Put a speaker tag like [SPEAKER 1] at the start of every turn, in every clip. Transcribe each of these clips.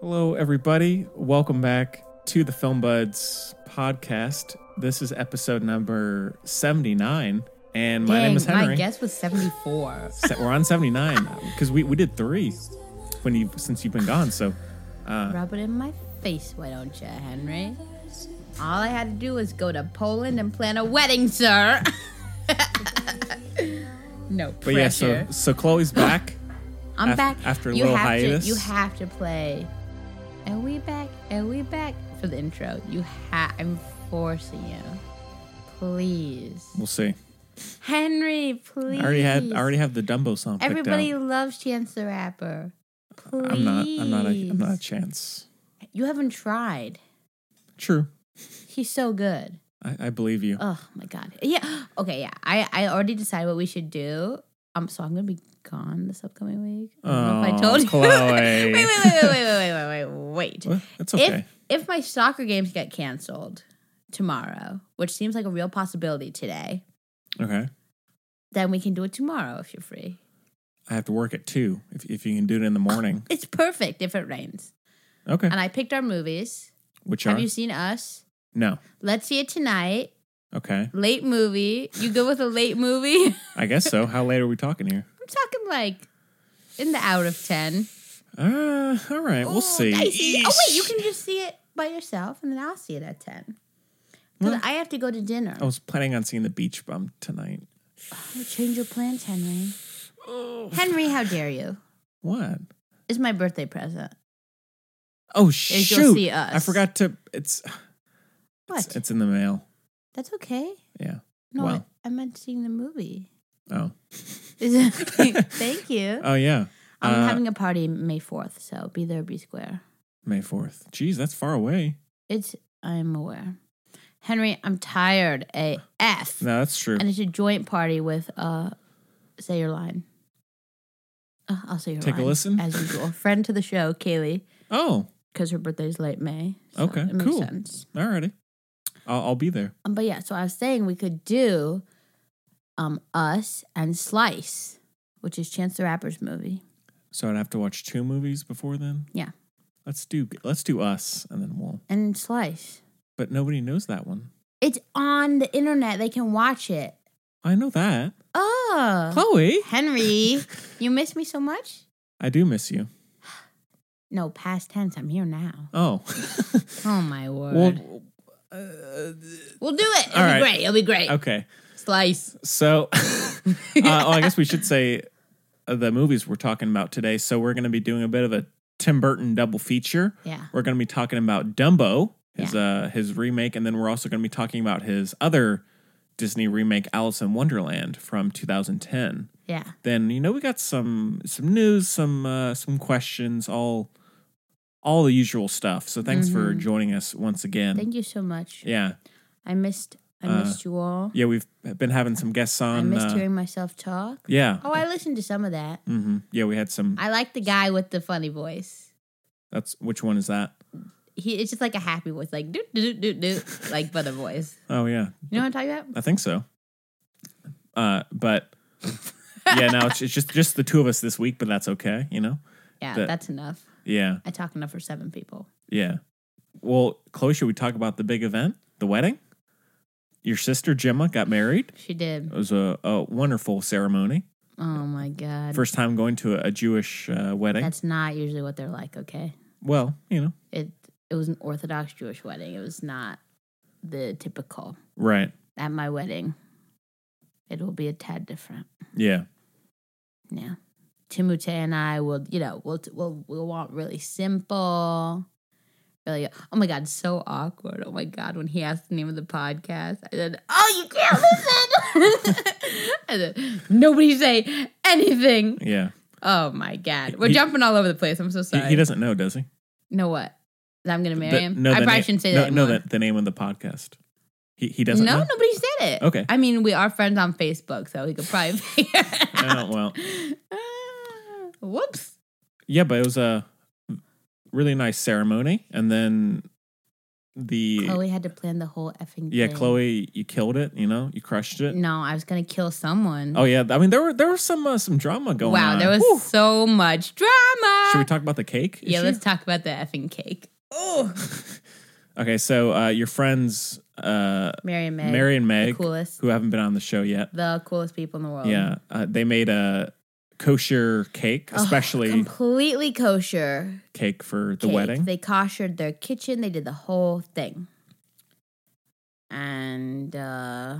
[SPEAKER 1] Hello, everybody. Welcome back to the Film Buds podcast. This is episode number 79. And my name
[SPEAKER 2] Dang,
[SPEAKER 1] is Henry.
[SPEAKER 2] My guess was 74.
[SPEAKER 1] Se- We're on 79 because we, we did three when you since you've been gone. So
[SPEAKER 2] Rub it in my face, why don't you, Henry? All I had to do was go to Poland and plan a wedding, sir. no
[SPEAKER 1] but
[SPEAKER 2] pressure.
[SPEAKER 1] yeah, so so Chloe's back.
[SPEAKER 2] I'm
[SPEAKER 1] af-
[SPEAKER 2] back.
[SPEAKER 1] after a
[SPEAKER 2] you
[SPEAKER 1] little
[SPEAKER 2] have
[SPEAKER 1] hiatus.
[SPEAKER 2] To, you have to play. Are we back? Are we back for the intro? You ha I'm forcing you. Please,
[SPEAKER 1] We'll see.
[SPEAKER 2] Henry. Please.
[SPEAKER 1] I already had I already have the Dumbo song picked
[SPEAKER 2] Everybody
[SPEAKER 1] out.
[SPEAKER 2] loves Chance the Rapper. Please.
[SPEAKER 1] I'm not I'm not a I'm not a chance.
[SPEAKER 2] You haven't tried.
[SPEAKER 1] True.
[SPEAKER 2] He's so good.
[SPEAKER 1] I, I believe you.
[SPEAKER 2] Oh my god. Yeah. Okay. Yeah. I I already decided what we should do. Um. So I'm gonna be gone this upcoming week. I don't know if I
[SPEAKER 1] Oh,
[SPEAKER 2] told you.
[SPEAKER 1] Chloe.
[SPEAKER 2] wait. Wait. Wait. Wait. Wait. Wait. Wait. Wait. Wait.
[SPEAKER 1] Well, it's okay.
[SPEAKER 2] If if my soccer games get canceled tomorrow, which seems like a real possibility today,
[SPEAKER 1] okay.
[SPEAKER 2] then we can do it tomorrow if you're free.
[SPEAKER 1] I have to work at two. If if you can do it in the morning.
[SPEAKER 2] It's perfect if it rains.
[SPEAKER 1] Okay.
[SPEAKER 2] And I picked our movies.
[SPEAKER 1] Which are
[SPEAKER 2] Have you seen Us?
[SPEAKER 1] no.
[SPEAKER 2] Let's see it tonight.
[SPEAKER 1] Okay.
[SPEAKER 2] Late movie. You go with a late movie.
[SPEAKER 1] I guess so. How late are we talking here?
[SPEAKER 2] I'm talking like in the out of ten.
[SPEAKER 1] Uh, all right.
[SPEAKER 2] Ooh,
[SPEAKER 1] We'll see.
[SPEAKER 2] dicey. Oh wait, you
[SPEAKER 1] Yeesh.
[SPEAKER 2] can just see it by yourself, and then I'll see it at ten. Because
[SPEAKER 1] Well,
[SPEAKER 2] I have to go to dinner.
[SPEAKER 1] I was planning on seeing the beach bum tonight.
[SPEAKER 2] Oh, change your plans, Henry. Henry, how dare you?
[SPEAKER 1] What?
[SPEAKER 2] It's my birthday present.
[SPEAKER 1] Oh
[SPEAKER 2] you'll
[SPEAKER 1] shoot!
[SPEAKER 2] see us.
[SPEAKER 1] I forgot to. It's
[SPEAKER 2] What?
[SPEAKER 1] It's, uh, it's in the mail.
[SPEAKER 2] That's okay.
[SPEAKER 1] Yeah.
[SPEAKER 2] No,
[SPEAKER 1] Wow.
[SPEAKER 2] I, I meant seeing the movie.
[SPEAKER 1] Oh.
[SPEAKER 2] Is it- Thank you.
[SPEAKER 1] Oh yeah.
[SPEAKER 2] Um, I'm
[SPEAKER 1] Uh,
[SPEAKER 2] having a party May fourth, so be there, be square.
[SPEAKER 1] May fourth. Jeez, that's far away.
[SPEAKER 2] It's I'm aware. Henry, I'm tired AF.
[SPEAKER 1] No, that's true.
[SPEAKER 2] and it's a joint party with uh say your line uh, i'll say your
[SPEAKER 1] Take a
[SPEAKER 2] line,
[SPEAKER 1] listen.
[SPEAKER 2] as usual friend to the show kaylee
[SPEAKER 1] Oh,
[SPEAKER 2] because her birthday's late may so
[SPEAKER 1] Okay,
[SPEAKER 2] it makes
[SPEAKER 1] cool.
[SPEAKER 2] sense
[SPEAKER 1] alrighty. I'll, I'll be there.
[SPEAKER 2] um, but yeah so i was saying we could do um us and slice which is chance the rapper's movie
[SPEAKER 1] So I'd have to watch two movies before then.
[SPEAKER 2] Yeah.
[SPEAKER 1] Let's do let's do us and then we'll.
[SPEAKER 2] and slice
[SPEAKER 1] But nobody knows that one.
[SPEAKER 2] it's on the internet they can watch it
[SPEAKER 1] I know that.
[SPEAKER 2] oh
[SPEAKER 1] Chloe,
[SPEAKER 2] henry you miss me so much
[SPEAKER 1] I do miss you.
[SPEAKER 2] no past tense i'm here now
[SPEAKER 1] Oh.
[SPEAKER 2] oh my word
[SPEAKER 1] well,
[SPEAKER 2] we'll do it it'll
[SPEAKER 1] all
[SPEAKER 2] be
[SPEAKER 1] right.
[SPEAKER 2] great it'll be great
[SPEAKER 1] okay.
[SPEAKER 2] slice
[SPEAKER 1] So, uh, well, I guess we should say uh, the movies we're talking about today. So we're going to be doing a bit of a Tim Burton double feature.
[SPEAKER 2] Yeah.
[SPEAKER 1] We're going to be talking about Dumbo, his uh, his remake, and then we're also going to be talking about his other Disney remake, Alice in Wonderland, from 2010.
[SPEAKER 2] Yeah.
[SPEAKER 1] Then you know we got some some news, some uh, some questions, all all the usual stuff. So thanks for joining us once again.
[SPEAKER 2] Thank you so much.
[SPEAKER 1] yeah,
[SPEAKER 2] I missed I missed you all.
[SPEAKER 1] Uh, yeah, we've been having some guests on.
[SPEAKER 2] I missed
[SPEAKER 1] uh,
[SPEAKER 2] hearing myself talk.
[SPEAKER 1] yeah,
[SPEAKER 2] Oh, I listened to some of that.
[SPEAKER 1] hmm Yeah, we had some.
[SPEAKER 2] I like the guy with the funny voice.
[SPEAKER 1] That's which one is that?
[SPEAKER 2] He it's just like a happy voice, like do do do do like brother voice.
[SPEAKER 1] Oh yeah,
[SPEAKER 2] You know what I'm talking about?
[SPEAKER 1] I think so. Uh, but yeah, no, it's, it's just just the two of us this week, but that's okay, you know.
[SPEAKER 2] Yeah,
[SPEAKER 1] That-
[SPEAKER 2] that's enough.
[SPEAKER 1] Yeah,
[SPEAKER 2] I talk enough for seven people.
[SPEAKER 1] yeah. Well, Chloe, should we talk about the big event, the wedding? Your sister Gemma got married.
[SPEAKER 2] She did.
[SPEAKER 1] It was a, a wonderful ceremony.
[SPEAKER 2] Oh my god.
[SPEAKER 1] First time going to a, a Jewish uh, wedding.
[SPEAKER 2] that's not usually what they're like, okay?
[SPEAKER 1] well, you know,
[SPEAKER 2] It it was an Orthodox Jewish wedding. It was not the typical.
[SPEAKER 1] right?
[SPEAKER 2] At my wedding, it will be a tad different.
[SPEAKER 1] Yeah,
[SPEAKER 2] Yeah. Timute and I will, you know, we'll we'll we'll want really simple. Really, oh my god, so awkward. Oh my god, when he asked the name of the podcast, I said, "Oh, you can't listen." I said, "Nobody say anything."
[SPEAKER 1] yeah.
[SPEAKER 2] Oh my god, we're
[SPEAKER 1] He-
[SPEAKER 2] jumping all over the place. I'm so
[SPEAKER 1] He,
[SPEAKER 2] sorry.
[SPEAKER 1] he doesn't know, does he?
[SPEAKER 2] know what? That I'm gonna marry
[SPEAKER 1] The-
[SPEAKER 2] him.
[SPEAKER 1] no,
[SPEAKER 2] I
[SPEAKER 1] the
[SPEAKER 2] probably
[SPEAKER 1] na-
[SPEAKER 2] shouldn't say
[SPEAKER 1] no,
[SPEAKER 2] that.
[SPEAKER 1] No,
[SPEAKER 2] anymore.
[SPEAKER 1] the, the name of the podcast. He he doesn't
[SPEAKER 2] no,
[SPEAKER 1] know.
[SPEAKER 2] nobody said it.
[SPEAKER 1] Okay.
[SPEAKER 2] I mean, we are friends on Facebook, so he could probably figure it
[SPEAKER 1] Oh,
[SPEAKER 2] out.
[SPEAKER 1] well,
[SPEAKER 2] Ah, whoops.
[SPEAKER 1] yeah, but it was a really nice ceremony, and then the
[SPEAKER 2] Chloe had to plan the whole effing
[SPEAKER 1] yeah,
[SPEAKER 2] thing.
[SPEAKER 1] Chloe, you killed it. You know, you crushed it.
[SPEAKER 2] No, I was gonna kill someone.
[SPEAKER 1] Oh yeah, I mean there were there was some uh, some drama going
[SPEAKER 2] wow,
[SPEAKER 1] on.
[SPEAKER 2] there was
[SPEAKER 1] Whew.
[SPEAKER 2] so much drama.
[SPEAKER 1] Should we talk about the cake?
[SPEAKER 2] yeah,
[SPEAKER 1] issue?
[SPEAKER 2] let's talk about the effing cake.
[SPEAKER 1] Oh. okay, so uh, your friends, uh,
[SPEAKER 2] Mary and Meg.
[SPEAKER 1] Mary and Meg,
[SPEAKER 2] coolest. Oh.
[SPEAKER 1] who haven't been on the show yet.
[SPEAKER 2] The coolest people in the world.
[SPEAKER 1] Yeah, uh, they made a kosher cake,
[SPEAKER 2] Ugh,
[SPEAKER 1] especially
[SPEAKER 2] completely kosher.
[SPEAKER 1] cake for the
[SPEAKER 2] cake.
[SPEAKER 1] wedding.
[SPEAKER 2] They koshered their kitchen. They did the whole thing. And uh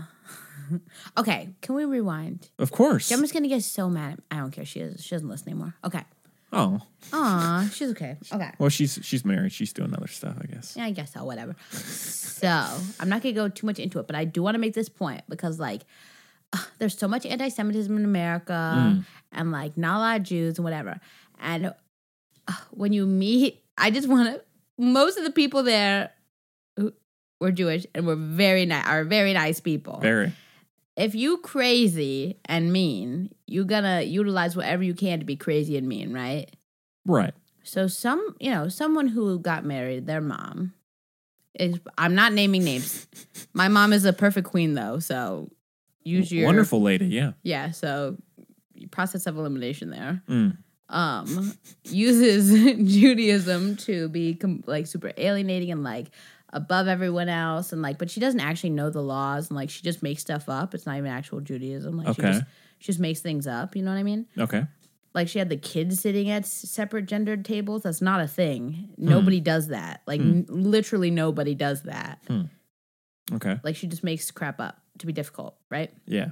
[SPEAKER 2] okay, can we rewind?
[SPEAKER 1] of course.
[SPEAKER 2] I'm just gonna get so mad. I don't care. She is. She doesn't listen anymore. Okay.
[SPEAKER 1] Oh,
[SPEAKER 2] Aw, she's okay. Okay.
[SPEAKER 1] well, she's she's married. She's doing other stuff, I guess.
[SPEAKER 2] Yeah, I guess so. Whatever. So I'm not gonna go too much into it, but I do want to make this point because like ugh, there's so much anti-Semitism in America, and like not a lot of Jews and whatever. And ugh, when you meet, I just want to. Most of the people there who- were Jewish and were very nice. Are very nice people.
[SPEAKER 1] Very.
[SPEAKER 2] if you crazy and mean, you're gonna utilize whatever you can to be crazy and mean, right?
[SPEAKER 1] Right.
[SPEAKER 2] So some, you know, someone who got married, their mom is I'm not naming names. My mom is a perfect queen though, so use your
[SPEAKER 1] Wonderful lady, yeah.
[SPEAKER 2] Yeah, so process of elimination there.
[SPEAKER 1] Mm.
[SPEAKER 2] Um uses Judaism to be com- like super alienating and like above everyone else and like but she doesn't actually know the laws and like she just makes stuff up. It's not even actual Judaism. Like she
[SPEAKER 1] Okay.
[SPEAKER 2] just she just makes things up, you know what I mean?
[SPEAKER 1] Okay.
[SPEAKER 2] like she had the kids sitting at s- separate gendered tables that's not a thing
[SPEAKER 1] Hmm.
[SPEAKER 2] nobody does that like n- literally nobody does that
[SPEAKER 1] Okay.
[SPEAKER 2] like she just makes crap up to be difficult right
[SPEAKER 1] Yeah.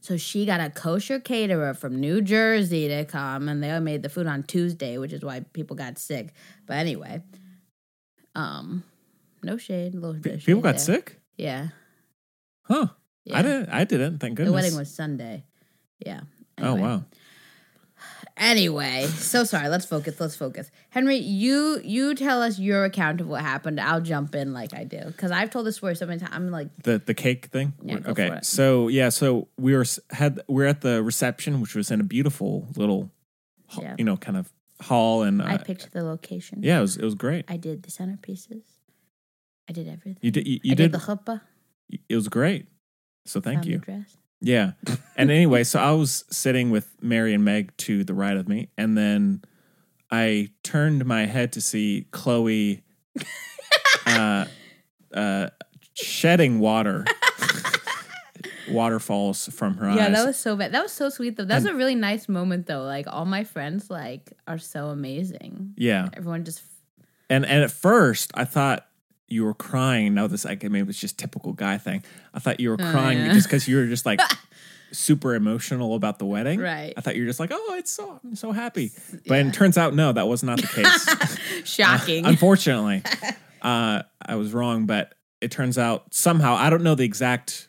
[SPEAKER 2] so she got a kosher caterer from new jersey to come and they made the food on tuesday which is why people got sick but anyway um no shade a little
[SPEAKER 1] P-
[SPEAKER 2] bit of
[SPEAKER 1] people
[SPEAKER 2] shade
[SPEAKER 1] got
[SPEAKER 2] there.
[SPEAKER 1] sick?
[SPEAKER 2] yeah,
[SPEAKER 1] Huh.
[SPEAKER 2] yeah.
[SPEAKER 1] I didn't I didn't, thank
[SPEAKER 2] the
[SPEAKER 1] goodness.
[SPEAKER 2] wedding was sunday yeah
[SPEAKER 1] Oh
[SPEAKER 2] Anyway.
[SPEAKER 1] wow.
[SPEAKER 2] Anyway, so sorry. Let's focus. Let's focus. Henry, you you tell us your account of what happened. I'll jump in like I do because I've told this story so many times. I'm like,
[SPEAKER 1] The the cake thing.
[SPEAKER 2] Yeah, go
[SPEAKER 1] okay.
[SPEAKER 2] for it.
[SPEAKER 1] So yeah, so we were s- had we are at the reception, which was in a beautiful little, ha-
[SPEAKER 2] Yeah.
[SPEAKER 1] you know, kind of hall, and
[SPEAKER 2] I
[SPEAKER 1] uh,
[SPEAKER 2] picked the location.
[SPEAKER 1] yeah, it was it was great.
[SPEAKER 2] I did the centerpieces. I did everything.
[SPEAKER 1] You did you, you
[SPEAKER 2] I did,
[SPEAKER 1] did,
[SPEAKER 2] the Um, chuppah.
[SPEAKER 1] it was great. So thank
[SPEAKER 2] found
[SPEAKER 1] you.
[SPEAKER 2] The dress.
[SPEAKER 1] Yeah. And anyway, so I was sitting with Mary and Meg to the right of me, and then I turned my head to see Chloe uh, uh, shedding water, waterfalls from her
[SPEAKER 2] Yeah,
[SPEAKER 1] eyes.
[SPEAKER 2] that was so bad. That was so sweet though. That was a really nice moment though. Like all my friends like are so amazing.
[SPEAKER 1] yeah.
[SPEAKER 2] Everyone just
[SPEAKER 1] And and at first I thought you were crying. Now this I guess maybe it's just typical guy thing. I thought you were crying
[SPEAKER 2] Oh, yeah.
[SPEAKER 1] just because you were just like super emotional about the wedding.
[SPEAKER 2] Right.
[SPEAKER 1] I thought you were just like, oh, it's so I'm so happy. But it turns out no, that was not the case.
[SPEAKER 2] shocking.
[SPEAKER 1] Unfortunately. uh, I was wrong, but it turns out somehow I don't know the exact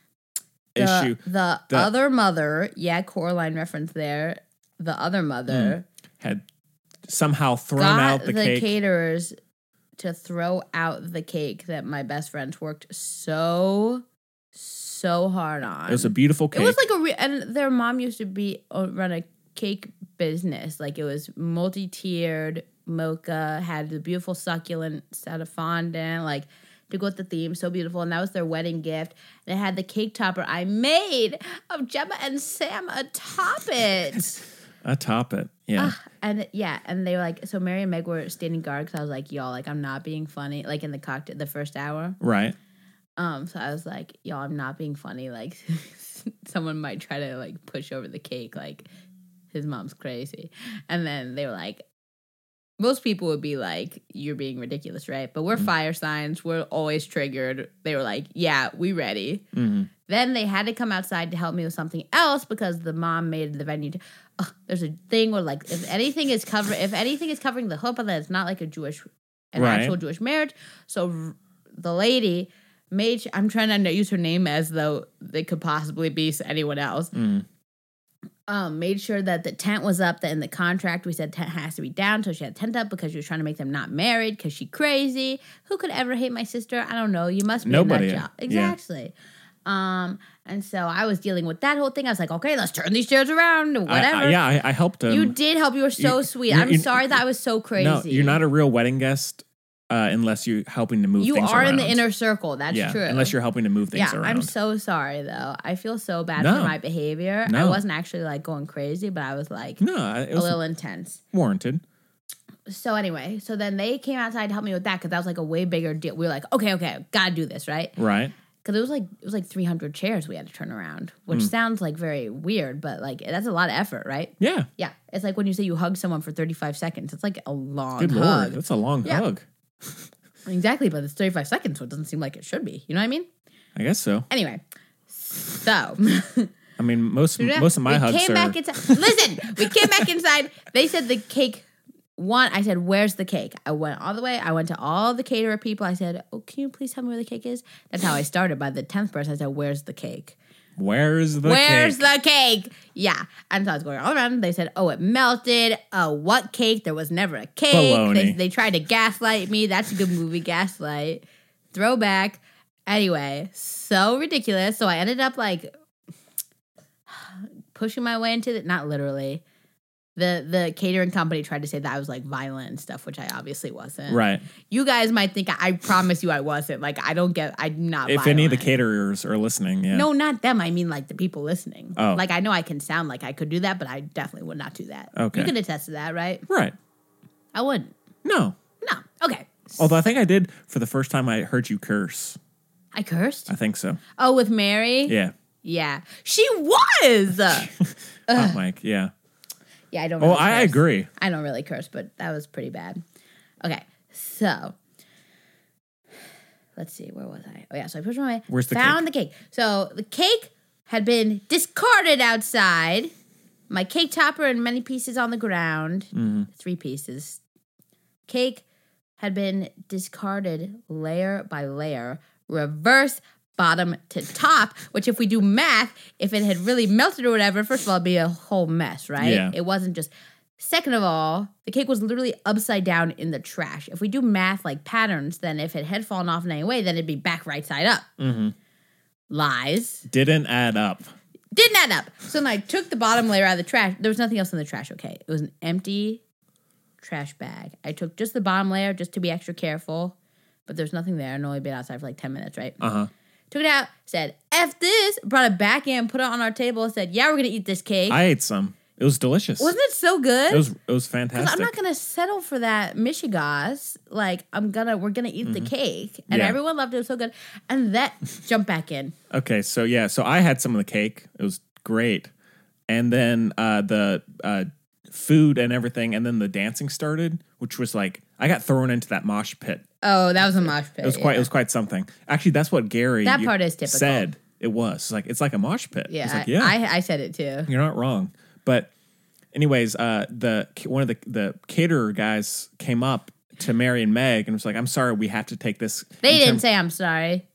[SPEAKER 2] the,
[SPEAKER 1] issue.
[SPEAKER 2] The,
[SPEAKER 1] The-
[SPEAKER 2] other mother. Yeah, Coraline reference there. The other
[SPEAKER 1] Hmm.
[SPEAKER 2] mother.
[SPEAKER 1] Had somehow thrown
[SPEAKER 2] got
[SPEAKER 1] out the, cake.
[SPEAKER 2] caterers to throw out the cake that my best friends worked so so hard on.
[SPEAKER 1] It was a beautiful
[SPEAKER 2] It
[SPEAKER 1] cake.
[SPEAKER 2] was like a re- and their mom used to be uh, run a cake business. Like it was multi tiered mocha had the beautiful succulent set of fondant like to go with the theme so beautiful and that was their wedding gift and it had the cake topper i made of gemma and sam atop it
[SPEAKER 1] I top it. Yeah.
[SPEAKER 2] Ah, and yeah, and they were like, so Mary and Meg were standing guard because I was like, y'all, like I'm not being funny, like in the cocktail, the first hour.
[SPEAKER 1] right.
[SPEAKER 2] Um, so I was like, y'all, I'm not being funny. Like, someone might try to like push over the cake, like his mom's crazy. And then they were like, most people would be like, you're being ridiculous, right? But we're fire signs. We're always triggered. They were like, yeah, we ready.
[SPEAKER 1] hmm
[SPEAKER 2] Then they had to come outside to help me with something else because the mom made the venue. T- Ugh, there's a thing where like if anything is cover if anything is covering the chuppah, then it's not like a Jewish, an
[SPEAKER 1] Right.
[SPEAKER 2] actual Jewish marriage. So r- the lady made. su- I'm trying to not use her name as though they could possibly be s- anyone else.
[SPEAKER 1] Mm.
[SPEAKER 2] Um, made sure that the tent was up. That in the contract we said tent has to be down, so she had tent up because she was trying to make them not married because she crazy. Who could ever hate my sister? I don't know. You must be
[SPEAKER 1] Nobody.
[SPEAKER 2] In that job.
[SPEAKER 1] Yeah.
[SPEAKER 2] Exactly. Um, and so I was dealing with that whole thing. I was like, okay, let's turn these chairs around, or
[SPEAKER 1] I- I-
[SPEAKER 2] whatever.
[SPEAKER 1] yeah, I, I helped him.
[SPEAKER 2] you did help. You were so
[SPEAKER 1] you-
[SPEAKER 2] sweet.
[SPEAKER 1] you-
[SPEAKER 2] I'm
[SPEAKER 1] you-
[SPEAKER 2] sorry that I was so crazy.
[SPEAKER 1] No, you're not a real wedding guest. uh, unless you're helping to move
[SPEAKER 2] You
[SPEAKER 1] things
[SPEAKER 2] are in the
[SPEAKER 1] around.
[SPEAKER 2] inner circle. That's
[SPEAKER 1] yeah,
[SPEAKER 2] true.
[SPEAKER 1] Unless you're helping to move things
[SPEAKER 2] yeah,
[SPEAKER 1] around.
[SPEAKER 2] I'm so sorry though. I feel so bad
[SPEAKER 1] No.
[SPEAKER 2] for my behavior. I
[SPEAKER 1] No.
[SPEAKER 2] wasn't actually like going crazy, but I was like
[SPEAKER 1] no, I- it
[SPEAKER 2] a
[SPEAKER 1] was
[SPEAKER 2] little intense.
[SPEAKER 1] warranted.
[SPEAKER 2] So anyway, so then they came outside to help me with that because that was like a way bigger deal. We were like, okay, okay, gotta do this, right?
[SPEAKER 1] Right.
[SPEAKER 2] Because it was like it was like 300 chairs we had to turn around, which
[SPEAKER 1] Mm.
[SPEAKER 2] sounds like very weird, but like that's a lot of effort, right?
[SPEAKER 1] Yeah.
[SPEAKER 2] Yeah, it's like when you say you hug someone for 35 seconds. It's like a long
[SPEAKER 1] Good
[SPEAKER 2] hug.
[SPEAKER 1] lord. That's a long
[SPEAKER 2] Yeah.
[SPEAKER 1] hug.
[SPEAKER 2] Exactly, but it's 35 seconds, so it doesn't seem like it should be. You know what I mean?
[SPEAKER 1] I guess so.
[SPEAKER 2] Anyway, so
[SPEAKER 1] I mean, most most of my
[SPEAKER 2] we
[SPEAKER 1] hugs
[SPEAKER 2] came
[SPEAKER 1] are
[SPEAKER 2] back inside. Listen, we came back inside. They said the cake. One, I said, "Where's the cake?" I went all the way. I went to all the caterer people. I said, "Oh, can you please tell me where the cake is?" That's how I started. By the tenth person, I said, "Where's the cake?"
[SPEAKER 1] where's the
[SPEAKER 2] Where's
[SPEAKER 1] cake?
[SPEAKER 2] the cake? Yeah. And so I was going all around. They said, oh, it melted. Oh, what cake? There was never a cake. They,
[SPEAKER 1] Baloney.
[SPEAKER 2] they tried to gaslight me. That's a good movie, Gaslight. Throwback. Anyway, so ridiculous. So I ended up like pushing my way into the, not literally. The, the catering company tried to say that I was like violent and stuff, which I obviously wasn't.
[SPEAKER 1] right.
[SPEAKER 2] You guys might think I, I promise you I wasn't. Like I don't get I'm not.
[SPEAKER 1] If any of the
[SPEAKER 2] violent.
[SPEAKER 1] caterers are listening, yeah.
[SPEAKER 2] No, not them. I mean like the people listening.
[SPEAKER 1] Oh.
[SPEAKER 2] Like I know I can sound like I could do that, but I definitely would not do that.
[SPEAKER 1] Okay.
[SPEAKER 2] You could attest to that, right?
[SPEAKER 1] Right.
[SPEAKER 2] I wouldn't.
[SPEAKER 1] No.
[SPEAKER 2] No. Okay.
[SPEAKER 1] Although I think I did for the first time I heard you curse.
[SPEAKER 2] I cursed.
[SPEAKER 1] I think so.
[SPEAKER 2] Oh, with Mary?
[SPEAKER 1] Yeah.
[SPEAKER 2] Yeah. She was.
[SPEAKER 1] Hot mic. Yeah.
[SPEAKER 2] yeah, I don't
[SPEAKER 1] Oh,
[SPEAKER 2] really
[SPEAKER 1] I
[SPEAKER 2] curse.
[SPEAKER 1] agree.
[SPEAKER 2] I don't really curse, but that was pretty bad. Okay. So let's see, where was I? Oh yeah, so I pushed my way.
[SPEAKER 1] Where's the
[SPEAKER 2] found the cake? So the cake had been discarded outside. My cake topper and many pieces on the ground.
[SPEAKER 1] Mm-hmm.
[SPEAKER 2] Three pieces. Cake had been discarded layer by layer, reverse bottom to top, which if we do math, if it had really melted or whatever, first of all, it'd be a whole mess, right?
[SPEAKER 1] Yeah.
[SPEAKER 2] It wasn't just second of all, the cake was literally upside down in the trash. If we do math like patterns, then if it had fallen off in any way, then it'd be back right side up. Lies.
[SPEAKER 1] Didn't add up.
[SPEAKER 2] Didn't add up. So then I took the bottom layer out of the trash. There was nothing else in the trash, okay? It was an empty trash bag. I took just the bottom layer just to be extra careful, but there's nothing there. And only been outside for like 10 minutes, right?
[SPEAKER 1] Uh huh.
[SPEAKER 2] Took it out, said, F this, brought it back in, put it on our table, said, Yeah, we're gonna eat this cake.
[SPEAKER 1] I ate some. It was delicious.
[SPEAKER 2] Wasn't it so good?
[SPEAKER 1] it was it was
[SPEAKER 2] Because I'm
[SPEAKER 1] fantastic.
[SPEAKER 2] not gonna settle for that Michigas. Like I'm gonna, we're gonna eat the cake, and
[SPEAKER 1] Mm-hmm. Yeah.
[SPEAKER 2] everyone loved it. It was so good, and that jump back in.
[SPEAKER 1] Okay, so yeah, so I had some of the cake. It was great, and then uh, the uh, food and everything, and then the dancing started, which was like I got thrown into that mosh pit.
[SPEAKER 2] Oh, that was a mosh pit.
[SPEAKER 1] It was quite, it was quite something. Actually, that's what Gary
[SPEAKER 2] That
[SPEAKER 1] you-
[SPEAKER 2] part is typical.
[SPEAKER 1] Said it was It's like it's like a mosh pit.
[SPEAKER 2] Yeah,
[SPEAKER 1] it's like,
[SPEAKER 2] I-
[SPEAKER 1] yeah,
[SPEAKER 2] I, I said it too.
[SPEAKER 1] you're not wrong. But anyways, uh, the one of the the caterer guys came up to Mary and Meg and was like, "I'm sorry, we have to take this."
[SPEAKER 2] They
[SPEAKER 1] in
[SPEAKER 2] didn't
[SPEAKER 1] term-
[SPEAKER 2] say I'm sorry.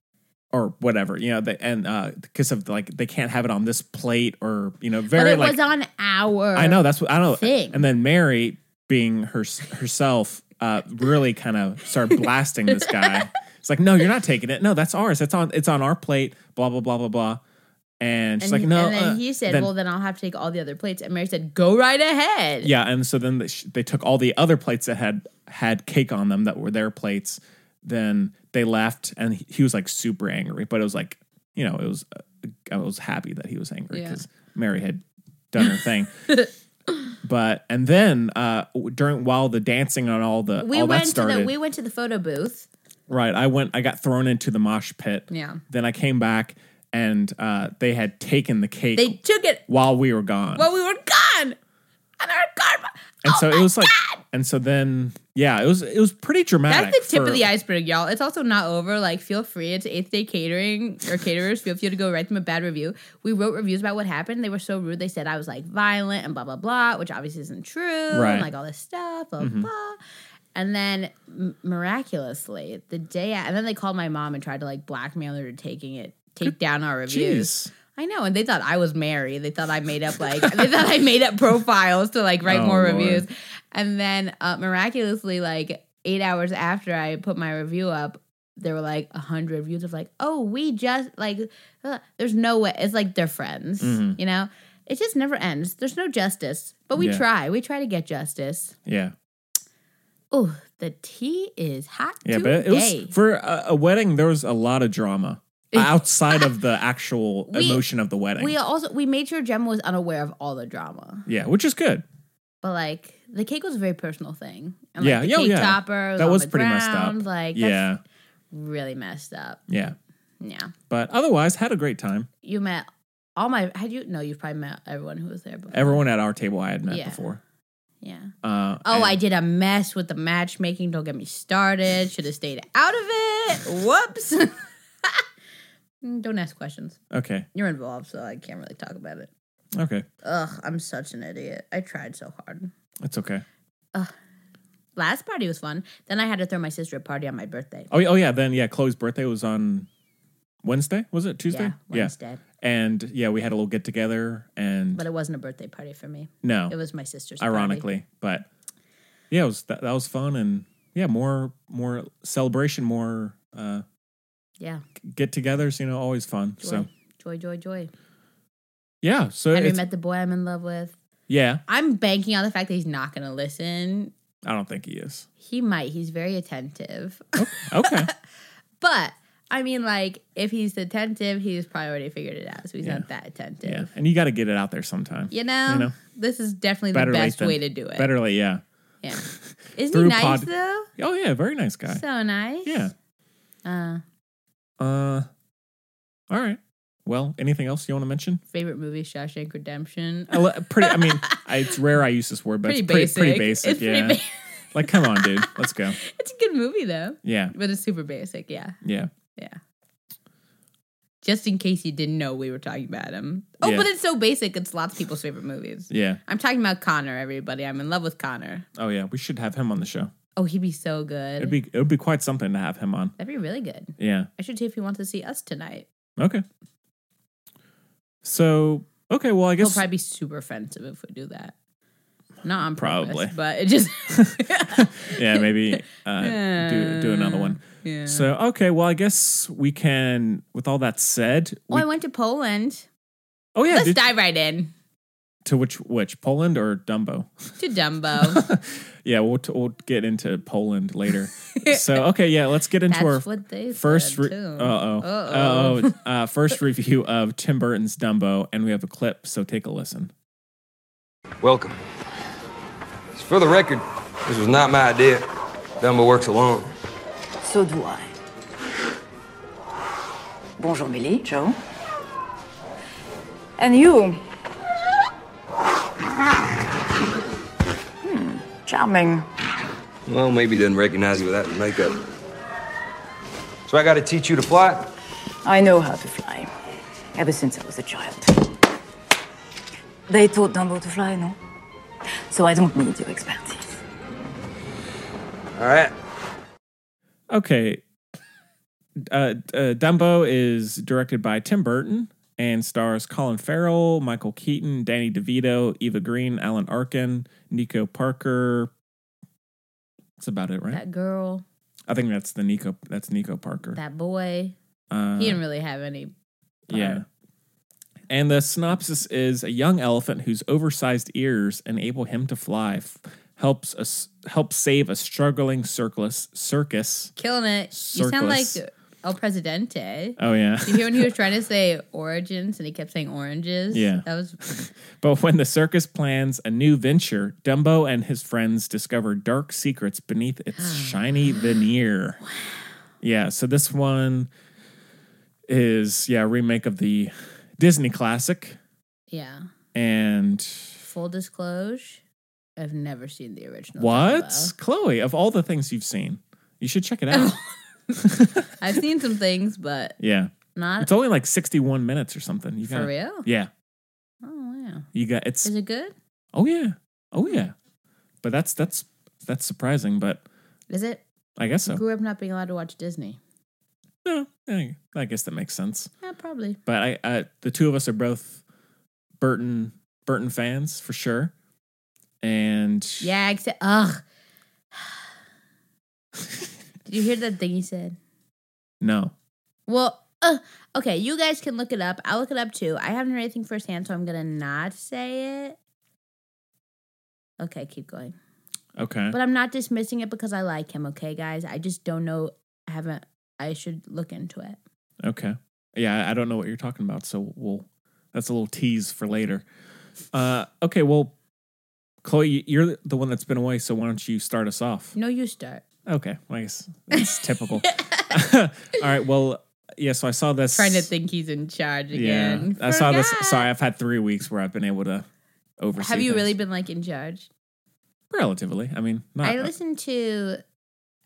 [SPEAKER 1] or whatever, you know, they, and uh because of like they can't have it on this plate or you know,
[SPEAKER 2] But
[SPEAKER 1] very
[SPEAKER 2] it
[SPEAKER 1] like
[SPEAKER 2] was on our.
[SPEAKER 1] I know that's what I know.
[SPEAKER 2] thing.
[SPEAKER 1] And then Mary, being her herself, uh, really kind of started blasting this guy. It's like, no, you're not taking it. No, that's ours. It's on it's on our plate. Blah blah blah blah blah. And she's
[SPEAKER 2] And,
[SPEAKER 1] like, no.
[SPEAKER 2] and then
[SPEAKER 1] uh,"
[SPEAKER 2] he said,
[SPEAKER 1] then-
[SPEAKER 2] "Well, then I'll have to take all the other plates." And Mary said, "Go right ahead."
[SPEAKER 1] Yeah, and so then the sh- they took all the other plates that had had cake on them that were their plates. Then they left, and he, he was like super angry. But it was like you know, it was uh, I was happy that he was angry
[SPEAKER 2] Yeah.
[SPEAKER 1] because Mary had done her thing. but and then uh during while the dancing on all the
[SPEAKER 2] we
[SPEAKER 1] all
[SPEAKER 2] went
[SPEAKER 1] that
[SPEAKER 2] to
[SPEAKER 1] started
[SPEAKER 2] the we went to the photo booth.
[SPEAKER 1] right. I went. I got thrown into the mosh pit.
[SPEAKER 2] Yeah.
[SPEAKER 1] Then I came back, and uh they had taken the cake
[SPEAKER 2] They took it
[SPEAKER 1] while we were gone.
[SPEAKER 2] while we were gone, and our car.
[SPEAKER 1] And
[SPEAKER 2] oh
[SPEAKER 1] so
[SPEAKER 2] my
[SPEAKER 1] it was like,
[SPEAKER 2] God!
[SPEAKER 1] and so then, yeah, it was it was pretty dramatic.
[SPEAKER 2] That's the tip
[SPEAKER 1] for-
[SPEAKER 2] of the iceberg, y'all. It's also not over. Like, feel free. It's eighth day catering or caterers. Feel free to go write them a bad review. We wrote reviews about what happened. They were so rude. They said I was like violent and blah blah blah, which obviously isn't true.
[SPEAKER 1] Right. Mm-hmm.
[SPEAKER 2] And, like all this stuff, blah blah. And then m- miraculously, the day a- and then they called my mom and tried to like blackmail her to taking it, take down our reviews.
[SPEAKER 1] Jeez,
[SPEAKER 2] I know, and they thought I was Mary. They thought I made up like they thought I made up profiles to like write
[SPEAKER 1] Oh,
[SPEAKER 2] more
[SPEAKER 1] Lord.
[SPEAKER 2] reviews. And then uh, miraculously, like eight hours after I put my review up, there were like a hundred reviews of like, oh, we just like, uh, there's no way. It's like they're friends, you know. It just never ends. There's no justice, but we
[SPEAKER 1] Mm-hmm. Yeah.
[SPEAKER 2] try. We try to get justice.
[SPEAKER 1] yeah,
[SPEAKER 2] Oh, The tea is hot
[SPEAKER 1] Yeah, but
[SPEAKER 2] today.
[SPEAKER 1] it was for a, a wedding. There was a lot of drama outside of the actual
[SPEAKER 2] We-
[SPEAKER 1] emotion of the wedding.
[SPEAKER 2] we also we made sure Gemma was unaware of all the drama,
[SPEAKER 1] yeah, which is good.
[SPEAKER 2] but like the cake was a very personal thing. And,
[SPEAKER 1] Yeah,
[SPEAKER 2] like, the
[SPEAKER 1] yeah,
[SPEAKER 2] cake
[SPEAKER 1] yeah.
[SPEAKER 2] topper was
[SPEAKER 1] That
[SPEAKER 2] on
[SPEAKER 1] was
[SPEAKER 2] the
[SPEAKER 1] pretty messed up.
[SPEAKER 2] ground, Like, that's
[SPEAKER 1] yeah,
[SPEAKER 2] really messed up.
[SPEAKER 1] yeah.
[SPEAKER 2] Yeah,
[SPEAKER 1] But otherwise, had a great time.
[SPEAKER 2] you met all my. Had you? No, you've probably met everyone who was there. Before.
[SPEAKER 1] Everyone at our table I had met
[SPEAKER 2] Yeah.
[SPEAKER 1] before.
[SPEAKER 2] Yeah.
[SPEAKER 1] Uh,
[SPEAKER 2] Oh,
[SPEAKER 1] and-
[SPEAKER 2] I did a mess with the matchmaking. Don't get me started. Should have stayed out of it. Whoops. Don't ask questions.
[SPEAKER 1] Okay,
[SPEAKER 2] You're involved, so I can't really talk about it.
[SPEAKER 1] okay,
[SPEAKER 2] Ugh, I'm such an idiot. I tried so hard.
[SPEAKER 1] it's okay.
[SPEAKER 2] Last party was fun. Then I had to throw my sister a party on my birthday.
[SPEAKER 1] Oh, yeah, oh yeah. Then yeah, Chloe's birthday was on Wednesday. Was it Tuesday?
[SPEAKER 2] Yeah, Wednesday.
[SPEAKER 1] and yeah, we had a little get together, and
[SPEAKER 2] But it wasn't a birthday party for me.
[SPEAKER 1] no,
[SPEAKER 2] It was my sister's. party.
[SPEAKER 1] ironically, but yeah, it was that, that was fun, and yeah, more more celebration, more uh,
[SPEAKER 2] Yeah.
[SPEAKER 1] get-togethers. You know, always fun.
[SPEAKER 2] Joy.
[SPEAKER 1] So
[SPEAKER 2] joy, joy, joy.
[SPEAKER 1] yeah, so
[SPEAKER 2] Have you
[SPEAKER 1] it's,
[SPEAKER 2] met the boy I'm in love with?
[SPEAKER 1] yeah,
[SPEAKER 2] I'm banking on the fact that he's not going to listen.
[SPEAKER 1] I don't think he is. Oh,
[SPEAKER 2] He might. He's very attentive.
[SPEAKER 1] Okay,
[SPEAKER 2] But I mean, like, if he's attentive, he's probably already figured it out. So he's not that attentive.
[SPEAKER 1] yeah, and you got to get it out there sometime.
[SPEAKER 2] You, know?
[SPEAKER 1] You know.
[SPEAKER 2] this is definitely
[SPEAKER 1] Better
[SPEAKER 2] the
[SPEAKER 1] late
[SPEAKER 2] best
[SPEAKER 1] than-
[SPEAKER 2] way to do it.
[SPEAKER 1] Better late, yeah.
[SPEAKER 2] Yeah. Isn't he
[SPEAKER 1] Through
[SPEAKER 2] nice
[SPEAKER 1] pod-
[SPEAKER 2] though?
[SPEAKER 1] Oh yeah, very nice guy.
[SPEAKER 2] So nice.
[SPEAKER 1] Yeah.
[SPEAKER 2] Uh,
[SPEAKER 1] Uh, all right. Well, anything else you want to mention?
[SPEAKER 2] favorite movie: Shawshank Redemption.
[SPEAKER 1] I li- pretty. I mean, I, it's rare I use this word, but
[SPEAKER 2] pretty,
[SPEAKER 1] it's
[SPEAKER 2] basic.
[SPEAKER 1] Oh, pretty basic.
[SPEAKER 2] It's
[SPEAKER 1] yeah.
[SPEAKER 2] pretty
[SPEAKER 1] like, come on, dude. Let's go.
[SPEAKER 2] ba- it's a good movie though,
[SPEAKER 1] Yeah.
[SPEAKER 2] but it's super basic. Yeah.
[SPEAKER 1] Yeah.
[SPEAKER 2] Yeah. Just in case you didn't know we were talking about him. Oh,
[SPEAKER 1] Yeah.
[SPEAKER 2] but it's so basic. It's lots of people's favorite movies.
[SPEAKER 1] Yeah.
[SPEAKER 2] I'm talking about Connor, everybody. I'm in love with Connor.
[SPEAKER 1] Oh yeah. We should have him on the show.
[SPEAKER 2] Oh, he'd be so good.
[SPEAKER 1] It'd be it would be quite something to have him on.
[SPEAKER 2] That'd be really good.
[SPEAKER 1] Yeah.
[SPEAKER 2] I should see if he wants to see us tonight.
[SPEAKER 1] Okay. So okay. Well, I
[SPEAKER 2] He'll
[SPEAKER 1] guess
[SPEAKER 2] probably be super offensive if we do that. Not on
[SPEAKER 1] Probably.
[SPEAKER 2] probably, but it just
[SPEAKER 1] yeah. Maybe uh, do do another one.
[SPEAKER 2] Yeah.
[SPEAKER 1] So okay. Well, I guess we can. With all that said,
[SPEAKER 2] oh,
[SPEAKER 1] we,
[SPEAKER 2] I went to Poland.
[SPEAKER 1] oh yeah.
[SPEAKER 2] Let's
[SPEAKER 1] did-
[SPEAKER 2] dive right in
[SPEAKER 1] to which which Poland or Dumbo?
[SPEAKER 2] to Dumbo.
[SPEAKER 1] yeah, we'll, t- we'll get into Poland later. so okay, yeah, let's get into
[SPEAKER 2] That's
[SPEAKER 1] our
[SPEAKER 2] what they
[SPEAKER 1] first.
[SPEAKER 2] Said
[SPEAKER 1] Re-
[SPEAKER 2] too.
[SPEAKER 1] uh-oh.
[SPEAKER 2] Uh-oh.
[SPEAKER 1] Uh-oh. Uh, first review of Tim Burton's Dumbo, and we have a clip, so take a listen.
[SPEAKER 3] Welcome. For the record, this was not my idea. Dumbo works alone.
[SPEAKER 4] So do I. Bonjour, Millie. Joe. And you. Hmm, Hmm, charming.
[SPEAKER 3] Well, maybe he doesn't recognize you without your makeup. So I gotta teach you to fly?
[SPEAKER 4] I know how to fly. Ever since I was a child. They taught Dumbo to fly, no? So I don't need your expertise.
[SPEAKER 3] All right.
[SPEAKER 1] Okay, uh, uh, Dumbo is directed by Tim Burton and stars Colin Farrell, Michael Keaton, Danny DeVito, Eva Green, Alan Arkin, Nico Parker. That's about it, right?
[SPEAKER 2] that girl,
[SPEAKER 1] I think that's the Nico. That's Nico Parker.
[SPEAKER 2] that boy.
[SPEAKER 1] Uh,
[SPEAKER 2] he didn't really have any. part.
[SPEAKER 1] yeah. And the synopsis is a young elephant whose oversized ears enable him to fly f- helps us help save a struggling circus circus.
[SPEAKER 2] Killing it. You sound like
[SPEAKER 1] Circus.
[SPEAKER 2] El Presidente.
[SPEAKER 1] Oh yeah.
[SPEAKER 2] Did you hear when he was trying to say origins and he kept saying oranges?
[SPEAKER 1] Yeah.
[SPEAKER 2] That was
[SPEAKER 1] but when the circus plans a new venture, Dumbo and his friends discover dark secrets beneath its shiny veneer. Yeah, so this one is yeah, a remake of the Disney classic
[SPEAKER 2] yeah.
[SPEAKER 1] and
[SPEAKER 2] Full disclosure, I've never seen the original.
[SPEAKER 1] What?
[SPEAKER 2] Dumbo.
[SPEAKER 1] Chloe, of all the things you've seen, you should check it out.
[SPEAKER 2] Oh. I've seen some things, but
[SPEAKER 1] yeah.
[SPEAKER 2] not
[SPEAKER 1] It's only like 61 minutes or something. You
[SPEAKER 2] Uh, for
[SPEAKER 1] gotta-
[SPEAKER 2] real.
[SPEAKER 1] Yeah.
[SPEAKER 2] Oh wow.
[SPEAKER 1] You got it's
[SPEAKER 2] Is it Hmm. good?
[SPEAKER 1] Oh yeah. Oh yeah. But that's that's that's surprising, but
[SPEAKER 2] Is it?
[SPEAKER 1] I guess so.
[SPEAKER 2] Grew up not being allowed to watch Disney.
[SPEAKER 1] No, I, I guess that makes sense.
[SPEAKER 2] Yeah, probably.
[SPEAKER 1] But I, I the two of us are both Burton Burton fans for sure. And
[SPEAKER 2] Yeah, except ugh. Did you hear that thing he said?
[SPEAKER 1] no.
[SPEAKER 2] Well, uh, okay, you guys can look it up. I'll look it up too. I haven't heard anything firsthand, so I'm gonna not say it. Okay, keep going.
[SPEAKER 1] Okay.
[SPEAKER 2] But I'm not dismissing it because I like him, okay, guys? I just don't know. I haven't, I should look into it.
[SPEAKER 1] Okay. Yeah, I- I don't know what you're talking about, so we'll that's a little tease for later. Uh okay, well Chloe, you're the one that's been away, so why don't you start us off?
[SPEAKER 2] No, you start.
[SPEAKER 1] Okay, well, I guess that's typical. All right, well, yeah, so I saw this
[SPEAKER 2] Trying to think he's in charge
[SPEAKER 1] Yeah.
[SPEAKER 2] again.
[SPEAKER 1] I saw this
[SPEAKER 2] Forgot.
[SPEAKER 1] sorry, I've had 3 weeks where I've been able to oversee
[SPEAKER 2] Have you
[SPEAKER 1] things.
[SPEAKER 2] really been like in charge?
[SPEAKER 1] relatively? I mean, not
[SPEAKER 2] I listened to,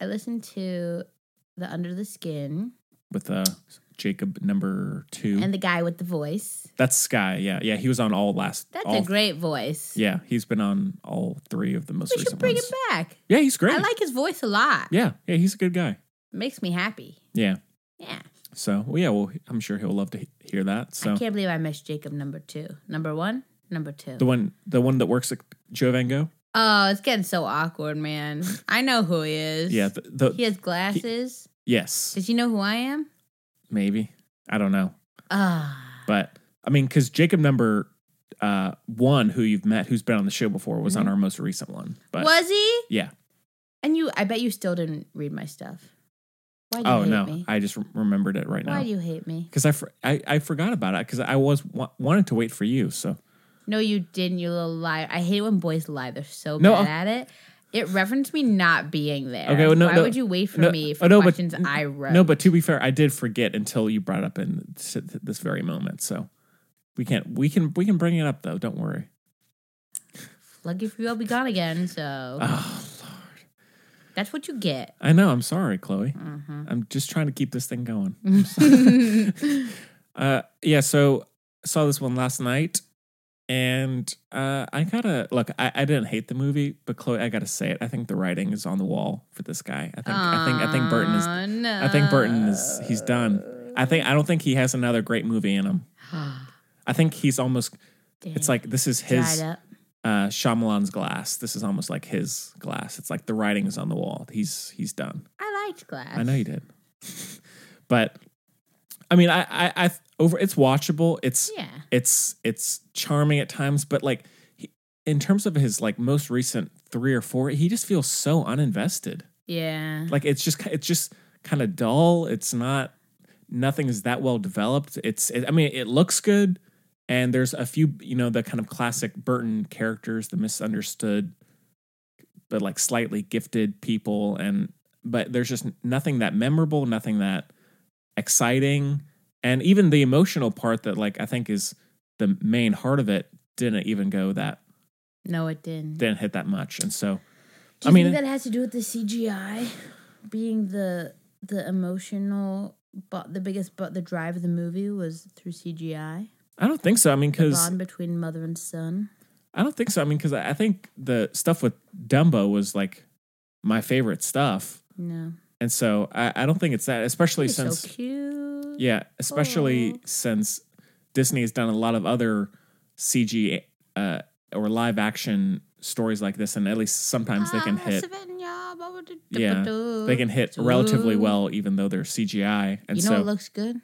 [SPEAKER 2] I listened to the Under the Skin
[SPEAKER 1] with uh Jacob number 2.
[SPEAKER 2] and the guy with the voice.
[SPEAKER 1] that's Sky. Yeah. Yeah, he was on all last
[SPEAKER 2] That's
[SPEAKER 1] all-
[SPEAKER 2] a great voice.
[SPEAKER 1] Yeah, he's been on all 3 of the most
[SPEAKER 2] we should
[SPEAKER 1] recent
[SPEAKER 2] bring
[SPEAKER 1] ones.
[SPEAKER 2] it back.
[SPEAKER 1] Yeah, he's great.
[SPEAKER 2] I like his voice a lot.
[SPEAKER 1] Yeah, yeah, he's a good guy.
[SPEAKER 2] Makes me happy.
[SPEAKER 1] Yeah.
[SPEAKER 2] Yeah.
[SPEAKER 1] So, well, yeah, well, I'm sure he'll love to he- hear that. So,
[SPEAKER 2] I can't believe I missed Jacob number two. Number one, number two.
[SPEAKER 1] the one, the one that works at Joe Van Gogh.
[SPEAKER 2] Oh, it's getting so awkward, man. I know who he is.
[SPEAKER 1] Yeah. The, the-
[SPEAKER 2] He has glasses.
[SPEAKER 1] yes,
[SPEAKER 2] Does he know who I am?
[SPEAKER 1] maybe. I don't know,
[SPEAKER 2] Ah.
[SPEAKER 1] but I mean, because Jacob number uh, one, who you've met, who's been on the show before, was on our most recent one. But
[SPEAKER 2] Mm-hmm. was he?
[SPEAKER 1] yeah.
[SPEAKER 2] And you I bet you still didn't read my stuff. Why do you
[SPEAKER 1] Oh
[SPEAKER 2] hate
[SPEAKER 1] no,
[SPEAKER 2] me?
[SPEAKER 1] I just re- remembered it right
[SPEAKER 2] Why do
[SPEAKER 1] now
[SPEAKER 2] you hate me?
[SPEAKER 1] because I, fr- I I forgot about it because I was wa- wanted to wait for you. So
[SPEAKER 2] No, you didn't, you little liar. I hate when boys lie. They're so
[SPEAKER 1] No,
[SPEAKER 2] bad
[SPEAKER 1] uh,
[SPEAKER 2] at it. It referenced me not being there.
[SPEAKER 1] Okay, well, no,
[SPEAKER 2] Why
[SPEAKER 1] no,
[SPEAKER 2] would you wait for
[SPEAKER 1] no,
[SPEAKER 2] me
[SPEAKER 1] oh,
[SPEAKER 2] for
[SPEAKER 1] no, but-
[SPEAKER 2] questions I wrote?
[SPEAKER 1] No, but to be fair, I did forget until you brought up in s- th- this very moment. So we can't. We can. We can bring it up though. Don't worry.
[SPEAKER 2] lucky for you, I'll be gone again. So
[SPEAKER 1] Oh Lord,
[SPEAKER 2] that's what you get.
[SPEAKER 1] I know. I'm sorry, Chloe.
[SPEAKER 2] Mhm.
[SPEAKER 1] I'm just trying to keep this thing going. I'm sorry. uh, yeah. So saw this one last night, and uh, I gotta look. I, I didn't hate the movie, but Chloe, I gotta say it. I think the writing is on the wall for this guy. I think. I think. I think Burton is.
[SPEAKER 2] Aw, no.
[SPEAKER 1] I think Burton
[SPEAKER 2] Uh,
[SPEAKER 1] is. He's done. I think. I don't think he has another great movie in him. I think he's almost. It's
[SPEAKER 2] Dang.
[SPEAKER 1] like this is
[SPEAKER 2] Dried
[SPEAKER 1] his
[SPEAKER 2] up.
[SPEAKER 1] uh Shyamalan's glass. This is almost like his glass. It's like the writing is on the wall. He's he's done.
[SPEAKER 2] I liked Glass.
[SPEAKER 1] I know you did, but I mean, I I, I over. It's watchable. It's
[SPEAKER 2] Yeah.
[SPEAKER 1] it's it's charming at times, but like he, in terms of his like most recent three or four, he just feels so uninvested.
[SPEAKER 2] Yeah.
[SPEAKER 1] Like it's just it's just kind of dull. It's not nothing is that well developed. It's it, I mean it looks good, and there's a few you know the kind of classic Burton characters, the misunderstood, but like slightly gifted people, and but there's just nothing that memorable, nothing that exciting, and even the emotional part that like I think is the main heart of it didn't even go that
[SPEAKER 2] no, it didn't.
[SPEAKER 1] didn't hit that much, and so
[SPEAKER 2] Do
[SPEAKER 1] I
[SPEAKER 2] you
[SPEAKER 1] mean-
[SPEAKER 2] think that has to do with the CGI being the the emotional, but the biggest, but the drive of the movie was through CGI.
[SPEAKER 1] I don't think so. I mean,
[SPEAKER 2] The
[SPEAKER 1] because
[SPEAKER 2] bond between mother and son.
[SPEAKER 1] I don't think so. I mean, because I I think the stuff with Dumbo was like my favorite stuff,
[SPEAKER 2] No,
[SPEAKER 1] and so I, I don't think it's that. Especially
[SPEAKER 2] He's
[SPEAKER 1] since,
[SPEAKER 2] so cute.
[SPEAKER 1] yeah, especially
[SPEAKER 2] Aw.
[SPEAKER 1] since Disney has done a lot of other CG uh, or live action stories like this, and at least sometimes they can
[SPEAKER 2] Ah,
[SPEAKER 1] hit,
[SPEAKER 2] Savannah, blah, blah, blah,
[SPEAKER 1] yeah,
[SPEAKER 2] blah,
[SPEAKER 1] they can hit
[SPEAKER 2] blah,
[SPEAKER 1] relatively
[SPEAKER 2] blah.
[SPEAKER 1] well, even though they're CGI. And
[SPEAKER 2] You know
[SPEAKER 1] so
[SPEAKER 2] what looks good?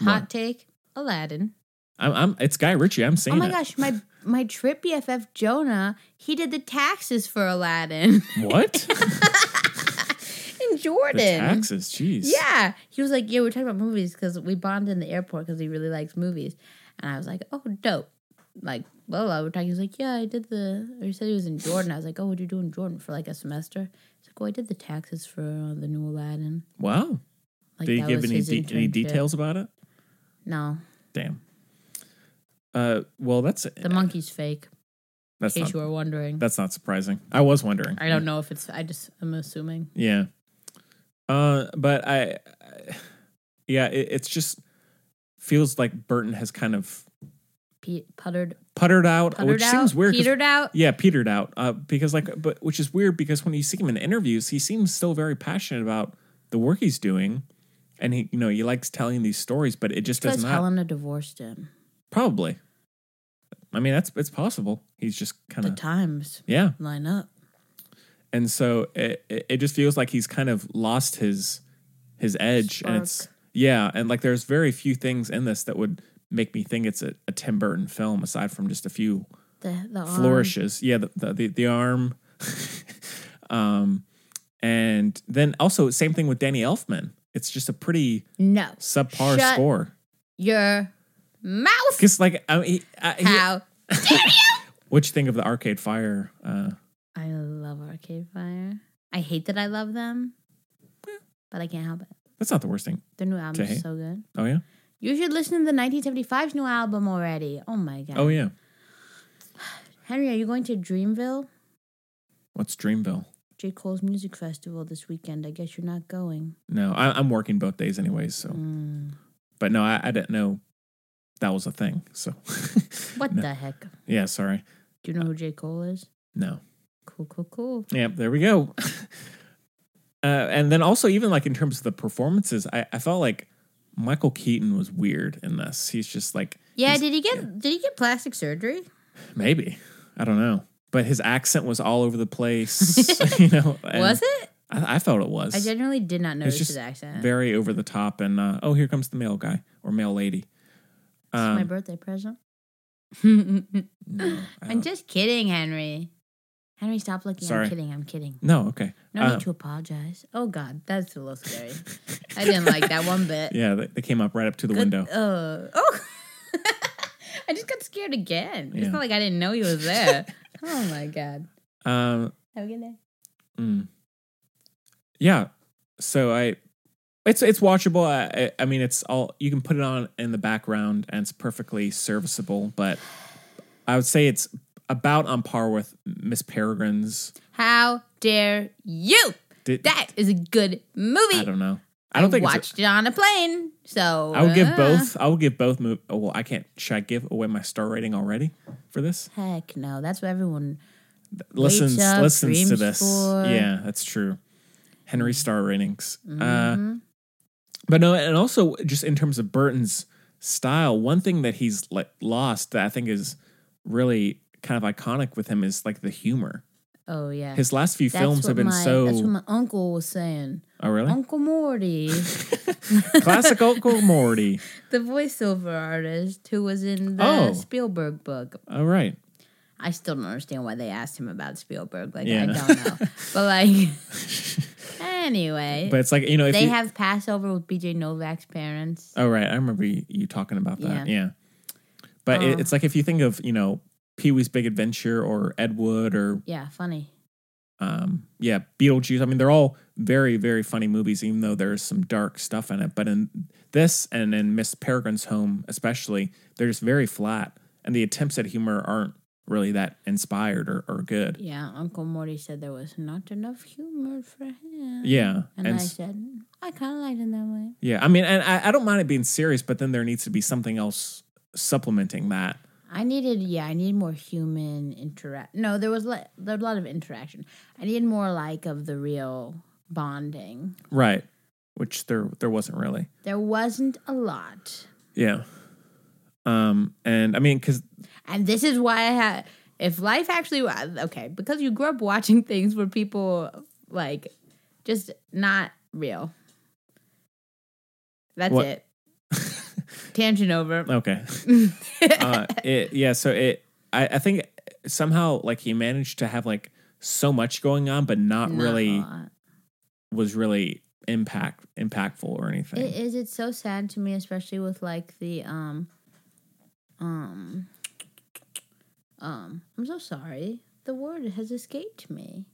[SPEAKER 2] Hot
[SPEAKER 1] What?
[SPEAKER 2] take: Aladdin.
[SPEAKER 1] I'm, I'm, it's Guy Ritchie. I'm
[SPEAKER 2] Oh
[SPEAKER 1] seeing
[SPEAKER 2] my
[SPEAKER 1] it.
[SPEAKER 2] gosh, my my trip BFF Jonah, he did the taxes for Aladdin
[SPEAKER 1] What
[SPEAKER 2] in
[SPEAKER 1] the
[SPEAKER 2] Jordan.
[SPEAKER 1] taxes? Jeez.
[SPEAKER 2] Yeah, he was like, yeah, we're talking about movies because we bonded in the airport because he really likes movies, and I was like, oh, dope. Like, blah blah. We're talking. He's like, yeah, I did the. Or he said he was in Jordan. I was like, oh, what'd you do in Jordan for like a semester? He's like, oh, I did the taxes for uh, the new Aladdin.
[SPEAKER 1] Wow.
[SPEAKER 2] Like,
[SPEAKER 1] Did he
[SPEAKER 2] that
[SPEAKER 1] give
[SPEAKER 2] was
[SPEAKER 1] any
[SPEAKER 2] his
[SPEAKER 1] de- any
[SPEAKER 2] internship.
[SPEAKER 1] details about it?
[SPEAKER 2] No,
[SPEAKER 1] Damn. Uh, well, that's
[SPEAKER 2] the monkey's fake. In
[SPEAKER 1] that's
[SPEAKER 2] case
[SPEAKER 1] not,
[SPEAKER 2] you were wondering,
[SPEAKER 1] that's not surprising. I was wondering.
[SPEAKER 2] I don't know if it's. I just I'm assuming.
[SPEAKER 1] Yeah. Uh, but I, I- yeah, it, it's just feels like Burton has kind of
[SPEAKER 2] Pe- puttered,
[SPEAKER 1] puttered out,
[SPEAKER 2] puttered
[SPEAKER 1] which
[SPEAKER 2] out,
[SPEAKER 1] seems weird. 'cause-
[SPEAKER 2] petered out.
[SPEAKER 1] Yeah, petered out. Uh, because like, but which is weird because when you see him in interviews, he seems still very passionate about the work he's doing, and he, you know, he likes telling these stories, but it just does
[SPEAKER 2] Because
[SPEAKER 1] not.
[SPEAKER 2] Helena divorced him.
[SPEAKER 1] Probably. I mean, that's it's possible. He's just kind
[SPEAKER 2] The
[SPEAKER 1] of
[SPEAKER 2] times
[SPEAKER 1] yeah.
[SPEAKER 2] line up.
[SPEAKER 1] and so it, it it just feels like he's kind of lost his his edge and it's
[SPEAKER 2] Spark.
[SPEAKER 1] yeah and like there's very few things in this that would make me think it's a, a tim burton film aside from just a few
[SPEAKER 2] The the arm.
[SPEAKER 1] flourishes yeah the the, the, the arm Um, and then also same thing with Danny Elfman. It's just a pretty
[SPEAKER 2] No.
[SPEAKER 1] subpar
[SPEAKER 2] Shut
[SPEAKER 1] score.
[SPEAKER 2] Your mouth.
[SPEAKER 1] Because like I mean, I, he-
[SPEAKER 2] How dare you?
[SPEAKER 1] what you think of the Arcade Fire? Uh,
[SPEAKER 2] I love Arcade Fire. I hate that I love them, but I can't help it.
[SPEAKER 1] that's not the worst thing.
[SPEAKER 2] Their new album
[SPEAKER 1] To hate.
[SPEAKER 2] is so good.
[SPEAKER 1] Oh yeah.
[SPEAKER 2] You should listen to the 1975's new album already. Oh my god.
[SPEAKER 1] Oh yeah.
[SPEAKER 2] Henry, are you going to Dreamville?
[SPEAKER 1] What's Dreamville?
[SPEAKER 2] J. Cole's music festival this weekend. I guess you're not going.
[SPEAKER 1] No, I, I'm working both days anyways. So,
[SPEAKER 2] Mm.
[SPEAKER 1] but no, I, I didn't know that was a thing. So,
[SPEAKER 2] What
[SPEAKER 1] No.
[SPEAKER 2] the heck?
[SPEAKER 1] Yeah, sorry.
[SPEAKER 2] Do you know who J. Cole is?
[SPEAKER 1] No.
[SPEAKER 2] Cool, cool, cool.
[SPEAKER 1] Yep, there we go. uh, and then also, even like in terms of the performances, I, I felt like Michael Keaton was weird in this. He's just like,
[SPEAKER 2] Yeah,
[SPEAKER 1] he's-
[SPEAKER 2] did he get did he get plastic surgery?
[SPEAKER 1] maybe I don't know, but his accent was all over the place. you know, and
[SPEAKER 2] was it?
[SPEAKER 1] I, I felt it was.
[SPEAKER 2] I genuinely did not
[SPEAKER 1] It's
[SPEAKER 2] notice
[SPEAKER 1] just
[SPEAKER 2] his accent.
[SPEAKER 1] very over the top. And uh, oh, here comes the male guy or male lady.
[SPEAKER 2] It's my
[SPEAKER 1] Um,
[SPEAKER 2] birthday present.
[SPEAKER 1] no, I
[SPEAKER 2] I'm
[SPEAKER 1] don't-
[SPEAKER 2] just kidding, Henry. Henry, stop looking.
[SPEAKER 1] Sorry.
[SPEAKER 2] I'm kidding. I'm kidding.
[SPEAKER 1] no, okay.
[SPEAKER 2] No
[SPEAKER 1] Um,
[SPEAKER 2] need to apologize. Oh God, that's a little scary. I didn't like that one bit.
[SPEAKER 1] yeah, they, they came up right up to the window.
[SPEAKER 2] Uh, oh, I just got scared again.
[SPEAKER 1] Yeah.
[SPEAKER 2] It's not like I didn't know he was there. oh my God.
[SPEAKER 1] Um,
[SPEAKER 2] Have a good day.
[SPEAKER 1] Mm. Yeah. So I, it's it's watchable. I, I I mean, it's all you can put it on in the background and it's perfectly serviceable. But I would say it's about on par with Miss Peregrine's.
[SPEAKER 2] How dare you?
[SPEAKER 1] Did,
[SPEAKER 2] That is a good movie.
[SPEAKER 1] I don't know. I don't think it's.
[SPEAKER 2] watched it on a plane. So
[SPEAKER 1] I would give
[SPEAKER 2] uh,
[SPEAKER 1] both. I would give both. Mov- oh, well, I can't. Should I give away my star rating already for this?
[SPEAKER 2] Heck no. That's what everyone.
[SPEAKER 1] Listens
[SPEAKER 2] up,
[SPEAKER 1] listens to
[SPEAKER 2] dreams
[SPEAKER 1] this.
[SPEAKER 2] for-
[SPEAKER 1] Yeah, that's true. Henry
[SPEAKER 2] Mm-hmm.
[SPEAKER 1] star ratings. Uh, But no, and also just in terms of Burton's style, one thing that he's like lost that I think is really kind of iconic with him is like the humor.
[SPEAKER 2] Oh yeah.
[SPEAKER 1] His last few
[SPEAKER 2] That's
[SPEAKER 1] films have
[SPEAKER 2] what
[SPEAKER 1] been
[SPEAKER 2] my-
[SPEAKER 1] so.
[SPEAKER 2] That's what my uncle was saying.
[SPEAKER 1] oh really?
[SPEAKER 2] Uncle Morty,
[SPEAKER 1] Classic Uncle Morty.
[SPEAKER 2] the voiceover artist who was in the
[SPEAKER 1] Oh.
[SPEAKER 2] Spielberg book.
[SPEAKER 1] All right.
[SPEAKER 2] I still don't understand why they asked him about Spielberg. Like
[SPEAKER 1] Yeah.
[SPEAKER 2] I don't know, but like anyway,
[SPEAKER 1] But it's like you know if
[SPEAKER 2] they
[SPEAKER 1] you,
[SPEAKER 2] have Passover with BJ Novak's parents.
[SPEAKER 1] Oh right, I remember you, you talking about that. Yeah.
[SPEAKER 2] Yeah. Oh.
[SPEAKER 1] But it, it's like if you think of you know Pee Wee's Big Adventure or Ed Wood or
[SPEAKER 2] Yeah, funny.
[SPEAKER 1] um, yeah, Beetlejuice. I mean, they're all very, very funny movies, even though there's some dark stuff in it. But in this and in Miss Peregrine's Home, especially, they're just very flat, and the attempts at humor aren't really that inspired or, or good.
[SPEAKER 2] Yeah, Uncle Morty said there was not enough humor for him.
[SPEAKER 1] Yeah,
[SPEAKER 2] and, I
[SPEAKER 1] s-
[SPEAKER 2] said I kind of liked it that way.
[SPEAKER 1] yeah, I mean, and I, I don't mind it being serious, but then there needs to be something else supplementing that.
[SPEAKER 2] I needed, yeah, I needed more human interact. No, there was le- there was a lot of interaction. I needed more like of the real bonding.
[SPEAKER 1] Right, which there there wasn't really.
[SPEAKER 2] There wasn't a lot,
[SPEAKER 1] Yeah. Um, and I mean, because
[SPEAKER 2] and this is why I had. If life actually wa- okay, because you grew up watching things where people like just not real. That's
[SPEAKER 1] What-
[SPEAKER 2] it. Tangent over.
[SPEAKER 1] Okay. uh, it, yeah. So it, I, I think somehow like he managed to have like so much going on, but not,
[SPEAKER 2] Not a
[SPEAKER 1] really
[SPEAKER 2] lot.
[SPEAKER 1] was really impact impactful or anything.
[SPEAKER 2] It is. It's so sad to me, especially with like the um, um, um. I'm so sorry. The word has escaped me.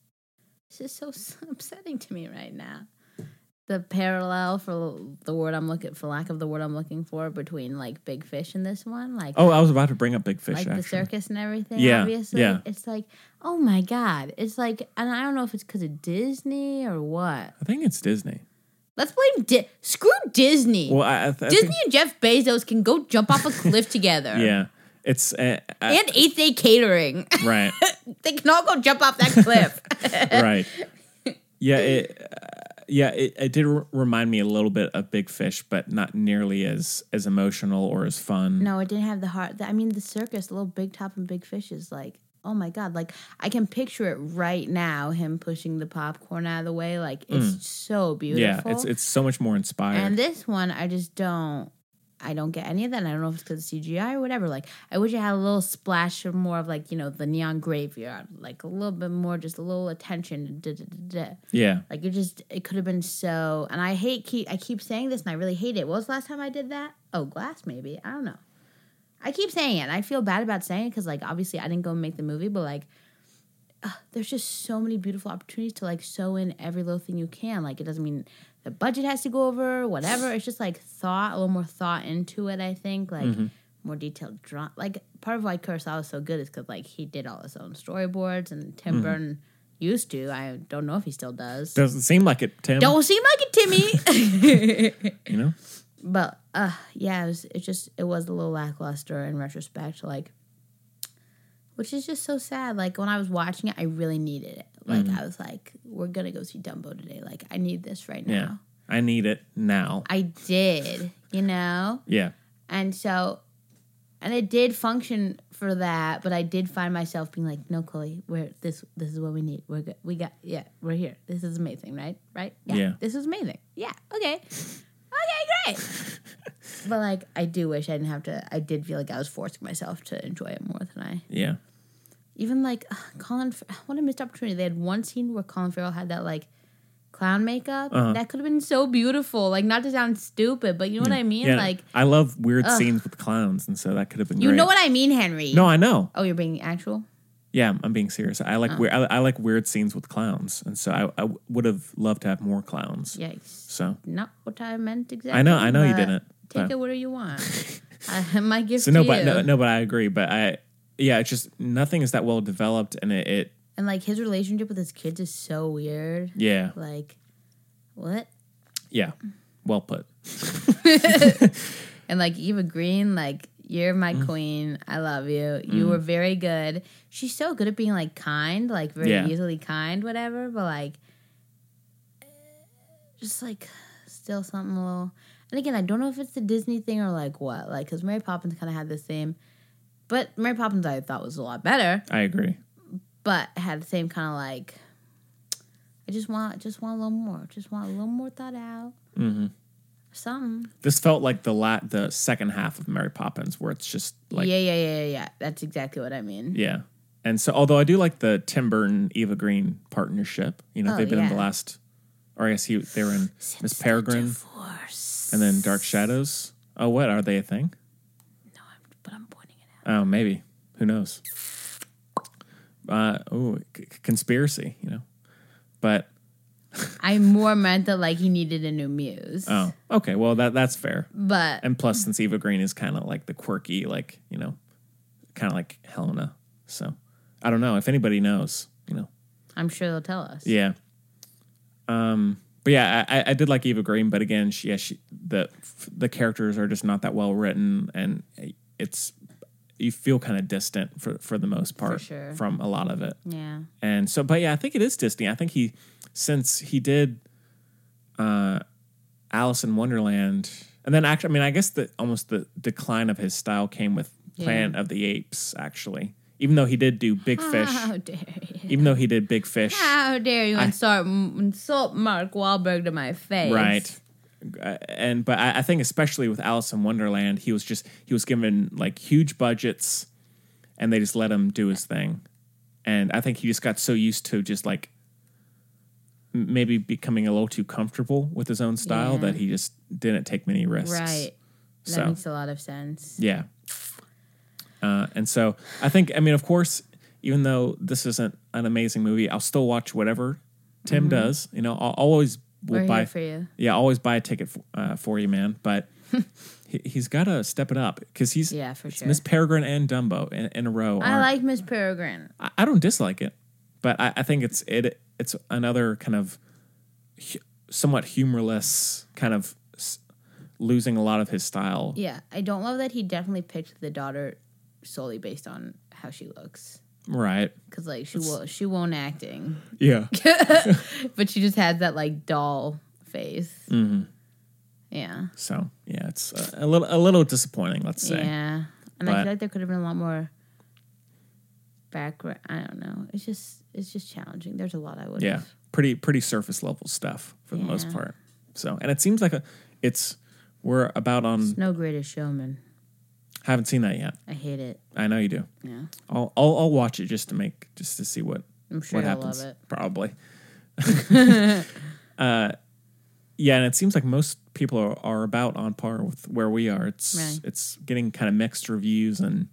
[SPEAKER 2] This is so s- upsetting to me right now. The parallel for the word I'm looking for, lack of the word I'm looking for, between like Big Fish and this one, like
[SPEAKER 1] oh, I was about to bring up Big Fish.
[SPEAKER 2] like
[SPEAKER 1] actually.
[SPEAKER 2] the circus and everything.
[SPEAKER 1] Yeah,
[SPEAKER 2] obviously,
[SPEAKER 1] yeah.
[SPEAKER 2] it's like oh my god, it's like, and I don't know if it's because of Disney or what.
[SPEAKER 1] I think it's Disney.
[SPEAKER 2] Let's blame Di- screw Disney.
[SPEAKER 1] Well, I, I th- I think-
[SPEAKER 2] Disney and Jeff Bezos can go jump off a cliff together.
[SPEAKER 1] yeah. It's uh, uh,
[SPEAKER 2] And eighth day catering.
[SPEAKER 1] right,
[SPEAKER 2] they can all go jump off that cliff.
[SPEAKER 1] right. Yeah. It. uh, yeah, it, it did r- remind me a little bit of Big Fish, but not nearly as as emotional or as fun.
[SPEAKER 2] no, it didn't have the heart. I mean, the circus, little big top and big fish is like, oh my God. Like, I can picture it right now, him pushing the popcorn out of the way.
[SPEAKER 1] Mm.
[SPEAKER 2] Like, it's so beautiful.
[SPEAKER 1] yeah, it's it's so much more inspired.
[SPEAKER 2] and this one, I just don't. I don't get any of that. And I don't know if it's because of CGI or whatever. Like, I wish I had a little splash of more of like you know the neon graveyard, like a little bit more, just a little attention. Da, da, da, da.
[SPEAKER 1] Yeah.
[SPEAKER 2] Like it just it could have been so. And I hate keep I keep saying this, and I really hate it. What was the last time I did that? Oh, glass maybe. I don't know. I keep saying it. And I feel bad about saying it because like obviously I didn't go make the movie, but like there's just so many beautiful opportunities to like sew in every little thing you can. Like it doesn't mean the budget has to go over, whatever. It's just like thought, a little more thought into it. I think like more detailed drawn. Like part of why Kurosawa is so good is because like he did all his own storyboards, and Tim Burton used to. I don't know if he still does.
[SPEAKER 1] Doesn't seem like it, Tim.
[SPEAKER 2] Don't seem like it, Timmy.
[SPEAKER 1] You know?
[SPEAKER 2] but uh yeah it was it just it was a little lackluster in retrospect like which is just so sad like when i was watching it i really needed it like
[SPEAKER 1] Mm-hmm.
[SPEAKER 2] i was like we're gonna go see dumbo today like i need this right now
[SPEAKER 1] Yeah. I need it now.
[SPEAKER 2] i did you know
[SPEAKER 1] Yeah.
[SPEAKER 2] and so and it did function for that but i did find myself being like no chloe we're this this is what we need we're good we got yeah we're here this is amazing right right
[SPEAKER 1] Yeah.
[SPEAKER 2] this is amazing yeah okay okay great but like i do wish i didn't have to i did feel like i was forcing myself to enjoy it more than i
[SPEAKER 1] Yeah.
[SPEAKER 2] even like ugh, Colin, F- what a missed opportunity. They had one scene where Colin Farrell had that like clown makeup.
[SPEAKER 1] Uh-huh.
[SPEAKER 2] That could have been so beautiful. Like not to sound stupid, but you know what I mean.
[SPEAKER 1] Mm. yeah.
[SPEAKER 2] Like
[SPEAKER 1] I love weird scenes with clowns, and so that could have been
[SPEAKER 2] you
[SPEAKER 1] great.
[SPEAKER 2] know what I mean, Henry.
[SPEAKER 1] No, I know.
[SPEAKER 2] Oh, you're being actual.
[SPEAKER 1] Yeah, I'm being serious. I like weird. I, I like weird scenes with clowns, and so I, I would have loved to have more clowns.
[SPEAKER 2] Yikes!
[SPEAKER 1] So
[SPEAKER 2] Not what I meant exactly.
[SPEAKER 1] I know, I know you
[SPEAKER 2] but
[SPEAKER 1] didn't,
[SPEAKER 2] Take
[SPEAKER 1] but-
[SPEAKER 2] it whatever you want. I, my gift
[SPEAKER 1] so no,
[SPEAKER 2] to
[SPEAKER 1] but
[SPEAKER 2] you.
[SPEAKER 1] no, no, but I agree. But I, yeah, it's just nothing is that well developed, and it, it
[SPEAKER 2] And like his relationship with his kids is so weird.
[SPEAKER 1] yeah,
[SPEAKER 2] Like, what?
[SPEAKER 1] yeah, well put.
[SPEAKER 2] And like Eva Green, like you're my queen. I love you. You were very good. She's so good at being like kind, like very
[SPEAKER 1] Yeah.
[SPEAKER 2] easily kind, whatever. But like, eh, just like still something a little. And again, I don't know if it's the Disney thing or like what, like because Mary Poppins kind of had the same. But Mary Poppins, I thought was a lot better,
[SPEAKER 1] I agree.
[SPEAKER 2] but had the same kind of like. I just want, just want a little more. Just want a little more thought out. Mm-hmm. Something.
[SPEAKER 1] This felt like the la- the second half of Mary Poppins, where it's just like
[SPEAKER 2] yeah, yeah, yeah, yeah, yeah. That's exactly what I mean.
[SPEAKER 1] Yeah. And so, although I do like the Tim Burton Eva Green partnership, you know,
[SPEAKER 2] Oh,
[SPEAKER 1] they've been in the
[SPEAKER 2] yeah.
[SPEAKER 1] last, or I guess he, they were in Miss Peregrine
[SPEAKER 2] Force.
[SPEAKER 1] and then Dark Shadows. Oh, what? Are they a thing?
[SPEAKER 2] No, I'm, but I'm pointing it out.
[SPEAKER 1] Oh, maybe. Who knows? Uh, oh, c- c- conspiracy, you know? But,
[SPEAKER 2] I more meant that like he needed a new muse,
[SPEAKER 1] oh, okay. Well, that that's fair.
[SPEAKER 2] but
[SPEAKER 1] And plus, since Eva Green is kind of like the quirky, like, you know, kind of like Helena. So I don't know if anybody knows, you know.
[SPEAKER 2] I'm sure they'll tell us.
[SPEAKER 1] Yeah. Um. But yeah, I, I- I did like Eva Green, but again, she, yeah, she the f- the characters are just not that well written, and it's you feel kind of distant for for the most part
[SPEAKER 2] sure.
[SPEAKER 1] from a lot of it.
[SPEAKER 2] Yeah.
[SPEAKER 1] And so, but yeah, I think it is Disney. I think he since he did uh, Alice in Wonderland, and then actually, I mean, I guess the almost the decline of his style came with Planet of the Apes, actually. Even though he did do Big Fish,
[SPEAKER 2] How dare you?
[SPEAKER 1] even though he did Big Fish,
[SPEAKER 2] How dare you insult insult Mark Wahlberg to my face?
[SPEAKER 1] right Uh, and but I, I think especially with alice in wonderland he was just he was given like huge budgets and they just let him do his thing and i think he just got so used to just like m- maybe becoming a little too comfortable with his own style
[SPEAKER 2] Yeah.
[SPEAKER 1] that he just didn't take many risks
[SPEAKER 2] Right. That
[SPEAKER 1] So.
[SPEAKER 2] makes a lot of sense.
[SPEAKER 1] yeah. Uh, and so I think, I mean, of course, even though this isn't an amazing movie, I'll still watch whatever
[SPEAKER 2] Mm-hmm.
[SPEAKER 1] Tim does. You know, I'll always will
[SPEAKER 2] We're here
[SPEAKER 1] buy
[SPEAKER 2] for you.
[SPEAKER 1] Yeah, I'll always buy a ticket for, uh, for you, man. But he, he's got to step it up because he's
[SPEAKER 2] Yeah, for
[SPEAKER 1] it's
[SPEAKER 2] sure.
[SPEAKER 1] Miss Peregrine and Dumbo in, in a row.
[SPEAKER 2] I
[SPEAKER 1] aren't-
[SPEAKER 2] like Miss Peregrine.
[SPEAKER 1] I, I don't dislike it, but I, I think it's it it's another kind of hu- somewhat humorless kind of s- losing a lot of his style.
[SPEAKER 2] Yeah, I don't love that he definitely picked the daughter solely based on how she looks,
[SPEAKER 1] Right.
[SPEAKER 2] because like she will she won't acting.
[SPEAKER 1] Yeah.
[SPEAKER 2] but she just has that like doll face.
[SPEAKER 1] Mm-hmm.
[SPEAKER 2] Yeah,
[SPEAKER 1] So yeah, it's a, a little a little disappointing. Let's say.
[SPEAKER 2] yeah. And I
[SPEAKER 1] But-
[SPEAKER 2] feel like there could have been a lot more background. I don't know. It's just it's just challenging. There's a lot I would.
[SPEAKER 1] Yeah. pretty pretty surface level stuff for the most
[SPEAKER 2] Yeah.
[SPEAKER 1] part. So and it seems like a it's We're about on.
[SPEAKER 2] No greatest showman.
[SPEAKER 1] Haven't seen that yet.
[SPEAKER 2] I hate it.
[SPEAKER 1] I know you do.
[SPEAKER 2] Yeah.
[SPEAKER 1] I'll I'll, I'll watch it just to make just to see what
[SPEAKER 2] I'm sure
[SPEAKER 1] what
[SPEAKER 2] I love
[SPEAKER 1] happens.
[SPEAKER 2] it.
[SPEAKER 1] Probably. uh, yeah, and it seems like most people are, are about on par with where we are. It's
[SPEAKER 2] Really?
[SPEAKER 1] it's getting kind of mixed reviews and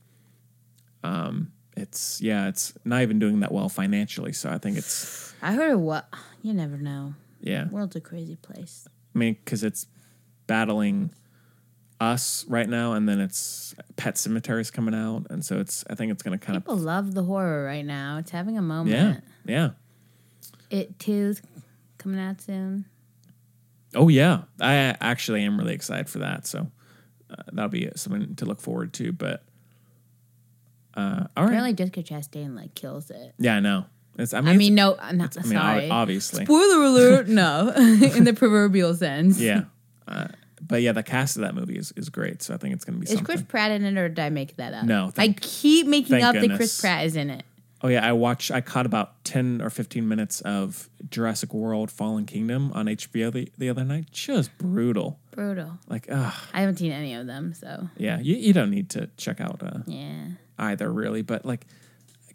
[SPEAKER 1] um it's yeah, it's not even doing that well financially. So I think it's
[SPEAKER 2] I heard what you never know.
[SPEAKER 1] yeah.
[SPEAKER 2] World's a crazy place.
[SPEAKER 1] I mean, because it's battling us right now, and then it's Pet Cemetery's coming out, and so it's. I think it's going to kind
[SPEAKER 2] People
[SPEAKER 1] of
[SPEAKER 2] love the horror right now. It's having a moment.
[SPEAKER 1] yeah, yeah.
[SPEAKER 2] It too's coming out soon.
[SPEAKER 1] Oh yeah, I actually am really excited for that. So uh, that'll be something to look forward to. But uh, all right,
[SPEAKER 2] Apparently, Jessica Chastain like kills it.
[SPEAKER 1] yeah, I know. It's. I mean,
[SPEAKER 2] I mean, no, I'm not
[SPEAKER 1] it's- I mean, ob-
[SPEAKER 2] sorry.
[SPEAKER 1] obviously,
[SPEAKER 2] Spoiler alert! No, in the proverbial sense.
[SPEAKER 1] yeah. Uh, but yeah, the cast of that movie is, is great. So I think it's going to be
[SPEAKER 2] Is
[SPEAKER 1] something.
[SPEAKER 2] Chris Pratt in it, or did I make that up?
[SPEAKER 1] No, thank-
[SPEAKER 2] I keep making
[SPEAKER 1] thank
[SPEAKER 2] up that
[SPEAKER 1] goodness.
[SPEAKER 2] Chris Pratt is in it.
[SPEAKER 1] Oh yeah, I watched. I caught about ten or fifteen minutes of Jurassic World: Fallen Kingdom on HBO the, the other night. Just brutal.
[SPEAKER 2] Brutal.
[SPEAKER 1] Like, ugh,
[SPEAKER 2] I haven't seen any of them, so
[SPEAKER 1] yeah. You, you don't need to check out uh,
[SPEAKER 2] yeah.
[SPEAKER 1] either, really. But like,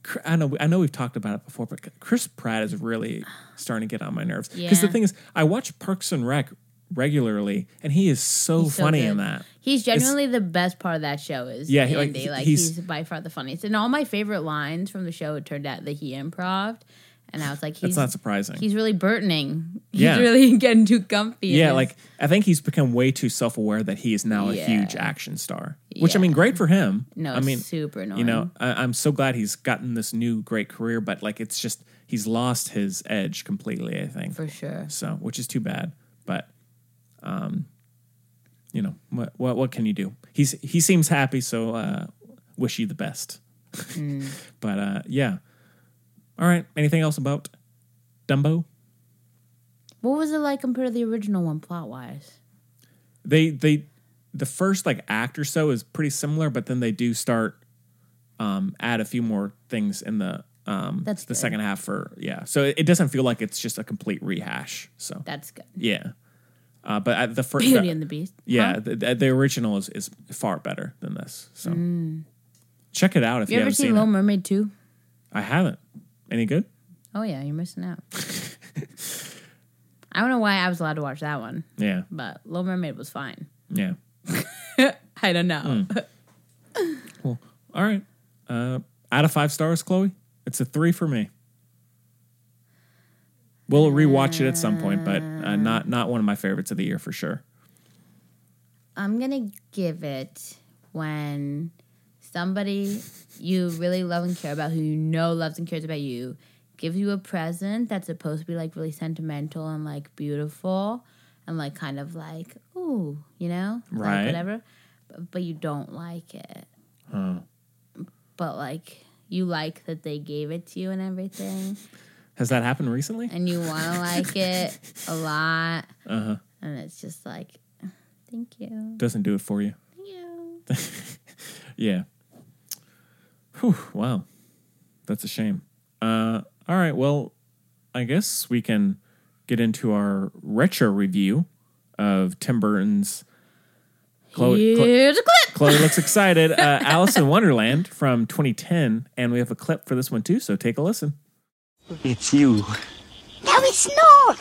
[SPEAKER 1] Cr- I know I know we've talked about it before, but Chris Pratt is really starting to get on my nerves. Because the
[SPEAKER 2] Yeah.
[SPEAKER 1] thing is, I watch Parks and Rec regularly, and he is so
[SPEAKER 2] He's so
[SPEAKER 1] funny
[SPEAKER 2] good.
[SPEAKER 1] in that.
[SPEAKER 2] He's genuinely the best part of that show. Is
[SPEAKER 1] Yeah, he- like,
[SPEAKER 2] Andy?
[SPEAKER 1] he-
[SPEAKER 2] like
[SPEAKER 1] he's-
[SPEAKER 2] he's, by far the funniest. And all my favorite lines from the show, it turned out that he improved, and I was like,
[SPEAKER 1] That's
[SPEAKER 2] he's
[SPEAKER 1] not surprising.
[SPEAKER 2] he's really burdening.
[SPEAKER 1] Yeah.
[SPEAKER 2] He's really getting too comfy. in
[SPEAKER 1] Yeah,
[SPEAKER 2] this.
[SPEAKER 1] like I think he's become way too self-aware that he is now a
[SPEAKER 2] Yeah.
[SPEAKER 1] huge action star. Which I
[SPEAKER 2] Yeah.
[SPEAKER 1] mean, great for him.
[SPEAKER 2] no,
[SPEAKER 1] I mean,
[SPEAKER 2] super annoying.
[SPEAKER 1] you know, I, I'm so glad he's gotten this new great career, but like it's just he's lost his edge completely. I think
[SPEAKER 2] for sure.
[SPEAKER 1] so, which is too bad. But, um, you know, what what what can you do? He's he seems happy, so uh, wish you the best. but uh, yeah, all right. Anything else about Dumbo?
[SPEAKER 2] What was it like compared to the original one, plot wise?
[SPEAKER 1] they they the first like act or so is pretty similar, but then they do start um add a few more things in the um
[SPEAKER 2] That's
[SPEAKER 1] the
[SPEAKER 2] good.
[SPEAKER 1] second half for yeah. So it, it doesn't feel like it's just a complete rehash. So
[SPEAKER 2] That's good.
[SPEAKER 1] yeah. Uh, but at the first
[SPEAKER 2] Beauty and the Beast.
[SPEAKER 1] yeah,
[SPEAKER 2] Huh?
[SPEAKER 1] the, the, the original is, is far better than this. So check it out if you,
[SPEAKER 2] Mm. You ever
[SPEAKER 1] haven't
[SPEAKER 2] seen
[SPEAKER 1] seen
[SPEAKER 2] Little
[SPEAKER 1] it.
[SPEAKER 2] Mermaid two?
[SPEAKER 1] I haven't. Any good?
[SPEAKER 2] Oh yeah, you're missing out. I don't know why I was allowed to watch that one,
[SPEAKER 1] Yeah,
[SPEAKER 2] but Little Mermaid was fine.
[SPEAKER 1] yeah.
[SPEAKER 2] I don't know.
[SPEAKER 1] Cool. All right. Uh, out of five stars, Chloe, it's a three for me. We'll rewatch it at some point, but uh, not not one of my favorites of the year for sure.
[SPEAKER 2] I'm gonna give it when somebody you really love and care about, who you know loves and cares about you, gives you a present that's supposed to be like really sentimental and like beautiful and like kind of like ooh, you know, like,
[SPEAKER 1] Right.
[SPEAKER 2] whatever, but, but you don't like it. But like you like that they gave it to you and everything,
[SPEAKER 1] Has that happened recently?
[SPEAKER 2] and you want to like it a lot, uh-huh. and it's just like, thank you,
[SPEAKER 1] Doesn't do it for you.
[SPEAKER 2] thank you.
[SPEAKER 1] Yeah. Whew, wow. That's a shame. Uh, all right. Well, I guess we can get into our retro review of Tim Burton's Chloe, Chloe,
[SPEAKER 2] Here's a clip.
[SPEAKER 1] Chloe looks excited. Uh, Alice in Wonderland from 2010, and we have a clip for this one too. So take a listen.
[SPEAKER 5] It's you.
[SPEAKER 6] No, it's not.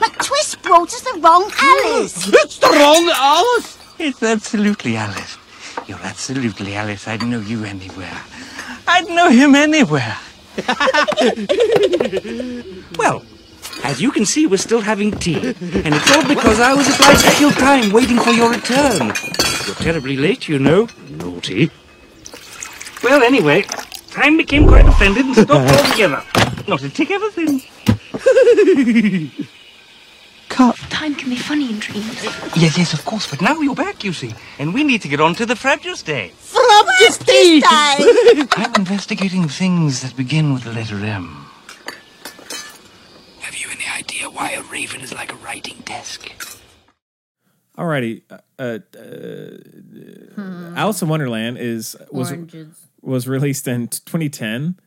[SPEAKER 6] McTwist brought us the wrong Alice.
[SPEAKER 5] It's the wrong Alice! It's absolutely Alice. You're absolutely Alice. I'd know you anywhere. I'd know him anywhere. well, as you can see, we're still having tea. And it's all because I was obliged to kill time waiting for your return. You're terribly late, you know. Naughty. Well, anyway, time became quite offended and stopped altogether. Not to take everything.
[SPEAKER 6] Time can be funny in dreams.
[SPEAKER 5] Yes, yes, of course, but now you're back, you see, and we need to get on to the Frabjous Day. I'm investigating things that begin with the letter M. Have you any idea why a raven is like a writing desk?
[SPEAKER 1] Alrighty, uh, uh, uh, Alice in Wonderland is was
[SPEAKER 2] Oranges.
[SPEAKER 1] was released in 2010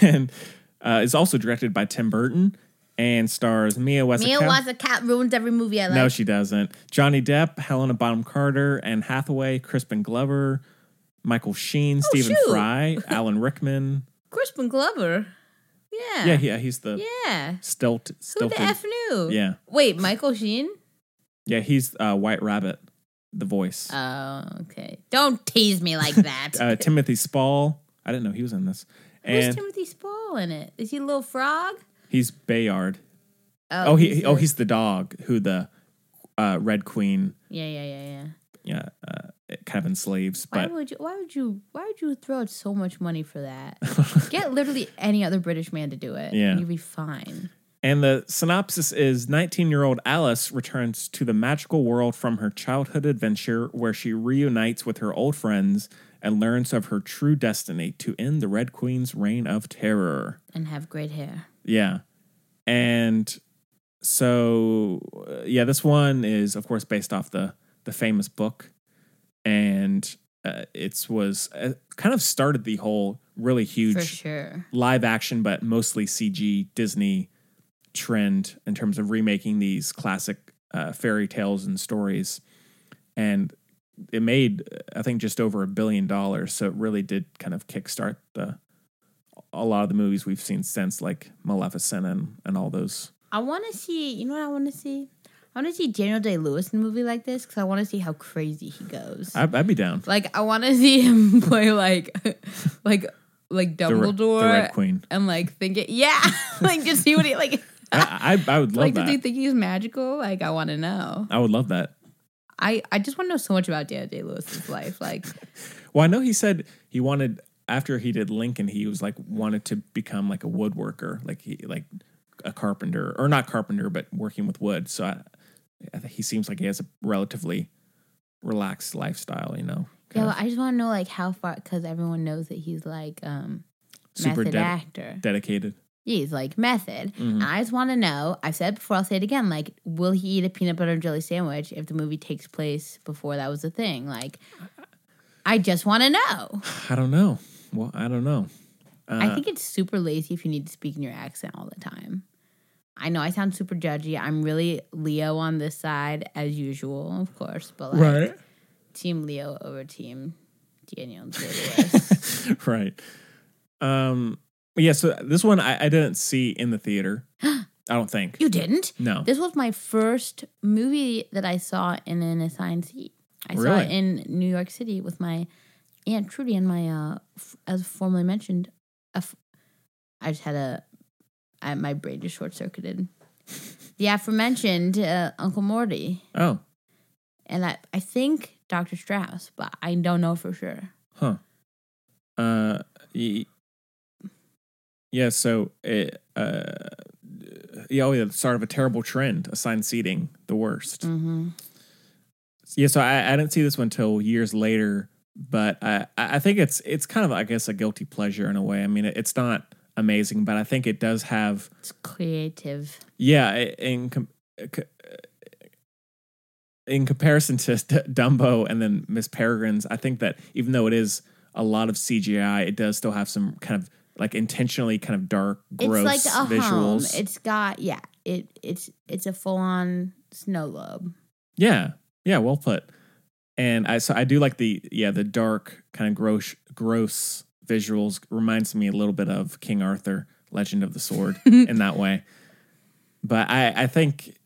[SPEAKER 1] and uh, is also directed by Tim Burton. and stars Mia Wasikowska.
[SPEAKER 2] Mia was a cat ruins every movie I like.
[SPEAKER 1] No, she doesn't. Johnny Depp, Helena Bonham Carter, Anne Hathaway, Crispin Glover, Michael Sheen, Stephen
[SPEAKER 2] Oh, shoot.
[SPEAKER 1] Fry, Alan Rickman.
[SPEAKER 2] Crispin Glover. Yeah.
[SPEAKER 1] Yeah, yeah, he's the
[SPEAKER 2] Yeah.
[SPEAKER 1] stilt,
[SPEAKER 2] Who
[SPEAKER 1] stilted.
[SPEAKER 2] the F knew?
[SPEAKER 1] Yeah.
[SPEAKER 2] Wait, Michael Sheen?
[SPEAKER 1] yeah, he's uh, White Rabbit, the voice. Uh,
[SPEAKER 2] Oh, okay. Don't tease me like that.
[SPEAKER 1] Timothy Spall. I didn't know he was in this.
[SPEAKER 2] Where's
[SPEAKER 1] Uh, And
[SPEAKER 2] Timothy Spall in it? Is he a little frog?
[SPEAKER 1] he's Bayard. Oh, he,
[SPEAKER 2] he's
[SPEAKER 1] oh
[SPEAKER 2] the-
[SPEAKER 1] he's the dog who the uh, Red Queen
[SPEAKER 2] Yeah, yeah, yeah, yeah.
[SPEAKER 1] yeah, uh, kind of enslaves.
[SPEAKER 2] Why
[SPEAKER 1] But
[SPEAKER 2] would you? Why would you? Why would you throw out so much money for that? Get literally any other British man to do it.
[SPEAKER 1] Yeah.
[SPEAKER 2] and you'd be fine.
[SPEAKER 1] And the synopsis is 19 year old Alice returns to the magical world from her childhood adventure where she reunites with her old friends and learns of her true destiny to end the Red Queen's reign of terror.
[SPEAKER 2] And have great hair.
[SPEAKER 1] Yeah. And so uh, yeah, this one is of course based off the the famous book and uh, it's was uh, kind of started the whole really huge
[SPEAKER 2] For sure.
[SPEAKER 1] live action but mostly CG Disney trend in terms of remaking these classic uh, fairy tales and stories. And it made, I think, just over a billion dollars. So it really did kind of kickstart the a lot of the movies we've seen since, like Maleficent and, and all those.
[SPEAKER 2] I want to see. You know what I want to see? I want to see Daniel Day Lewis in a movie like this because I want to see how crazy he goes.
[SPEAKER 1] I, I'd be down.
[SPEAKER 2] like I want to see him play like, like, like
[SPEAKER 1] The, Re-
[SPEAKER 2] Dumbledore
[SPEAKER 1] the Red Queen.
[SPEAKER 2] and like think it. Yeah, like just see what he like.
[SPEAKER 1] I, I, I would love
[SPEAKER 2] like, do
[SPEAKER 1] that.
[SPEAKER 2] they think he's magical? Like, I want to know.
[SPEAKER 1] I would love that.
[SPEAKER 2] I, I just want to know so much about Daniel Day Lewis's life. Like,
[SPEAKER 1] Well, I know he said he wanted after he did Lincoln, he was like wanted to become like a woodworker, like he like a carpenter or not carpenter, but working with wood. So I, I think he seems like he has a relatively relaxed lifestyle, you know.
[SPEAKER 2] yeah,
[SPEAKER 1] kind
[SPEAKER 2] well,
[SPEAKER 1] of
[SPEAKER 2] I just want to know like how far because everyone knows that he's like um
[SPEAKER 1] super
[SPEAKER 2] method
[SPEAKER 1] ded-
[SPEAKER 2] actor.
[SPEAKER 1] dedicated.
[SPEAKER 2] Yeah, he's like method. I just want to know. I've said it before. I'll say it again. Like, will he eat a peanut butter and jelly sandwich if the movie takes place before that was a thing? Like, I just want to know.
[SPEAKER 1] I don't know. Well, I don't know.
[SPEAKER 2] I think it's super lazy if you need to speak in your accent all the time. I know I sound super judgy. I'm really Leo on this side, as usual, of course, but like Team Leo over Team Daniel. Day Lewis.
[SPEAKER 1] right. Um. Yeah. So this one I, I didn't see in the theater. I don't think.
[SPEAKER 2] you didn't?
[SPEAKER 1] No.
[SPEAKER 2] This was my first movie that I saw in an assigned seat. I saw it
[SPEAKER 1] Really?
[SPEAKER 2] in New York City with my aunt Trudy and my, uh, f- as formerly mentioned, a f- I just had a, I, my brain just short circuited. The aforementioned uh, Uncle Morty
[SPEAKER 1] Oh.
[SPEAKER 2] and I, I think Dr. Strauss, but I don't know for sure.
[SPEAKER 1] Huh. Uh. y- Yeah. So. It, uh. Yeah. Oh, yeah. The start of a terrible trend. Assigned seating, the worst.
[SPEAKER 2] Mm-hmm.
[SPEAKER 1] Yeah. So I, I didn't see this one until years later, but I I I think it's it's kind of I guess a guilty pleasure in a way. I mean, it's not amazing, but I think it does have
[SPEAKER 2] It's creative.
[SPEAKER 1] yeah i- in com- uh, c- in comparison to D- Dumbo and then Miss Peregrine's, I think that even though it is a lot of CGI, it does still have some kind of like intentionally kind of dark, gross
[SPEAKER 2] it's like a home.
[SPEAKER 1] visuals.
[SPEAKER 2] It's got yeah. It it's it's a full on snow globe.
[SPEAKER 1] yeah, yeah, well put. And I so I do like the yeah the dark kind of gross gross visuals reminds me a little bit of King Arthur, Legend of the Sword in that way. But I I think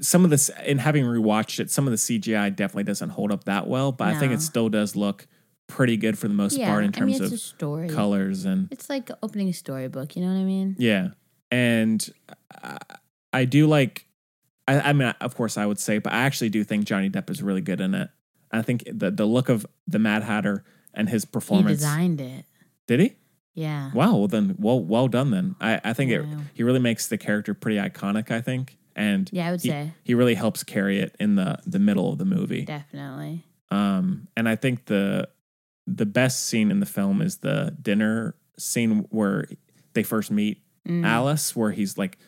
[SPEAKER 1] some of this in having rewatched it, some of the CGI definitely doesn't hold up that well, but I think
[SPEAKER 2] No.
[SPEAKER 1] it still does look pretty good for the most
[SPEAKER 2] yeah,
[SPEAKER 1] part in
[SPEAKER 2] I mean
[SPEAKER 1] terms
[SPEAKER 2] it's a
[SPEAKER 1] of
[SPEAKER 2] story.
[SPEAKER 1] colors and
[SPEAKER 2] It's like opening a storybook. You know what I mean?
[SPEAKER 1] yeah. And I, I do like I, I mean of course I would say, but I actually do think Johnny Depp is really good in it. I think the the look of the Mad Hatter and his
[SPEAKER 2] He
[SPEAKER 1] performance.
[SPEAKER 2] designed it.
[SPEAKER 1] Did he?
[SPEAKER 2] Yeah.
[SPEAKER 1] Wow, well then well well done then. I, I think it
[SPEAKER 2] Wow.
[SPEAKER 1] he really makes the character pretty iconic, I think. And
[SPEAKER 2] Yeah, I would
[SPEAKER 1] he,
[SPEAKER 2] say.
[SPEAKER 1] he really helps carry it in the the middle of the movie.
[SPEAKER 2] Definitely.
[SPEAKER 1] Um, and I think the the best scene in the film is the dinner scene where they first meet Alice, where he's like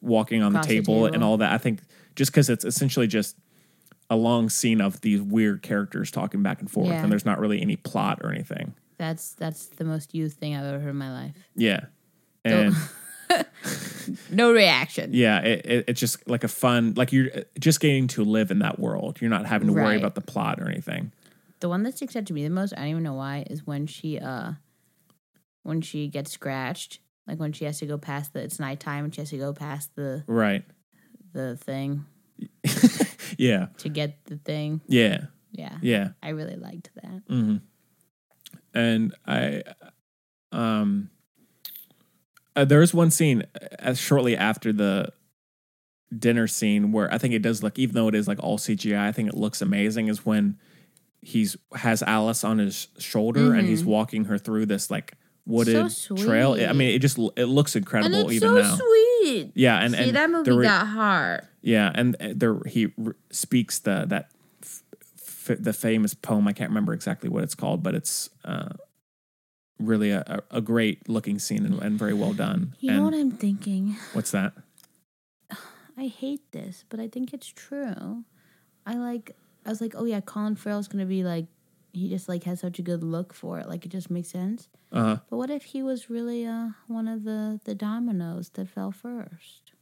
[SPEAKER 1] walking on the
[SPEAKER 2] Mm. Across the
[SPEAKER 1] table, and
[SPEAKER 2] table.
[SPEAKER 1] all that. I think just because it's essentially just a long scene of these weird characters talking back and forth,
[SPEAKER 2] Yeah.
[SPEAKER 1] and there's not really any plot or anything.
[SPEAKER 2] That's that's the most you thing I've ever heard in my life.
[SPEAKER 1] Yeah, and
[SPEAKER 2] no reaction.
[SPEAKER 1] yeah, it, it, it's just like a fun, like you're uh, just getting to live in that world. You're not having to worry
[SPEAKER 2] Right.
[SPEAKER 1] about the plot or anything.
[SPEAKER 2] The one that sticks out to me the most, I don't even know why, is when she uh when she gets scratched. Like when she has to go past the it's nighttime and she has to go past the
[SPEAKER 1] Right.
[SPEAKER 2] the thing
[SPEAKER 1] Yeah.
[SPEAKER 2] to get the thing.
[SPEAKER 1] Yeah.
[SPEAKER 2] Yeah.
[SPEAKER 1] Yeah.
[SPEAKER 2] I really liked that.
[SPEAKER 1] hmm And I, um, uh, there is one scene uh, shortly after the dinner scene where I think it does look, even though it is like all CGI, I think it looks amazing. Is when he's has Alice on his shoulder and he's
[SPEAKER 2] Mm-hmm.
[SPEAKER 1] walking her through this like wooded trail. I
[SPEAKER 2] sweet.
[SPEAKER 1] mean, it just l- it looks
[SPEAKER 2] And
[SPEAKER 1] incredible
[SPEAKER 2] it's
[SPEAKER 1] even
[SPEAKER 2] so
[SPEAKER 1] now.
[SPEAKER 2] sweet.
[SPEAKER 1] Yeah, and
[SPEAKER 2] See
[SPEAKER 1] and
[SPEAKER 2] that
[SPEAKER 1] the
[SPEAKER 2] movie
[SPEAKER 1] re-
[SPEAKER 2] got heart.
[SPEAKER 1] yeah, and uh, there he r speaks the that f- f- the famous poem. I can't remember exactly what it's called, but it's uh, really a, a a great looking scene and, and very well done.
[SPEAKER 2] You
[SPEAKER 1] and
[SPEAKER 2] know what I'm thinking?
[SPEAKER 1] what's that?
[SPEAKER 2] I hate this, but I think it's true. I like I was like, oh yeah, Colin Farrell's gonna be like he just like has such a good look for it, like it just makes sense.
[SPEAKER 1] Uh,
[SPEAKER 2] But what if he was really uh one of the the dominoes that fell first?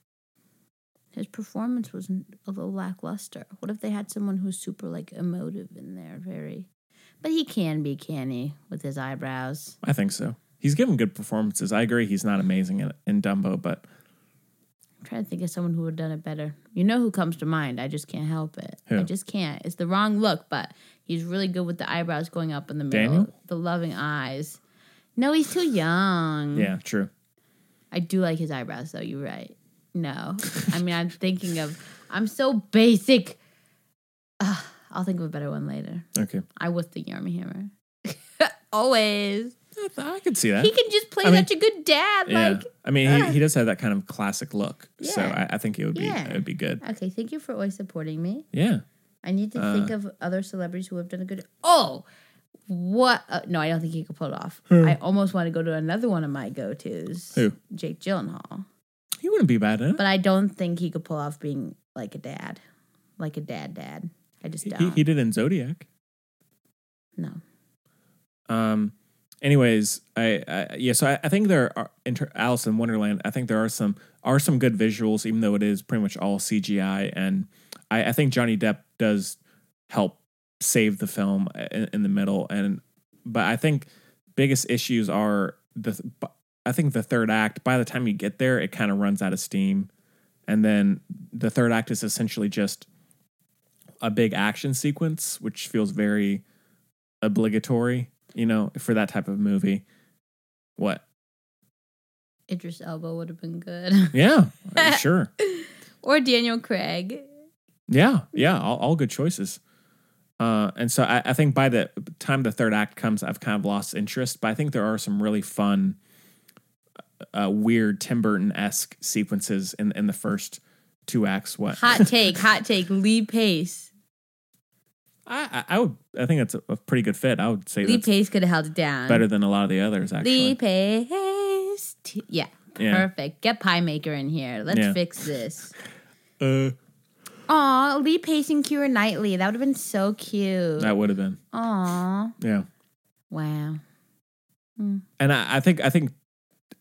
[SPEAKER 2] His performance was n- a little lackluster. What if they had someone who's super like emotive in there, very? But he can be canny with his eyebrows.
[SPEAKER 1] I think so. He's given good performances. I agree. He's not amazing in, in Dumbo, but
[SPEAKER 2] I'm trying to think of someone who would have done it better. You know who comes to mind. I just can't help it.
[SPEAKER 1] Who?
[SPEAKER 2] I just can't. It's the wrong look, but he's really good with the eyebrows going up in the middle,
[SPEAKER 1] Daniel?
[SPEAKER 2] the loving eyes. No, he's too young.
[SPEAKER 1] yeah, true.
[SPEAKER 2] I do like his eyebrows, though. You're right. No, I mean I'm thinking of. I'm so basic. Ugh, I'll think of a better one later.
[SPEAKER 1] Okay,
[SPEAKER 2] I was the Army Hammer. Always.
[SPEAKER 1] I, th- I could see that.
[SPEAKER 2] He can just play
[SPEAKER 1] I mean-
[SPEAKER 2] such a good dad.
[SPEAKER 1] yeah,
[SPEAKER 2] Like, uh,
[SPEAKER 1] I mean, he, he does have that kind of classic look, so
[SPEAKER 2] Yeah.
[SPEAKER 1] I, I think it would be
[SPEAKER 2] Yeah.
[SPEAKER 1] it would be good.
[SPEAKER 2] okay, thank you for always supporting me.
[SPEAKER 1] Yeah,
[SPEAKER 2] I need to
[SPEAKER 1] Uh.
[SPEAKER 2] think of other celebrities who have done a good. Oh, what? Uh, no, I don't think he could pull it off. I almost want to go to another one of my go tos.
[SPEAKER 1] Who?
[SPEAKER 2] Jake Gyllenhaal.
[SPEAKER 1] he wouldn't be bad in it.
[SPEAKER 2] But I don't think he could pull off being like a dad, like a dad dad. I just
[SPEAKER 1] He-
[SPEAKER 2] don't.
[SPEAKER 1] he, he did in Zodiac.
[SPEAKER 2] no.
[SPEAKER 1] Um. Anyways, I, I yeah. So I, I think there are in ter- Alice in Wonderland. I think there are some are some good visuals, even though it is pretty much all CGI. And I, I think Johnny Depp does help save the film in, in the middle. And but I think biggest issues are the. th- bu- I think the third act. By the time you get there, it kind of runs out of steam, and then the third act is essentially just a big action sequence, which feels very obligatory, you know, for that type of movie. What?
[SPEAKER 2] Idris Elba would have been good.
[SPEAKER 1] Yeah, sure.
[SPEAKER 2] or Daniel Craig.
[SPEAKER 1] Yeah, yeah, all, all good choices. Uh, and so I, I think by the time the third act comes, I've kind of lost interest. But I think there are some really fun, uh, weird Tim Burton esque sequences in in the first two acts. What?
[SPEAKER 2] Hot take, hot take. Lee Pace.
[SPEAKER 1] I, I I would I think that's a, a pretty good fit. I would say
[SPEAKER 2] Lee
[SPEAKER 1] that's
[SPEAKER 2] Pace could have held it down.
[SPEAKER 1] better than a lot of the others. Actually,
[SPEAKER 2] Lee Pace. T- Yeah.
[SPEAKER 1] Yeah.
[SPEAKER 2] Perfect. Get Pie Maker in here. Let's
[SPEAKER 1] Yeah.
[SPEAKER 2] fix this.
[SPEAKER 1] uh,
[SPEAKER 2] Aw, Lee Pace and Keira Knightley. That would have been so cute.
[SPEAKER 1] that would have been
[SPEAKER 2] Aw.
[SPEAKER 1] yeah.
[SPEAKER 2] Wow.
[SPEAKER 1] and I, I think I think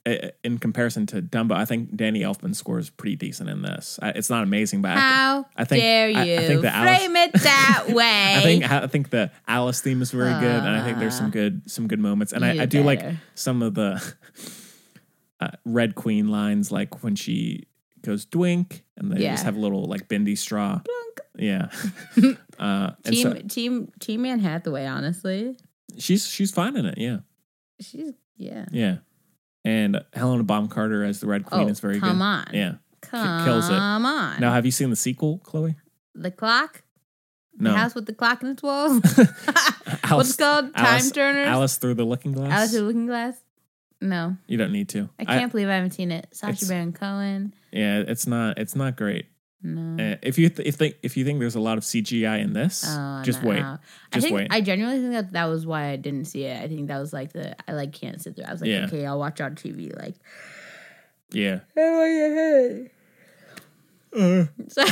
[SPEAKER 1] uh, in comparison to Dumbo, I think Danny Elfman's score is pretty decent in this. I, it's not amazing, but
[SPEAKER 2] How
[SPEAKER 1] I, thi- I think
[SPEAKER 2] dare
[SPEAKER 1] I-
[SPEAKER 2] you
[SPEAKER 1] I, think the Alice,
[SPEAKER 2] frame it that way? Ah.
[SPEAKER 1] I think I think the Alice theme is very good, and I think there's some good some good moments, and
[SPEAKER 2] You
[SPEAKER 1] I, I
[SPEAKER 2] did
[SPEAKER 1] do like
[SPEAKER 2] better.
[SPEAKER 1] some of the uh, Red Queen lines, like when she goes "Dwink," and they just
[SPEAKER 2] Yeah.
[SPEAKER 1] have a little like bendy straw. Yeah, uh, and
[SPEAKER 2] Team
[SPEAKER 1] so
[SPEAKER 2] Team Team Anne Hathaway. Honestly,
[SPEAKER 1] she's she's fine in it. Yeah,
[SPEAKER 2] she's yeah.
[SPEAKER 1] yeah. And Helena Bonham Carter as the Red Queen
[SPEAKER 2] Oh,
[SPEAKER 1] is very
[SPEAKER 2] come
[SPEAKER 1] good.
[SPEAKER 2] on.
[SPEAKER 1] Yeah.
[SPEAKER 2] Come
[SPEAKER 1] kills it.
[SPEAKER 2] on.
[SPEAKER 1] Now, have you seen the sequel, Chloe?
[SPEAKER 2] the clock.
[SPEAKER 1] No.
[SPEAKER 2] The house with the clock in its walls.
[SPEAKER 1] Alice-
[SPEAKER 2] called? Time
[SPEAKER 1] Alice-
[SPEAKER 2] Turners?
[SPEAKER 1] Alice through the Looking Glass.
[SPEAKER 2] Alice with the Looking Glass. No,
[SPEAKER 1] you don't need to.
[SPEAKER 2] I can't believe I haven't seen it. Sacha
[SPEAKER 1] It's-
[SPEAKER 2] Baron Cohen.
[SPEAKER 1] yeah, it's not. It's not great.
[SPEAKER 2] No.
[SPEAKER 1] Uh, if you th- if think if you think there's a lot of CGI in this,
[SPEAKER 2] Oh,
[SPEAKER 1] just
[SPEAKER 2] no.
[SPEAKER 1] wait.
[SPEAKER 2] I
[SPEAKER 1] Just
[SPEAKER 2] think
[SPEAKER 1] wait.
[SPEAKER 2] I genuinely think that that was why I didn't see it. I think that was like the I like can't sit there. I was like,
[SPEAKER 1] Yeah.
[SPEAKER 2] okay, I'll watch on TV. Like,
[SPEAKER 1] yeah.
[SPEAKER 2] so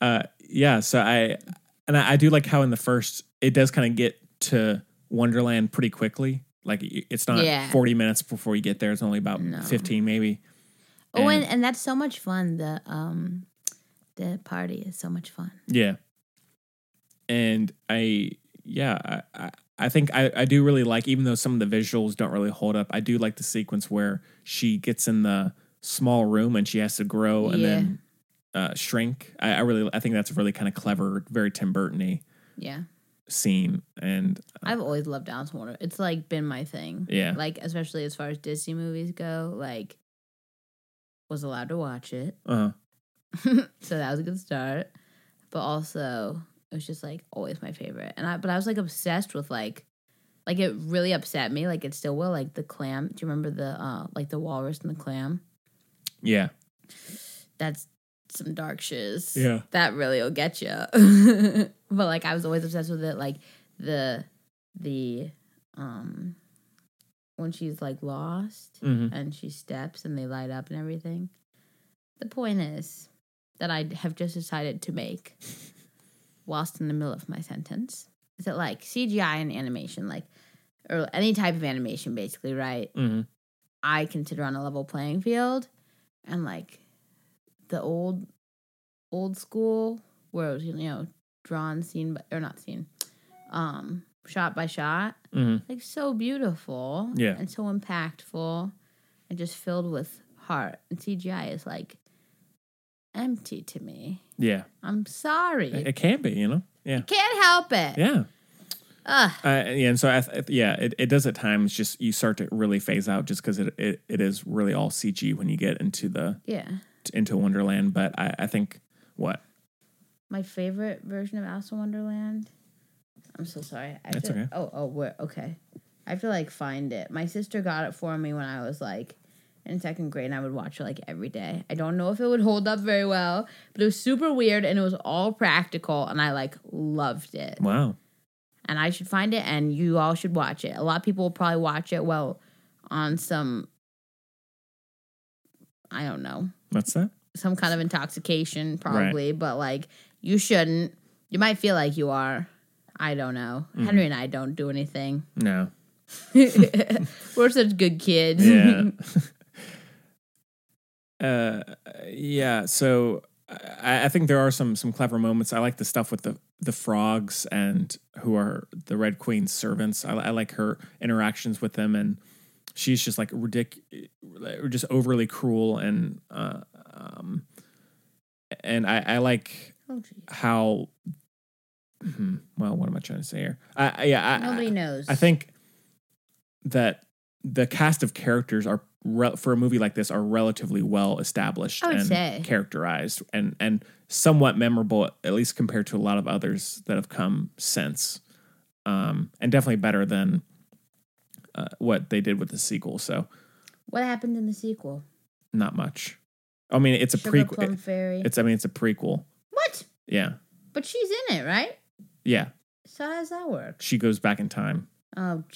[SPEAKER 1] Uh, yeah. So I and I, I do like how in the first it does kind of get to Wonderland pretty quickly. Like y- it's not
[SPEAKER 2] Yeah.
[SPEAKER 1] 40 minutes before you get there. It's only about 15 maybe.
[SPEAKER 2] Oh, and, and that's so much fun. The um, the party is so much fun.
[SPEAKER 1] Yeah. And I, yeah, I, I, I think I, I do really like, even though some of the visuals don't really hold up, I do like the sequence where she gets in the small room and she has to grow and
[SPEAKER 2] Yeah.
[SPEAKER 1] then uh, shrink. I, I really, I think that's a really kind of clever, very Tim Burton-y
[SPEAKER 2] Yeah,
[SPEAKER 1] scene. And
[SPEAKER 2] I've always loved Alice in Wonderland. It's like been my thing.
[SPEAKER 1] Uh, Yeah.
[SPEAKER 2] like especially as far as Disney movies go, like was allowed to watch it,
[SPEAKER 1] uh,
[SPEAKER 2] so that was a good start. But also, it was just like always my favorite. And I, but I was like obsessed with like, like it really upset me. Like it still will. Like the clam. Do you remember the uh, like the walrus and the clam?
[SPEAKER 1] yeah,
[SPEAKER 2] that's some dark shiz.
[SPEAKER 1] Yeah.
[SPEAKER 2] That really will get you. but like I was always obsessed with it. Like the the um when she's like lost
[SPEAKER 1] Mhm.
[SPEAKER 2] and she steps and they light up and everything. The point is that I have just decided to make whilst in the middle of my sentence. Is that like CGI and animation, like or any type of animation basically, right?
[SPEAKER 1] hmm
[SPEAKER 2] I consider on a level playing field and like the old old school where it was you know drawn scene by, or not scene um shot by shot
[SPEAKER 1] hmm
[SPEAKER 2] like so beautiful
[SPEAKER 1] Yeah.
[SPEAKER 2] and so impactful and just filled with heart and CGI is like empty to me
[SPEAKER 1] yeah,
[SPEAKER 2] I'm sorry
[SPEAKER 1] it, it can be, you know, yeah,
[SPEAKER 2] can't help it
[SPEAKER 1] yeah.
[SPEAKER 2] Ugh.
[SPEAKER 1] Uh, yeah, and so I th- yeah, it, it does at times. Just you start to really phase out, just because it, it it is really all CG when you get into the
[SPEAKER 2] yeah
[SPEAKER 1] into Wonderland. But I, I think what
[SPEAKER 2] my favorite version of Alice in Wonderland. I'm so sorry. I
[SPEAKER 1] That's
[SPEAKER 2] feel,
[SPEAKER 1] okay.
[SPEAKER 2] Oh, oh, where? Okay. I have to like find it. My sister got it for me when I was like in second grade, and I would watch it like every day. I don't know if it would hold up very well, but it was super weird, and it was all practical, and I like loved it.
[SPEAKER 1] wow,
[SPEAKER 2] And I should find it, and you all should watch it. A lot of people will probably watch it. Well, on some, I don't know
[SPEAKER 1] what's that?
[SPEAKER 2] some kind of intoxication probably but like you shouldn't you might feel like you are i don't know
[SPEAKER 1] Mm.
[SPEAKER 2] henry and i don't do anything
[SPEAKER 1] No,
[SPEAKER 2] we're such good kids
[SPEAKER 1] yeah, uh, yeah. So I, I think there are some some clever moments. I like the stuff with the the frogs and who are the Red Queen's servants. I, I like her interactions with them, and she's just like ridic, just overly cruel and. Uh, um, and I, I like
[SPEAKER 2] oh, geez.
[SPEAKER 1] how Hmm, well what am i trying to say here i, I yeah I,
[SPEAKER 2] nobody knows
[SPEAKER 1] I think that the cast of characters are re- for a movie like this are relatively well established
[SPEAKER 2] I would
[SPEAKER 1] and
[SPEAKER 2] say.
[SPEAKER 1] characterized and and somewhat memorable at least compared to a lot of others that have come since um and definitely better than uh, what they did with the sequel so
[SPEAKER 2] what happened in the sequel
[SPEAKER 1] not much i mean it's a
[SPEAKER 2] sugar
[SPEAKER 1] prequel
[SPEAKER 2] plum fairy
[SPEAKER 1] it's i mean it's a prequel
[SPEAKER 2] what
[SPEAKER 1] yeah
[SPEAKER 2] but she's in it right
[SPEAKER 1] yeah
[SPEAKER 2] so how does that work
[SPEAKER 1] she goes back in time
[SPEAKER 2] oh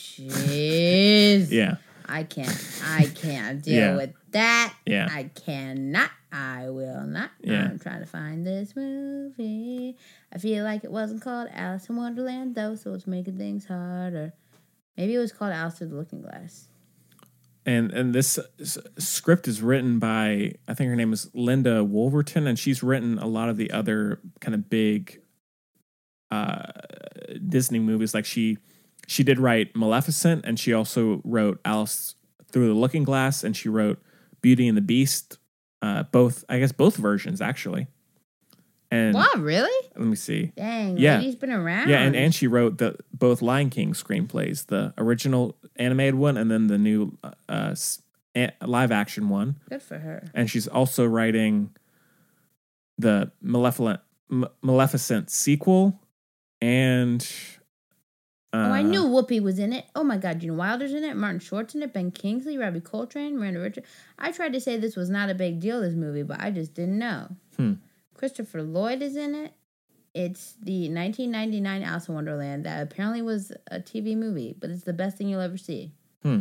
[SPEAKER 2] jeez
[SPEAKER 1] yeah
[SPEAKER 2] i can't i can't deal
[SPEAKER 1] Yeah.
[SPEAKER 2] with that
[SPEAKER 1] Yeah.
[SPEAKER 2] i cannot i will not
[SPEAKER 1] Yeah.
[SPEAKER 2] i'm trying to find this movie i feel like it wasn't called alice in wonderland though so it's making things harder maybe it was called alice through the looking glass
[SPEAKER 1] and and this s- script is written by I think her name is Linda Wolverton, and she's written a lot of the other kind of big uh, Disney movies. Like she she did write Maleficent, and she also wrote Alice Through the Looking Glass, and she wrote Beauty and the Beast. Uh, both, I guess, both versions actually. And
[SPEAKER 2] wow really
[SPEAKER 1] let me see.
[SPEAKER 2] dang
[SPEAKER 1] Yeah.
[SPEAKER 2] lady's been around
[SPEAKER 1] Yeah, and, and she wrote the both Lion King screenplays, the original animated one, and then the new uh, uh, s- a- live action one.
[SPEAKER 2] good for her
[SPEAKER 1] And she's also writing the Maleficent M- Maleficent sequel, and uh,
[SPEAKER 2] oh i knew whoopi was in it oh my god gene wilder's in it martin short's in it ben kingsley robbie coltrane miranda richards i tried to say this was not a big deal this movie but i just didn't know
[SPEAKER 1] Hmm.
[SPEAKER 2] Christopher Lloyd is in it. It's the 1999 Alice in Wonderland that apparently was a TV movie, but it's the best thing you'll ever see.
[SPEAKER 1] Hmm.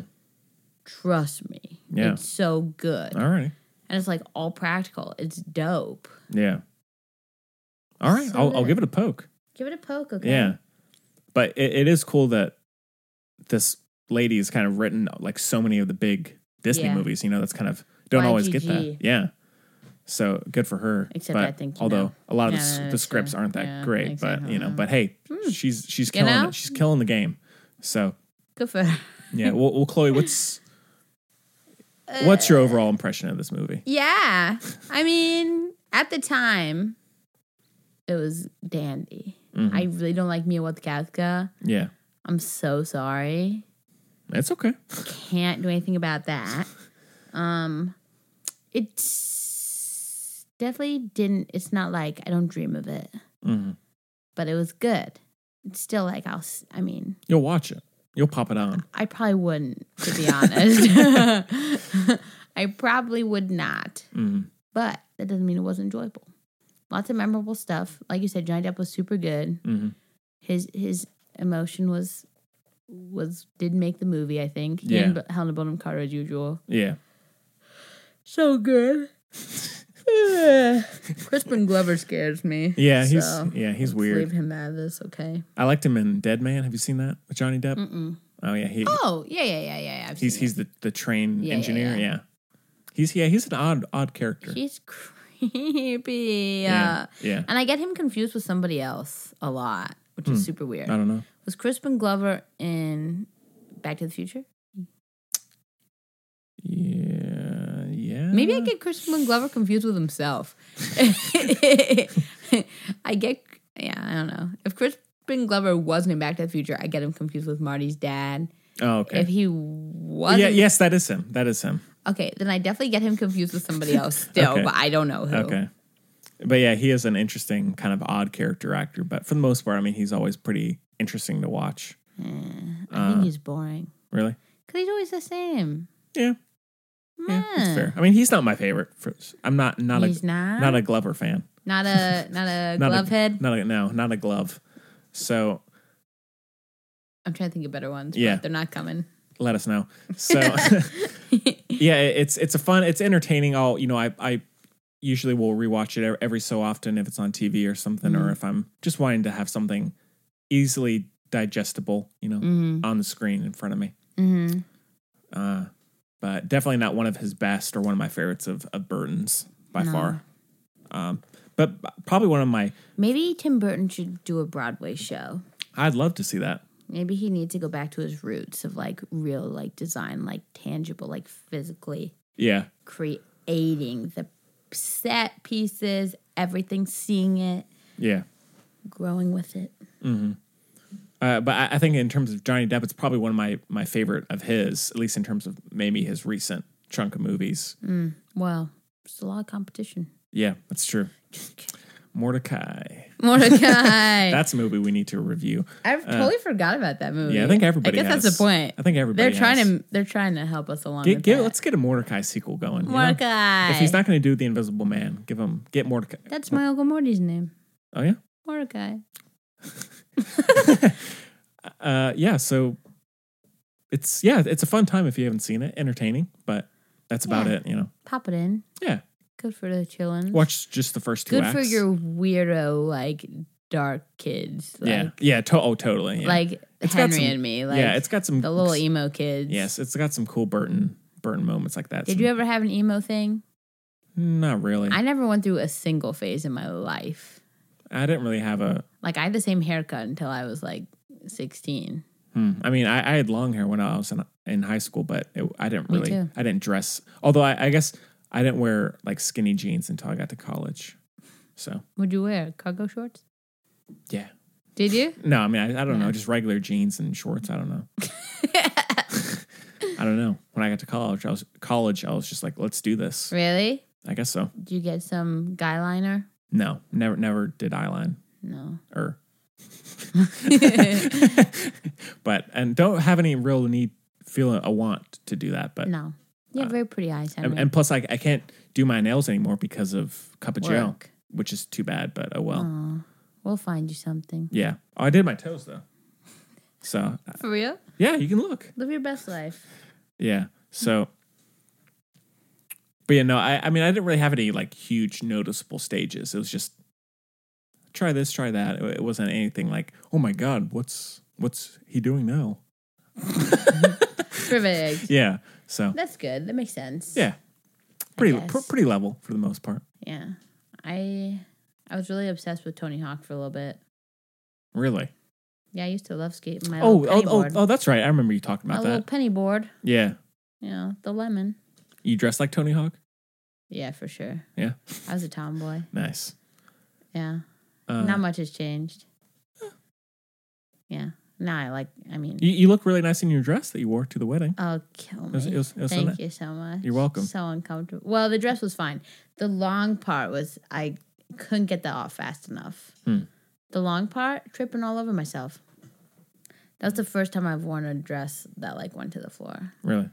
[SPEAKER 2] Trust me.
[SPEAKER 1] Yeah.
[SPEAKER 2] It's so good.
[SPEAKER 1] All right.
[SPEAKER 2] And it's like all practical. It's dope.
[SPEAKER 1] Yeah. All right.
[SPEAKER 2] So
[SPEAKER 1] I'll, I'll
[SPEAKER 2] there.
[SPEAKER 1] give it a poke.
[SPEAKER 2] Give it a poke, okay?
[SPEAKER 1] Yeah. But it, it is cool that this lady is kind of written like so many of the big Disney
[SPEAKER 2] Yeah.
[SPEAKER 1] movies. You know, that's kind of don't always get that.
[SPEAKER 2] YGG.
[SPEAKER 1] Yeah. So good for her.
[SPEAKER 2] Except
[SPEAKER 1] but
[SPEAKER 2] I think, you
[SPEAKER 1] although
[SPEAKER 2] know,
[SPEAKER 1] a lot of the,
[SPEAKER 2] yeah,
[SPEAKER 1] s- the
[SPEAKER 2] that's
[SPEAKER 1] scripts
[SPEAKER 2] true.
[SPEAKER 1] aren't that
[SPEAKER 2] Yeah, Hmm.
[SPEAKER 1] great, but you know, but hey, she's she's
[SPEAKER 2] You
[SPEAKER 1] killing
[SPEAKER 2] know?
[SPEAKER 1] it. She's killing the game. So
[SPEAKER 2] Good for her.
[SPEAKER 1] yeah, well, well Chloe, what's what's your overall impression of this movie?
[SPEAKER 2] Yeah. I mean, at the time, it was dandy. I really don't like Mia Watkowska.
[SPEAKER 1] Yeah,
[SPEAKER 2] I'm so sorry.
[SPEAKER 1] it's okay.
[SPEAKER 2] Can't do anything about that. Um, it's definitely didn't. It's not like I don't dream of it,
[SPEAKER 1] hmm
[SPEAKER 2] but it was good. It's still like I'll. s- I mean,
[SPEAKER 1] You'll watch it. You'll pop it on.
[SPEAKER 2] I probably wouldn't, to be honest. I probably would not.
[SPEAKER 1] Mhm.
[SPEAKER 2] But that doesn't mean it wasn't enjoyable. Lots of memorable stuff. Like you said, Johnny Depp was super good.
[SPEAKER 1] Mhm.
[SPEAKER 2] His his emotion was was did make the movie. I think. He
[SPEAKER 1] Yeah.
[SPEAKER 2] and B- Helena Bonham Carter as usual.
[SPEAKER 1] Yeah,
[SPEAKER 2] So good. Ugh. Crispin Glover scares me.
[SPEAKER 1] yeah, he's
[SPEAKER 2] So,
[SPEAKER 1] yeah he's
[SPEAKER 2] let's
[SPEAKER 1] weird.
[SPEAKER 2] Leave him out of this, okay?
[SPEAKER 1] I liked him in Dead Man. Have you seen that with Johnny Depp? Oh yeah, he
[SPEAKER 2] Oh yeah, yeah, yeah, yeah. yeah. I've
[SPEAKER 1] he's
[SPEAKER 2] seen
[SPEAKER 1] he's the the train
[SPEAKER 2] Yeah, yeah,
[SPEAKER 1] engineer.
[SPEAKER 2] yeah.
[SPEAKER 1] Yeah, he's yeah he's an odd odd character.
[SPEAKER 2] it. he's creepy.
[SPEAKER 1] yeah,
[SPEAKER 2] Uh,
[SPEAKER 1] yeah.
[SPEAKER 2] And I get him confused with somebody else a lot, which is super weird.
[SPEAKER 1] Hmm. I don't know.
[SPEAKER 2] Was Crispin Glover in Back to the Future?
[SPEAKER 1] Yeah, Uh, yeah.
[SPEAKER 2] Maybe I get Crispin Glover confused with himself. I get, yeah, I don't know. If Crispin Glover wasn't in Back to the Future, I get him confused with Marty's dad.
[SPEAKER 1] Oh, okay.
[SPEAKER 2] If he wasn't,
[SPEAKER 1] yeah, yes, that is him. That is him.
[SPEAKER 2] okay, then I definitely get him confused with somebody else still,
[SPEAKER 1] Okay.
[SPEAKER 2] but I don't know who.
[SPEAKER 1] Okay. But yeah, he is an interesting kind of odd character actor. But for the most part, I mean, he's always pretty interesting to watch.
[SPEAKER 2] Eh,
[SPEAKER 1] Uh.
[SPEAKER 2] I think he's boring
[SPEAKER 1] Really?
[SPEAKER 2] because he's always the same.
[SPEAKER 1] Yeah. Yeah, that's
[SPEAKER 2] Meh.
[SPEAKER 1] fair. I mean, he's not my favorite. For, I'm not not
[SPEAKER 2] Hmm. He's
[SPEAKER 1] a
[SPEAKER 2] not?
[SPEAKER 1] a Glover fan.
[SPEAKER 2] Not a not a
[SPEAKER 1] Not
[SPEAKER 2] glove
[SPEAKER 1] a,
[SPEAKER 2] head.
[SPEAKER 1] Not a no, not a glove. So
[SPEAKER 2] I'm trying to think of better ones.
[SPEAKER 1] Yeah.
[SPEAKER 2] but they're not coming.
[SPEAKER 1] let us know. So yeah, it- it's it's a fun, it's entertaining. All you know, I I usually will rewatch it e- every so often if it's on TV or something, or if I'm just wanting to have something easily digestible, you know, on the screen in front of me.
[SPEAKER 2] Mm-hmm.
[SPEAKER 1] Uh, but definitely not one of his best or one of my favorites of of Burton's by
[SPEAKER 2] No.
[SPEAKER 1] far. Um, but b- probably one of my
[SPEAKER 2] Maybe Tim Burton should do a Broadway show.
[SPEAKER 1] I'd love to see that.
[SPEAKER 2] Maybe he needs to go back to his roots of like real, like design, like tangible, like physically
[SPEAKER 1] Yeah.
[SPEAKER 2] creating the set pieces, everything, seeing it,
[SPEAKER 1] Yeah.
[SPEAKER 2] growing with it.
[SPEAKER 1] Uh, but I, I think in terms of Johnny Depp, it's probably one of my my favorite of his, at least in terms of maybe his recent chunk of movies.
[SPEAKER 2] Well, it's a lot of competition.
[SPEAKER 1] Yeah, that's true. Mordecai.
[SPEAKER 2] Mordecai.
[SPEAKER 1] That's a movie we need to review.
[SPEAKER 2] I totally forgot about that
[SPEAKER 1] uh,
[SPEAKER 2] movie.
[SPEAKER 1] Yeah, I think everybody.
[SPEAKER 2] Oh, I guess
[SPEAKER 1] has.
[SPEAKER 2] that's the point.
[SPEAKER 1] I think everybody.
[SPEAKER 2] They're trying
[SPEAKER 1] has.
[SPEAKER 2] to they're trying to help us along.
[SPEAKER 1] get,
[SPEAKER 2] with
[SPEAKER 1] get
[SPEAKER 2] that.
[SPEAKER 1] let's get a Mordecai sequel going. you know?
[SPEAKER 2] Mordecai.
[SPEAKER 1] If he's not going to do the Invisible Man, give him get Mordecai.
[SPEAKER 2] That's my Uncle Morty's name.
[SPEAKER 1] Oh yeah.
[SPEAKER 2] Mordecai.
[SPEAKER 1] Uh, yeah. So it's yeah, it's a fun time if you haven't seen it. Entertaining, but that's about
[SPEAKER 2] Yeah.
[SPEAKER 1] it. You know.
[SPEAKER 2] Pop it in.
[SPEAKER 1] Yeah.
[SPEAKER 2] Good for the chillin'.
[SPEAKER 1] Watch just the first two.
[SPEAKER 2] Good
[SPEAKER 1] acts.
[SPEAKER 2] for your weirdo, like dark kids. Like,
[SPEAKER 1] yeah. Yeah. To- oh, totally. Yeah.
[SPEAKER 2] Like
[SPEAKER 1] It's got
[SPEAKER 2] Henry
[SPEAKER 1] some-
[SPEAKER 2] and me. Like
[SPEAKER 1] yeah, it's got some
[SPEAKER 2] the little emo kids.
[SPEAKER 1] Yes, it's got some cool Burton Burton moments like that.
[SPEAKER 2] Did
[SPEAKER 1] Some-
[SPEAKER 2] you ever have an emo thing?
[SPEAKER 1] Not really.
[SPEAKER 2] I
[SPEAKER 1] I,
[SPEAKER 2] never went through a single phase in my life.
[SPEAKER 1] didn't really have a.
[SPEAKER 2] Like I had the same haircut until I was like sixteen.
[SPEAKER 1] Hmm. I mean, I, I had long hair when I was in, in high school, but it, I didn't
[SPEAKER 2] Me
[SPEAKER 1] really.
[SPEAKER 2] too.
[SPEAKER 1] I didn't dress. Although I, I guess I didn't wear like skinny jeans until I got to college. So
[SPEAKER 2] Would you wear cargo shorts?
[SPEAKER 1] yeah.
[SPEAKER 2] Did you?
[SPEAKER 1] No, I mean, I, I don't know. Just regular jeans and shorts. I don't know. I don't know. When I got to college, I was college. I was just like, let's do this.
[SPEAKER 2] Really?
[SPEAKER 1] I guess so.
[SPEAKER 2] Did you get some guy liner?
[SPEAKER 1] No, never, never did er. eyeline.
[SPEAKER 2] No.
[SPEAKER 1] or but and don't have any real need feel a want to do that but
[SPEAKER 2] No. You have very pretty eyes, Henry.
[SPEAKER 1] Uh, and, and plus I, I can't do my nails anymore because of cup of joe
[SPEAKER 2] Work.
[SPEAKER 1] which is too bad but oh well
[SPEAKER 2] we'll find you something.
[SPEAKER 1] yeah oh, i did my toes though so uh,
[SPEAKER 2] For real?
[SPEAKER 1] yeah you can look
[SPEAKER 2] Live your best life.
[SPEAKER 1] yeah so but yeah no I, I mean i didn't really have any like huge noticeable stages it was just try this try that it, it wasn't anything like oh my god what's what's he doing now
[SPEAKER 2] Perfect.
[SPEAKER 1] Yeah. So
[SPEAKER 2] That's good. That makes sense.
[SPEAKER 1] yeah, pretty
[SPEAKER 2] guess.
[SPEAKER 1] pr- pretty level for the most part.
[SPEAKER 2] Yeah. I I was really obsessed with Tony Hawk for a little bit.
[SPEAKER 1] Really.
[SPEAKER 2] Yeah, I used to love skating my
[SPEAKER 1] Oh,
[SPEAKER 2] little
[SPEAKER 1] oh,
[SPEAKER 2] penny
[SPEAKER 1] oh,
[SPEAKER 2] board.
[SPEAKER 1] oh, that's right. I remember you talking
[SPEAKER 2] my
[SPEAKER 1] about
[SPEAKER 2] little
[SPEAKER 1] that.
[SPEAKER 2] penny board.
[SPEAKER 1] Yeah.
[SPEAKER 2] You know, the lemon.
[SPEAKER 1] You dress like Tony Hawk.
[SPEAKER 2] Yeah, for sure.
[SPEAKER 1] Yeah.
[SPEAKER 2] I was a tomboy.
[SPEAKER 1] Nice.
[SPEAKER 2] Yeah.
[SPEAKER 1] Uh,
[SPEAKER 2] Not much has changed. Yeah. Now I like I mean
[SPEAKER 1] you, you look really nice in your dress that you wore to the wedding.
[SPEAKER 2] Oh, kill me.
[SPEAKER 1] was- it was- it was so
[SPEAKER 2] Thank
[SPEAKER 1] ni-
[SPEAKER 2] you so much.
[SPEAKER 1] You're welcome.
[SPEAKER 2] So uncomfortable. Well, the dress was fine. The long part was I couldn't get that off fast enough.
[SPEAKER 1] Hmm.
[SPEAKER 2] The long part, tripping all over myself. That was the first time I've worn a dress that like went to the floor.
[SPEAKER 1] Really.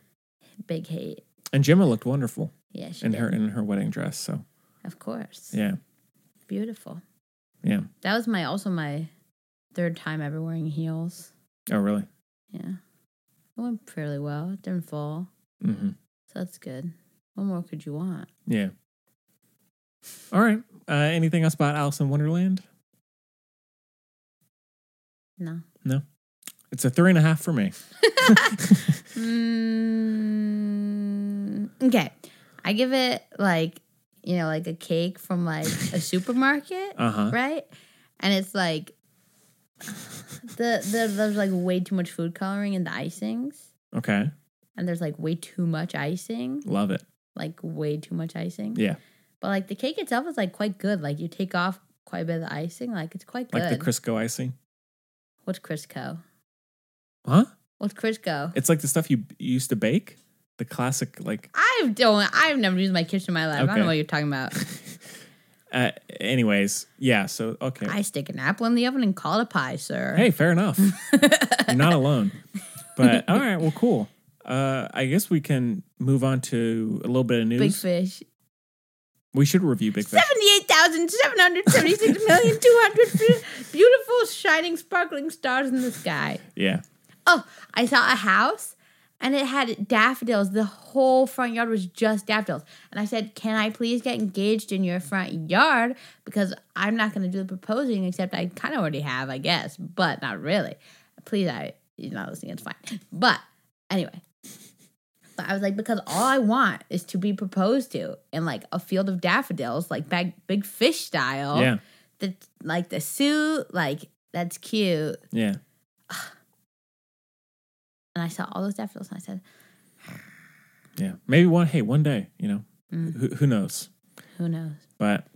[SPEAKER 2] Big hate.
[SPEAKER 1] And Gemma looked wonderful
[SPEAKER 2] Yeah, she
[SPEAKER 1] in
[SPEAKER 2] did.
[SPEAKER 1] her in her wedding dress. So
[SPEAKER 2] Of course.
[SPEAKER 1] yeah,
[SPEAKER 2] Beautiful.
[SPEAKER 1] yeah.
[SPEAKER 2] That was my also my third time ever wearing heels.
[SPEAKER 1] Oh, really?
[SPEAKER 2] Yeah. It went fairly well. It didn't fall.
[SPEAKER 1] Mm-hmm.
[SPEAKER 2] So that's good. What more could you want?
[SPEAKER 1] Yeah. All right. Uh, anything else about Alice in Wonderland?
[SPEAKER 2] No.
[SPEAKER 1] No. It's a three and a half for me.
[SPEAKER 2] Mm, okay. I give it like, you know, like a cake from like a supermarket,
[SPEAKER 1] Uh-huh.
[SPEAKER 2] right? And it's like the, the there's like way too much food coloring in the icings.
[SPEAKER 1] Okay.
[SPEAKER 2] And there's like way too much icing,
[SPEAKER 1] Love it.
[SPEAKER 2] like way too much icing.
[SPEAKER 1] Yeah.
[SPEAKER 2] But like the cake itself is like quite good. Like you take off quite a bit of the icing, like it's quite good.
[SPEAKER 1] Like the Crisco icing.
[SPEAKER 2] What's Crisco?
[SPEAKER 1] Huh?
[SPEAKER 2] What's Crisco?
[SPEAKER 1] It's like the stuff you b- used to bake. The classic, like,
[SPEAKER 2] I don't. I've never used my kitchen in my life. I don't
[SPEAKER 1] Okay.
[SPEAKER 2] know what you're talking about.
[SPEAKER 1] uh, anyways. Yeah. So, okay.
[SPEAKER 2] I stick an apple in the oven and call it a pie, sir.
[SPEAKER 1] hey, fair enough. You're not alone. But all right. Well, cool. Uh, I guess we can move on to a little bit of news.
[SPEAKER 2] Big fish.
[SPEAKER 1] We should review Big Fish.
[SPEAKER 2] Seventy-eight thousand seven hundred seventy-six million two hundred beautiful, shining, sparkling stars in the sky.
[SPEAKER 1] Yeah.
[SPEAKER 2] Oh, I saw a house and it had daffodils. The whole front yard was just daffodils. And I said, Can I please get engaged in your front yard? Because I'm not going to do the proposing, except I kind of already have, I guess, but not really. Please, I, you're not listening, it's fine. But anyway. But I was like, because all I want is to be proposed to in like a field of daffodils, like big, big fish style.
[SPEAKER 1] Yeah.
[SPEAKER 2] The, like the suit, like that's cute.
[SPEAKER 1] Yeah.
[SPEAKER 2] And I saw all those daffodils and I said,
[SPEAKER 1] Yeah. Maybe one, hey, one day, you know,
[SPEAKER 2] Mm.
[SPEAKER 1] who, who knows?
[SPEAKER 2] Who knows?
[SPEAKER 1] But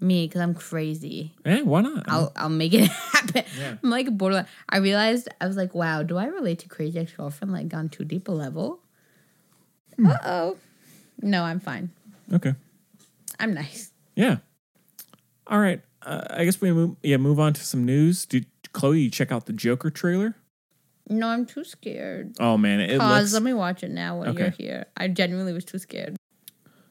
[SPEAKER 2] Me, because I'm crazy.
[SPEAKER 1] eh, why not?
[SPEAKER 2] I'll I'll make it happen.
[SPEAKER 1] Yeah.
[SPEAKER 2] I'm like borderline. I realized I was like, wow, do I relate to crazy ex girlfriend like on too deep a level?
[SPEAKER 1] Hmm.
[SPEAKER 2] Uh oh. No, I'm fine.
[SPEAKER 1] okay.
[SPEAKER 2] I'm nice.
[SPEAKER 1] Yeah. All right. Uh, I guess we move, yeah move on to some news. Did Chloe you check out the Joker trailer?
[SPEAKER 2] No, I'm too scared.
[SPEAKER 1] Oh man, it
[SPEAKER 2] Pause.
[SPEAKER 1] looks
[SPEAKER 2] Let me watch it now while you're
[SPEAKER 1] Okay. Uh,
[SPEAKER 2] here. I genuinely was too scared.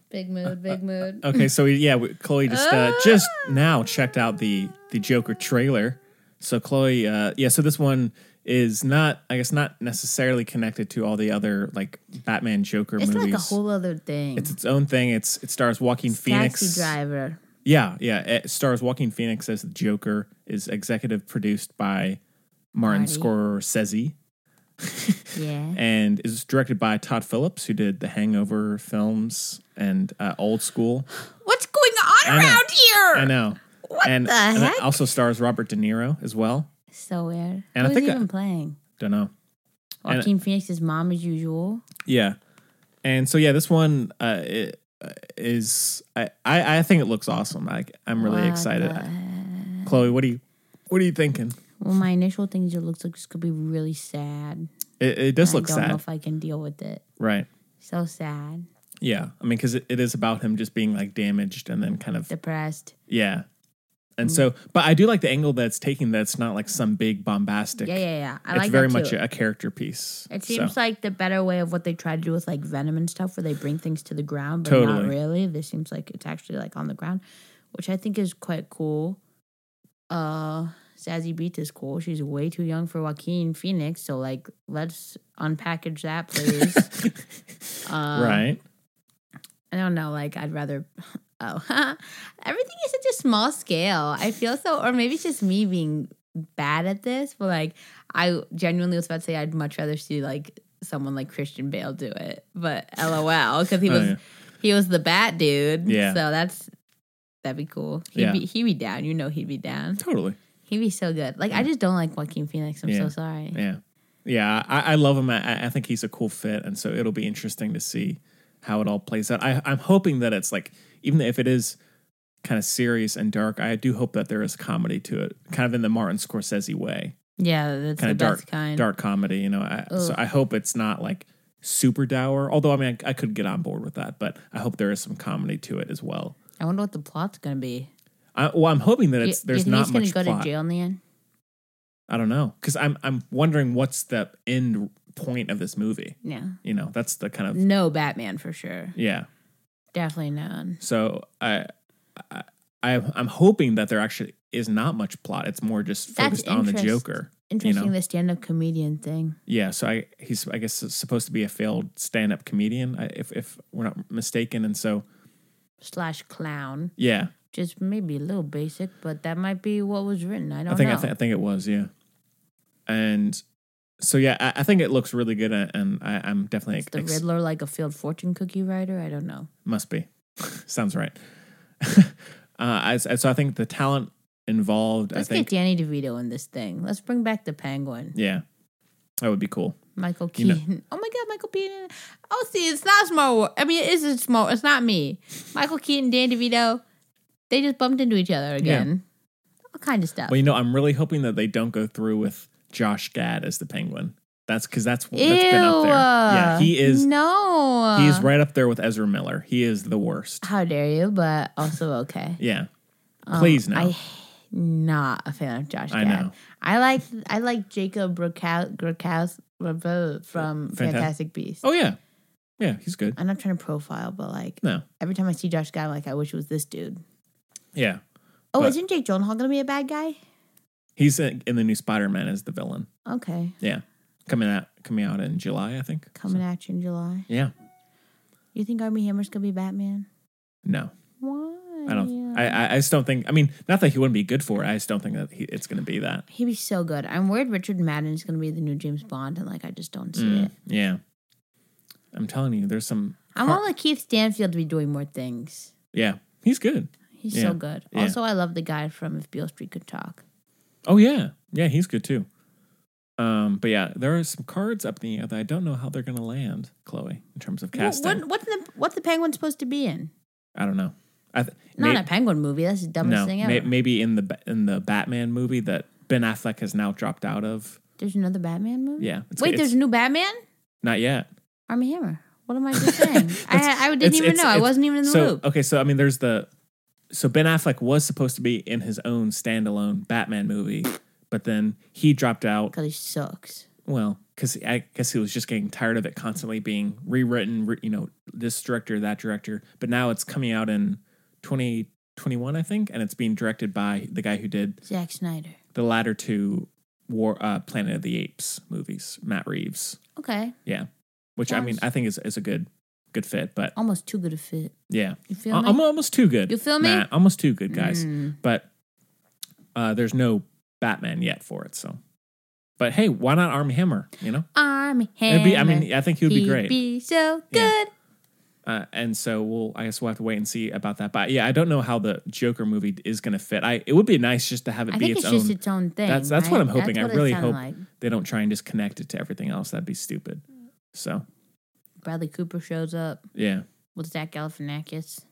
[SPEAKER 2] Big mood. Big mood.
[SPEAKER 1] okay. So we- yeah, we, Chloe just
[SPEAKER 2] Ah!
[SPEAKER 1] uh, just now checked out the the Joker trailer. So Chloe, uh, yeah. So this one is not, I guess, not necessarily connected to all the other like Batman Joker
[SPEAKER 2] it's
[SPEAKER 1] movies.
[SPEAKER 2] like a whole other thing.
[SPEAKER 1] it's its own thing. It's it stars Joaquin Phoenix.
[SPEAKER 2] Taxi driver.
[SPEAKER 1] Yeah, yeah. It stars Joaquin Phoenix as the Joker. Is executive produced by Martin
[SPEAKER 2] Marty.
[SPEAKER 1] Scorsese
[SPEAKER 2] Yeah.
[SPEAKER 1] and is directed by Todd Phillips, who did the Hangover films and uh, Old School.
[SPEAKER 2] What's going on
[SPEAKER 1] I know.
[SPEAKER 2] around here?
[SPEAKER 1] I know.
[SPEAKER 2] What
[SPEAKER 1] and,
[SPEAKER 2] the
[SPEAKER 1] and
[SPEAKER 2] heck?
[SPEAKER 1] it also stars Robert De Niro as well.
[SPEAKER 2] So weird.
[SPEAKER 1] And I
[SPEAKER 2] Who's
[SPEAKER 1] think I-
[SPEAKER 2] even playing?
[SPEAKER 1] Don't know. And-
[SPEAKER 2] Joaquin Phoenix's mom as usual.
[SPEAKER 1] Yeah, and so yeah, this one uh, it, uh, is I, I I think it looks awesome. I I'm really
[SPEAKER 2] What
[SPEAKER 1] excited.
[SPEAKER 2] the
[SPEAKER 1] Chloe, what do you what are you thinking?
[SPEAKER 2] Well, my initial thing is it looks like this could be really sad.
[SPEAKER 1] It, it does look
[SPEAKER 2] I don't
[SPEAKER 1] sad,
[SPEAKER 2] know if I can deal with it.
[SPEAKER 1] right?
[SPEAKER 2] So sad,
[SPEAKER 1] Yeah, I mean, because it, it is about him just being like damaged and then kind of
[SPEAKER 2] depressed.
[SPEAKER 1] yeah, and
[SPEAKER 2] Mm.
[SPEAKER 1] so but I do like the angle that's taking. That's not like some big bombastic.
[SPEAKER 2] Yeah, yeah, yeah. I
[SPEAKER 1] it's
[SPEAKER 2] like
[SPEAKER 1] very
[SPEAKER 2] that
[SPEAKER 1] much
[SPEAKER 2] too.
[SPEAKER 1] a, a character piece.
[SPEAKER 2] it seems uh, like the better way of what they try to do with like venom and stuff, where they bring things to the ground, but
[SPEAKER 1] Totally.
[SPEAKER 2] not really. This seems like it's actually like on the ground, which I think is quite cool. Uh, Zazie Beats is cool. She's way too young for Joaquin Phoenix, so like let's unpackage that, please. uh,
[SPEAKER 1] right.
[SPEAKER 2] I don't know. Like, I'd rather. Oh, everything is such a small scale. I feel so, or maybe it's just me being bad at this, but like I genuinely was about to say I'd much rather see like someone like Christian Bale do it, but LOL because he
[SPEAKER 1] Oh,
[SPEAKER 2] was
[SPEAKER 1] yeah.
[SPEAKER 2] he was the bat dude.
[SPEAKER 1] Yeah.
[SPEAKER 2] so that's that'd be cool. He'd
[SPEAKER 1] Yeah.
[SPEAKER 2] be he'd be down. You know he'd be down.
[SPEAKER 1] Totally.
[SPEAKER 2] He'd be so good. Like I just don't like Joaquin Phoenix. I'm
[SPEAKER 1] Yeah.
[SPEAKER 2] so sorry.
[SPEAKER 1] Yeah. Yeah. I, I love him. I, I think he's a cool fit. And so it'll be interesting to see how it all plays out. I, I'm hoping that it's like, even if it is kind of serious and dark, I do hope that there is comedy to it, kind of in the Martin Scorsese way,
[SPEAKER 2] Yeah, that's
[SPEAKER 1] kind
[SPEAKER 2] the
[SPEAKER 1] of dark,
[SPEAKER 2] best kind.
[SPEAKER 1] dark comedy, you know. I, so I hope it's not like super dour, although I mean, I, I could get on board with that, but I hope there is some comedy to it as well.
[SPEAKER 2] I wonder what the plot's gonna be.
[SPEAKER 1] I, well, I'm hoping that
[SPEAKER 2] You-
[SPEAKER 1] it's
[SPEAKER 2] you
[SPEAKER 1] there's
[SPEAKER 2] think
[SPEAKER 1] not
[SPEAKER 2] he's
[SPEAKER 1] much
[SPEAKER 2] gonna go
[SPEAKER 1] plot.
[SPEAKER 2] to jail in the end.
[SPEAKER 1] I don't know because I'm I'm wondering what's the end point of this movie.
[SPEAKER 2] Yeah,
[SPEAKER 1] You know, that's the kind of
[SPEAKER 2] no Batman for sure.
[SPEAKER 1] Yeah.
[SPEAKER 2] Definitely not.
[SPEAKER 1] So I, I, I I'm hoping that there actually is not much plot. It's more just
[SPEAKER 2] That's
[SPEAKER 1] focused on the
[SPEAKER 2] interest-
[SPEAKER 1] Joker.
[SPEAKER 2] Interesting
[SPEAKER 1] You know?
[SPEAKER 2] the stand up comedian thing.
[SPEAKER 1] Yeah. So I he's I guess supposed to be a failed stand up comedian I- if if we're not mistaken. And so
[SPEAKER 2] Slash clown.
[SPEAKER 1] yeah,
[SPEAKER 2] Just maybe a little basic, but that might be what was written. I don't
[SPEAKER 1] I think
[SPEAKER 2] know.
[SPEAKER 1] I, th- I think it was yeah. And so yeah, I, I think it looks really good, and, and I, I'm definitely
[SPEAKER 2] Is the
[SPEAKER 1] ex-
[SPEAKER 2] Riddler like a field fortune cookie writer? I don't know.
[SPEAKER 1] Must be. Sounds right. uh, I, I- so I think the talent involved.
[SPEAKER 2] Let's
[SPEAKER 1] I think
[SPEAKER 2] get Danny DeVito in this thing. Let's bring back the penguin.
[SPEAKER 1] yeah, that would be cool.
[SPEAKER 2] Michael
[SPEAKER 1] You know-
[SPEAKER 2] Keaton. Oh my God, Michael Keaton. Oh, see, it's not small. Wor- I mean, it is a small. It's not me. Michael Keaton, Danny DeVito. They just bumped into each other again. All kind of stuff.
[SPEAKER 1] Well, you know, I'm really hoping that they don't go through with Josh Gad as the Penguin. That's because that's that's been up
[SPEAKER 2] Ew.
[SPEAKER 1] there. Yeah, he is.
[SPEAKER 2] No.
[SPEAKER 1] He is right up there with Ezra Miller. He is the worst.
[SPEAKER 2] How dare you, but also okay. Um,
[SPEAKER 1] Yeah. Please no.
[SPEAKER 2] Oh, I h- not a fan of Josh
[SPEAKER 1] I
[SPEAKER 2] Gad.
[SPEAKER 1] know.
[SPEAKER 2] I like I like Jacob Grokow- Grokow- Grokow from Fantastic, Beasts.
[SPEAKER 1] oh yeah, yeah. He's good.
[SPEAKER 2] I'm not trying to profile, but like
[SPEAKER 1] No.
[SPEAKER 2] every time I see Josh Gad, I'm like I wish it was this dude.
[SPEAKER 1] Yeah.
[SPEAKER 2] Oh,
[SPEAKER 1] But-
[SPEAKER 2] isn't Jake Gyllenhaal gonna be a bad guy?
[SPEAKER 1] He's in, in the new Spider-Man as the villain.
[SPEAKER 2] Okay,
[SPEAKER 1] Yeah. Coming out coming out in July, I think.
[SPEAKER 2] coming at you in July.
[SPEAKER 1] Yeah.
[SPEAKER 2] You think Army Hammer's gonna be Batman?
[SPEAKER 1] No.
[SPEAKER 2] Why?
[SPEAKER 1] I don't. I, I. I just don't think. I mean, not that he wouldn't be good for it. I just don't think that he, it's going to be that.
[SPEAKER 2] He'd be so good. I'm worried Richard Madden is gonna be the new James Bond, and like I just don't see
[SPEAKER 1] Mm,
[SPEAKER 2] it.
[SPEAKER 1] yeah. I'm telling you, there's some.
[SPEAKER 2] I want like Keith Stanfield to be doing more things.
[SPEAKER 1] Yeah, he's good.
[SPEAKER 2] He's
[SPEAKER 1] Yeah.
[SPEAKER 2] so good.
[SPEAKER 1] Yeah.
[SPEAKER 2] Also, I love the guy from If Beale Street Could Talk.
[SPEAKER 1] Oh yeah, yeah, he's good too. Um, but yeah, there are some cards up in the air that I don't know how they're going to land, Chloe, in terms of
[SPEAKER 2] What,
[SPEAKER 1] casting.
[SPEAKER 2] what, what's the what's the penguin supposed to be in?
[SPEAKER 1] I don't know. I th-
[SPEAKER 2] Not
[SPEAKER 1] may-
[SPEAKER 2] a penguin movie. That's the dumbest
[SPEAKER 1] no,
[SPEAKER 2] thing
[SPEAKER 1] may-
[SPEAKER 2] ever.
[SPEAKER 1] maybe in the Ba- in the Batman movie that Ben Affleck has now dropped out of.
[SPEAKER 2] there's another Batman movie.
[SPEAKER 1] Yeah, it's-
[SPEAKER 2] Wait,
[SPEAKER 1] it's-
[SPEAKER 2] there's a new Batman.
[SPEAKER 1] Not yet.
[SPEAKER 2] Army Hammer. What am I just saying? I, I didn't
[SPEAKER 1] It's-
[SPEAKER 2] even
[SPEAKER 1] it's-
[SPEAKER 2] know. I
[SPEAKER 1] it's-
[SPEAKER 2] wasn't even in the
[SPEAKER 1] so,
[SPEAKER 2] loop.
[SPEAKER 1] Okay, so I mean, there's the so Ben Affleck was supposed to be in his own standalone Batman movie, but then he dropped out.
[SPEAKER 2] Because he sucks.
[SPEAKER 1] Well, because I guess he was just getting tired of it constantly being rewritten. Re, you know, this director, that director. But now it's coming out in 2021, I think, and it's being directed by the guy who did
[SPEAKER 2] Zack Snyder.
[SPEAKER 1] the latter two War uh, Planet of the Apes movies, Matt Reeves.
[SPEAKER 2] Okay,
[SPEAKER 1] Yeah, which I mean,
[SPEAKER 2] Sounds-
[SPEAKER 1] I think is is a good good fit, but
[SPEAKER 2] almost too good a fit.
[SPEAKER 1] yeah.
[SPEAKER 2] Oh, You feel
[SPEAKER 1] I-
[SPEAKER 2] me?
[SPEAKER 1] I'm almost too good.
[SPEAKER 2] You feel me?
[SPEAKER 1] Matt, almost too good, guys.
[SPEAKER 2] Mm.
[SPEAKER 1] But uh, there's no Batman yet for it. So, but hey, why not Army Hammer? You know,
[SPEAKER 2] Army Hammer.
[SPEAKER 1] It'd be- I mean, I think he would be great.
[SPEAKER 2] be so
[SPEAKER 1] Yeah.
[SPEAKER 2] good.
[SPEAKER 1] uh, and so we'll. I guess we'll have to wait and see about that. But yeah, I don't know how the Joker movie is going to fit. I it would be nice just to have it
[SPEAKER 2] I
[SPEAKER 1] be
[SPEAKER 2] think it's,
[SPEAKER 1] own.
[SPEAKER 2] just its own thing.
[SPEAKER 1] that's that's what I'm
[SPEAKER 2] right?
[SPEAKER 1] hoping.
[SPEAKER 2] That's what
[SPEAKER 1] I
[SPEAKER 2] it
[SPEAKER 1] really
[SPEAKER 2] sounded
[SPEAKER 1] hope
[SPEAKER 2] like.
[SPEAKER 1] they don't try and just connect it to everything else. That'd be stupid. So
[SPEAKER 2] Bradley Cooper shows up
[SPEAKER 1] yeah,
[SPEAKER 2] with Zach Galifianakis,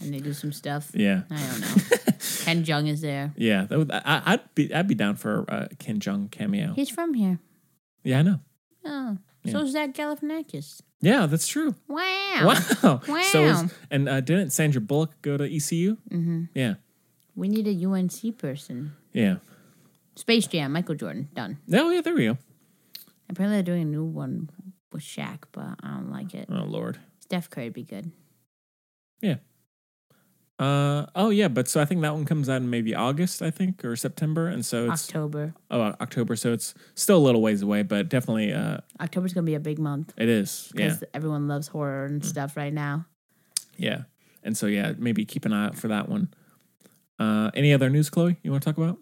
[SPEAKER 2] and they do some stuff.
[SPEAKER 1] yeah,
[SPEAKER 2] I don't know. Ken Jung is there.
[SPEAKER 1] yeah. That would, I, I'd be I'd be down for a Kim Jong cameo.
[SPEAKER 2] He's from here.
[SPEAKER 1] Yeah, I know.
[SPEAKER 2] Oh,
[SPEAKER 1] Yeah.
[SPEAKER 2] so is Zach Galifianakis.
[SPEAKER 1] Yeah, that's true.
[SPEAKER 2] Wow.
[SPEAKER 1] Wow. So
[SPEAKER 2] Wow.
[SPEAKER 1] is, and uh, didn't Sandra Bullock go to ECU?
[SPEAKER 2] Mm-hmm.
[SPEAKER 1] Yeah.
[SPEAKER 2] We need a UNC person.
[SPEAKER 1] Yeah.
[SPEAKER 2] Space Jam, Michael Jordan, done.
[SPEAKER 1] Oh, yeah, there we go.
[SPEAKER 2] Apparently they're doing a new one with Shaq, but I don't like it.
[SPEAKER 1] Oh, Lord.
[SPEAKER 2] Steph Curry'd be good.
[SPEAKER 1] Uh, oh, yeah, but so I think that one comes out in maybe August, I think, or September. And so it's
[SPEAKER 2] October.
[SPEAKER 1] oh, October. So it's still a little ways away, but definitely uh,
[SPEAKER 2] October's gonna be a big month
[SPEAKER 1] it is. Yeah. Mm.
[SPEAKER 2] because everyone loves horror and stuff right now.
[SPEAKER 1] Yeah. And so, yeah, maybe keep an eye out for that one. Uh, any other news, Chloe, you want to talk about?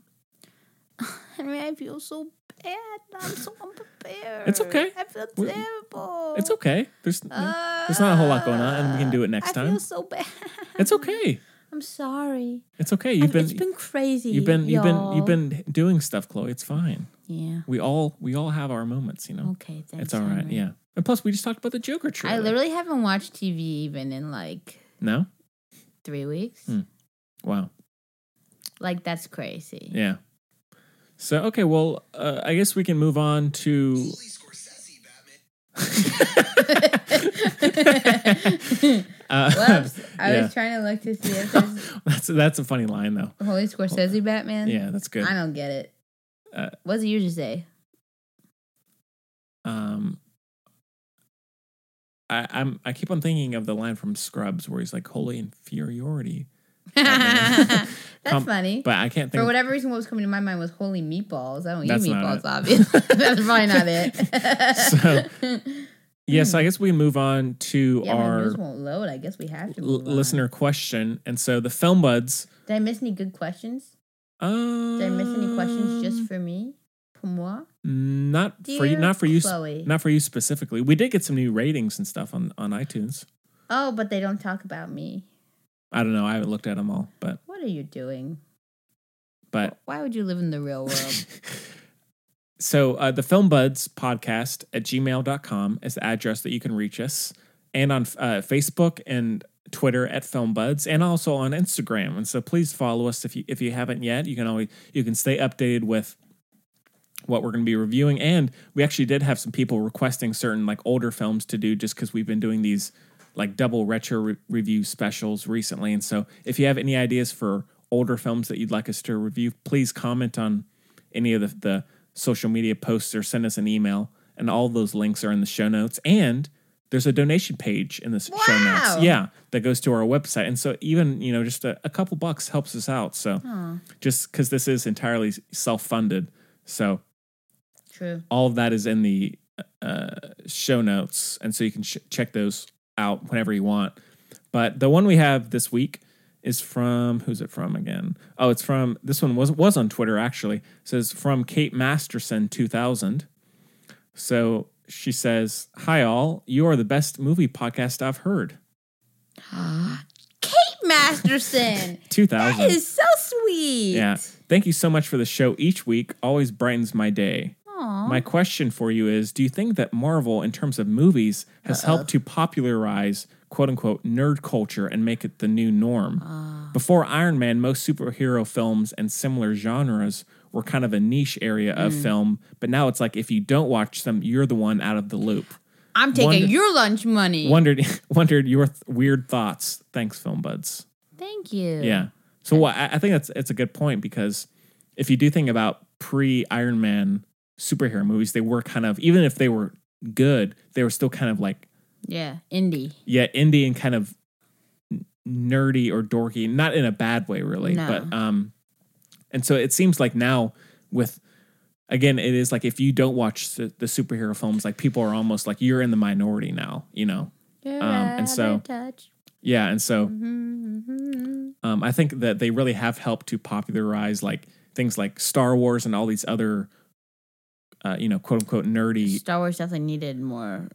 [SPEAKER 2] Henry, I feel so bad. I'm so unprepared.
[SPEAKER 1] It's okay.
[SPEAKER 2] I feel
[SPEAKER 1] We-
[SPEAKER 2] terrible.
[SPEAKER 1] It's okay. There's
[SPEAKER 2] uh,
[SPEAKER 1] there's not a whole lot going on, and we can do it next
[SPEAKER 2] I
[SPEAKER 1] time.
[SPEAKER 2] feel so bad.
[SPEAKER 1] It's okay.
[SPEAKER 2] I'm sorry.
[SPEAKER 1] It's okay. You've been,
[SPEAKER 2] it's been crazy.
[SPEAKER 1] you've been you've been
[SPEAKER 2] y'all.
[SPEAKER 1] you've been doing stuff, Chloe. It's fine.
[SPEAKER 2] Yeah.
[SPEAKER 1] We all we all have our moments, you know.
[SPEAKER 2] Okay. Thanks.
[SPEAKER 1] It's all right.
[SPEAKER 2] Henry.
[SPEAKER 1] Yeah. And plus, we just talked about the Joker trailer.
[SPEAKER 2] I literally haven't watched TV even in like
[SPEAKER 1] no.
[SPEAKER 2] three weeks.
[SPEAKER 1] Hmm. Wow.
[SPEAKER 2] Like that's crazy.
[SPEAKER 1] Yeah. So okay, well, uh, I guess we can move on to. Uh,
[SPEAKER 2] Whoops. I
[SPEAKER 1] yeah.
[SPEAKER 2] was trying to look to see if there's
[SPEAKER 1] that's that's a funny line though.
[SPEAKER 2] Holy Scorsese Batman.
[SPEAKER 1] Yeah, that's good.
[SPEAKER 2] I don't get it.
[SPEAKER 1] Uh,
[SPEAKER 2] what does it usually say?
[SPEAKER 1] Um, I, I'm I keep on thinking of the line from Scrubs where he's like, "Holy inferiority,"
[SPEAKER 2] That's
[SPEAKER 1] Um,
[SPEAKER 2] funny.
[SPEAKER 1] but I can't think.
[SPEAKER 2] For whatever reason, what was coming to my mind was holy meatballs. I don't
[SPEAKER 1] That's
[SPEAKER 2] eat
[SPEAKER 1] not
[SPEAKER 2] meatballs,
[SPEAKER 1] it.
[SPEAKER 2] obviously. That's probably not it.
[SPEAKER 1] yeah, so I guess we move on to
[SPEAKER 2] yeah, my
[SPEAKER 1] our
[SPEAKER 2] news won't load. I guess we have to.
[SPEAKER 1] l-
[SPEAKER 2] move on.
[SPEAKER 1] listener question, and so the film buds.
[SPEAKER 2] Did I miss any good questions?
[SPEAKER 1] Um,
[SPEAKER 2] Did I miss any questions just for me? Pour moi?
[SPEAKER 1] Not for you,
[SPEAKER 2] Dear
[SPEAKER 1] not for you, s-
[SPEAKER 2] Chloe.
[SPEAKER 1] not for you specifically. We did get some new ratings and stuff on on iTunes.
[SPEAKER 2] Oh, but they don't talk about me.
[SPEAKER 1] I don't know. I haven't looked at them all, but
[SPEAKER 2] What are you doing?
[SPEAKER 1] but
[SPEAKER 2] Why would you live in the real world?
[SPEAKER 1] so uh, the film buds podcast at gmail.com is the address that you can reach us and on uh, facebook and twitter at film buds and also on instagram and so please follow us if you if you haven't yet you can always you can stay updated with what we're going to be reviewing and we actually did have some people requesting certain like older films to do just because we've been doing these like double retro re- review specials recently and so if you have any ideas for older films that you'd like us to review please comment on any of the, the social media posts or send us an email and all those links are in the show notes and there's a donation page in the s- show
[SPEAKER 2] Wow.
[SPEAKER 1] notes yeah that goes to our website and so even you know just a, a couple bucks helps us out so just because this is entirely self-funded so
[SPEAKER 2] True.
[SPEAKER 1] all of that is in the uh, show notes, and so you can sh- check those out whenever you want. But the one we have this week is from who's it from again? Oh, it's from this one was was on Twitter actually. It says from Kate Masterson two thousand. So she says, "Hi all, you are the best movie podcast I've heard."
[SPEAKER 2] Kate Masterson.
[SPEAKER 1] Two
[SPEAKER 2] that
[SPEAKER 1] thousand.
[SPEAKER 2] is so sweet.
[SPEAKER 1] Yeah. Thank you so much for the show each week. Always brightens my day. My question for you is Do you think that Marvel, in terms of movies, has helped to popularize quote unquote nerd culture and make it the new norm? Before Iron Man, most superhero films and similar genres were kind of a niche area of film, but now it's like if you don't watch them, you're the one out of the loop.
[SPEAKER 2] I'm taking
[SPEAKER 1] Wonder-
[SPEAKER 2] your lunch money.
[SPEAKER 1] Wondered, wondered your th- weird thoughts. Thanks, film buds.
[SPEAKER 2] Thank you.
[SPEAKER 1] Yeah. So well, I, I think that's it's a good point because if you do think about pre Iron Man superhero movies, they were kind of even if they were good, they were still kind of like
[SPEAKER 2] Yeah. Indie.
[SPEAKER 1] yeah indie and kind of n- nerdy or dorky, not in a bad way really,
[SPEAKER 2] No.
[SPEAKER 1] but um, and so it seems like now with again it is like if you don't watch the, the superhero films like people are almost like you're in the minority now you know
[SPEAKER 2] You're
[SPEAKER 1] Um, and
[SPEAKER 2] out
[SPEAKER 1] so-
[SPEAKER 2] of touch.
[SPEAKER 1] yeah and so
[SPEAKER 2] Mhm.
[SPEAKER 1] Um, I think that they really have helped to popularize like things like Star Wars and all these other, uh, you know, quote unquote nerdy.
[SPEAKER 2] Star Wars definitely needed more,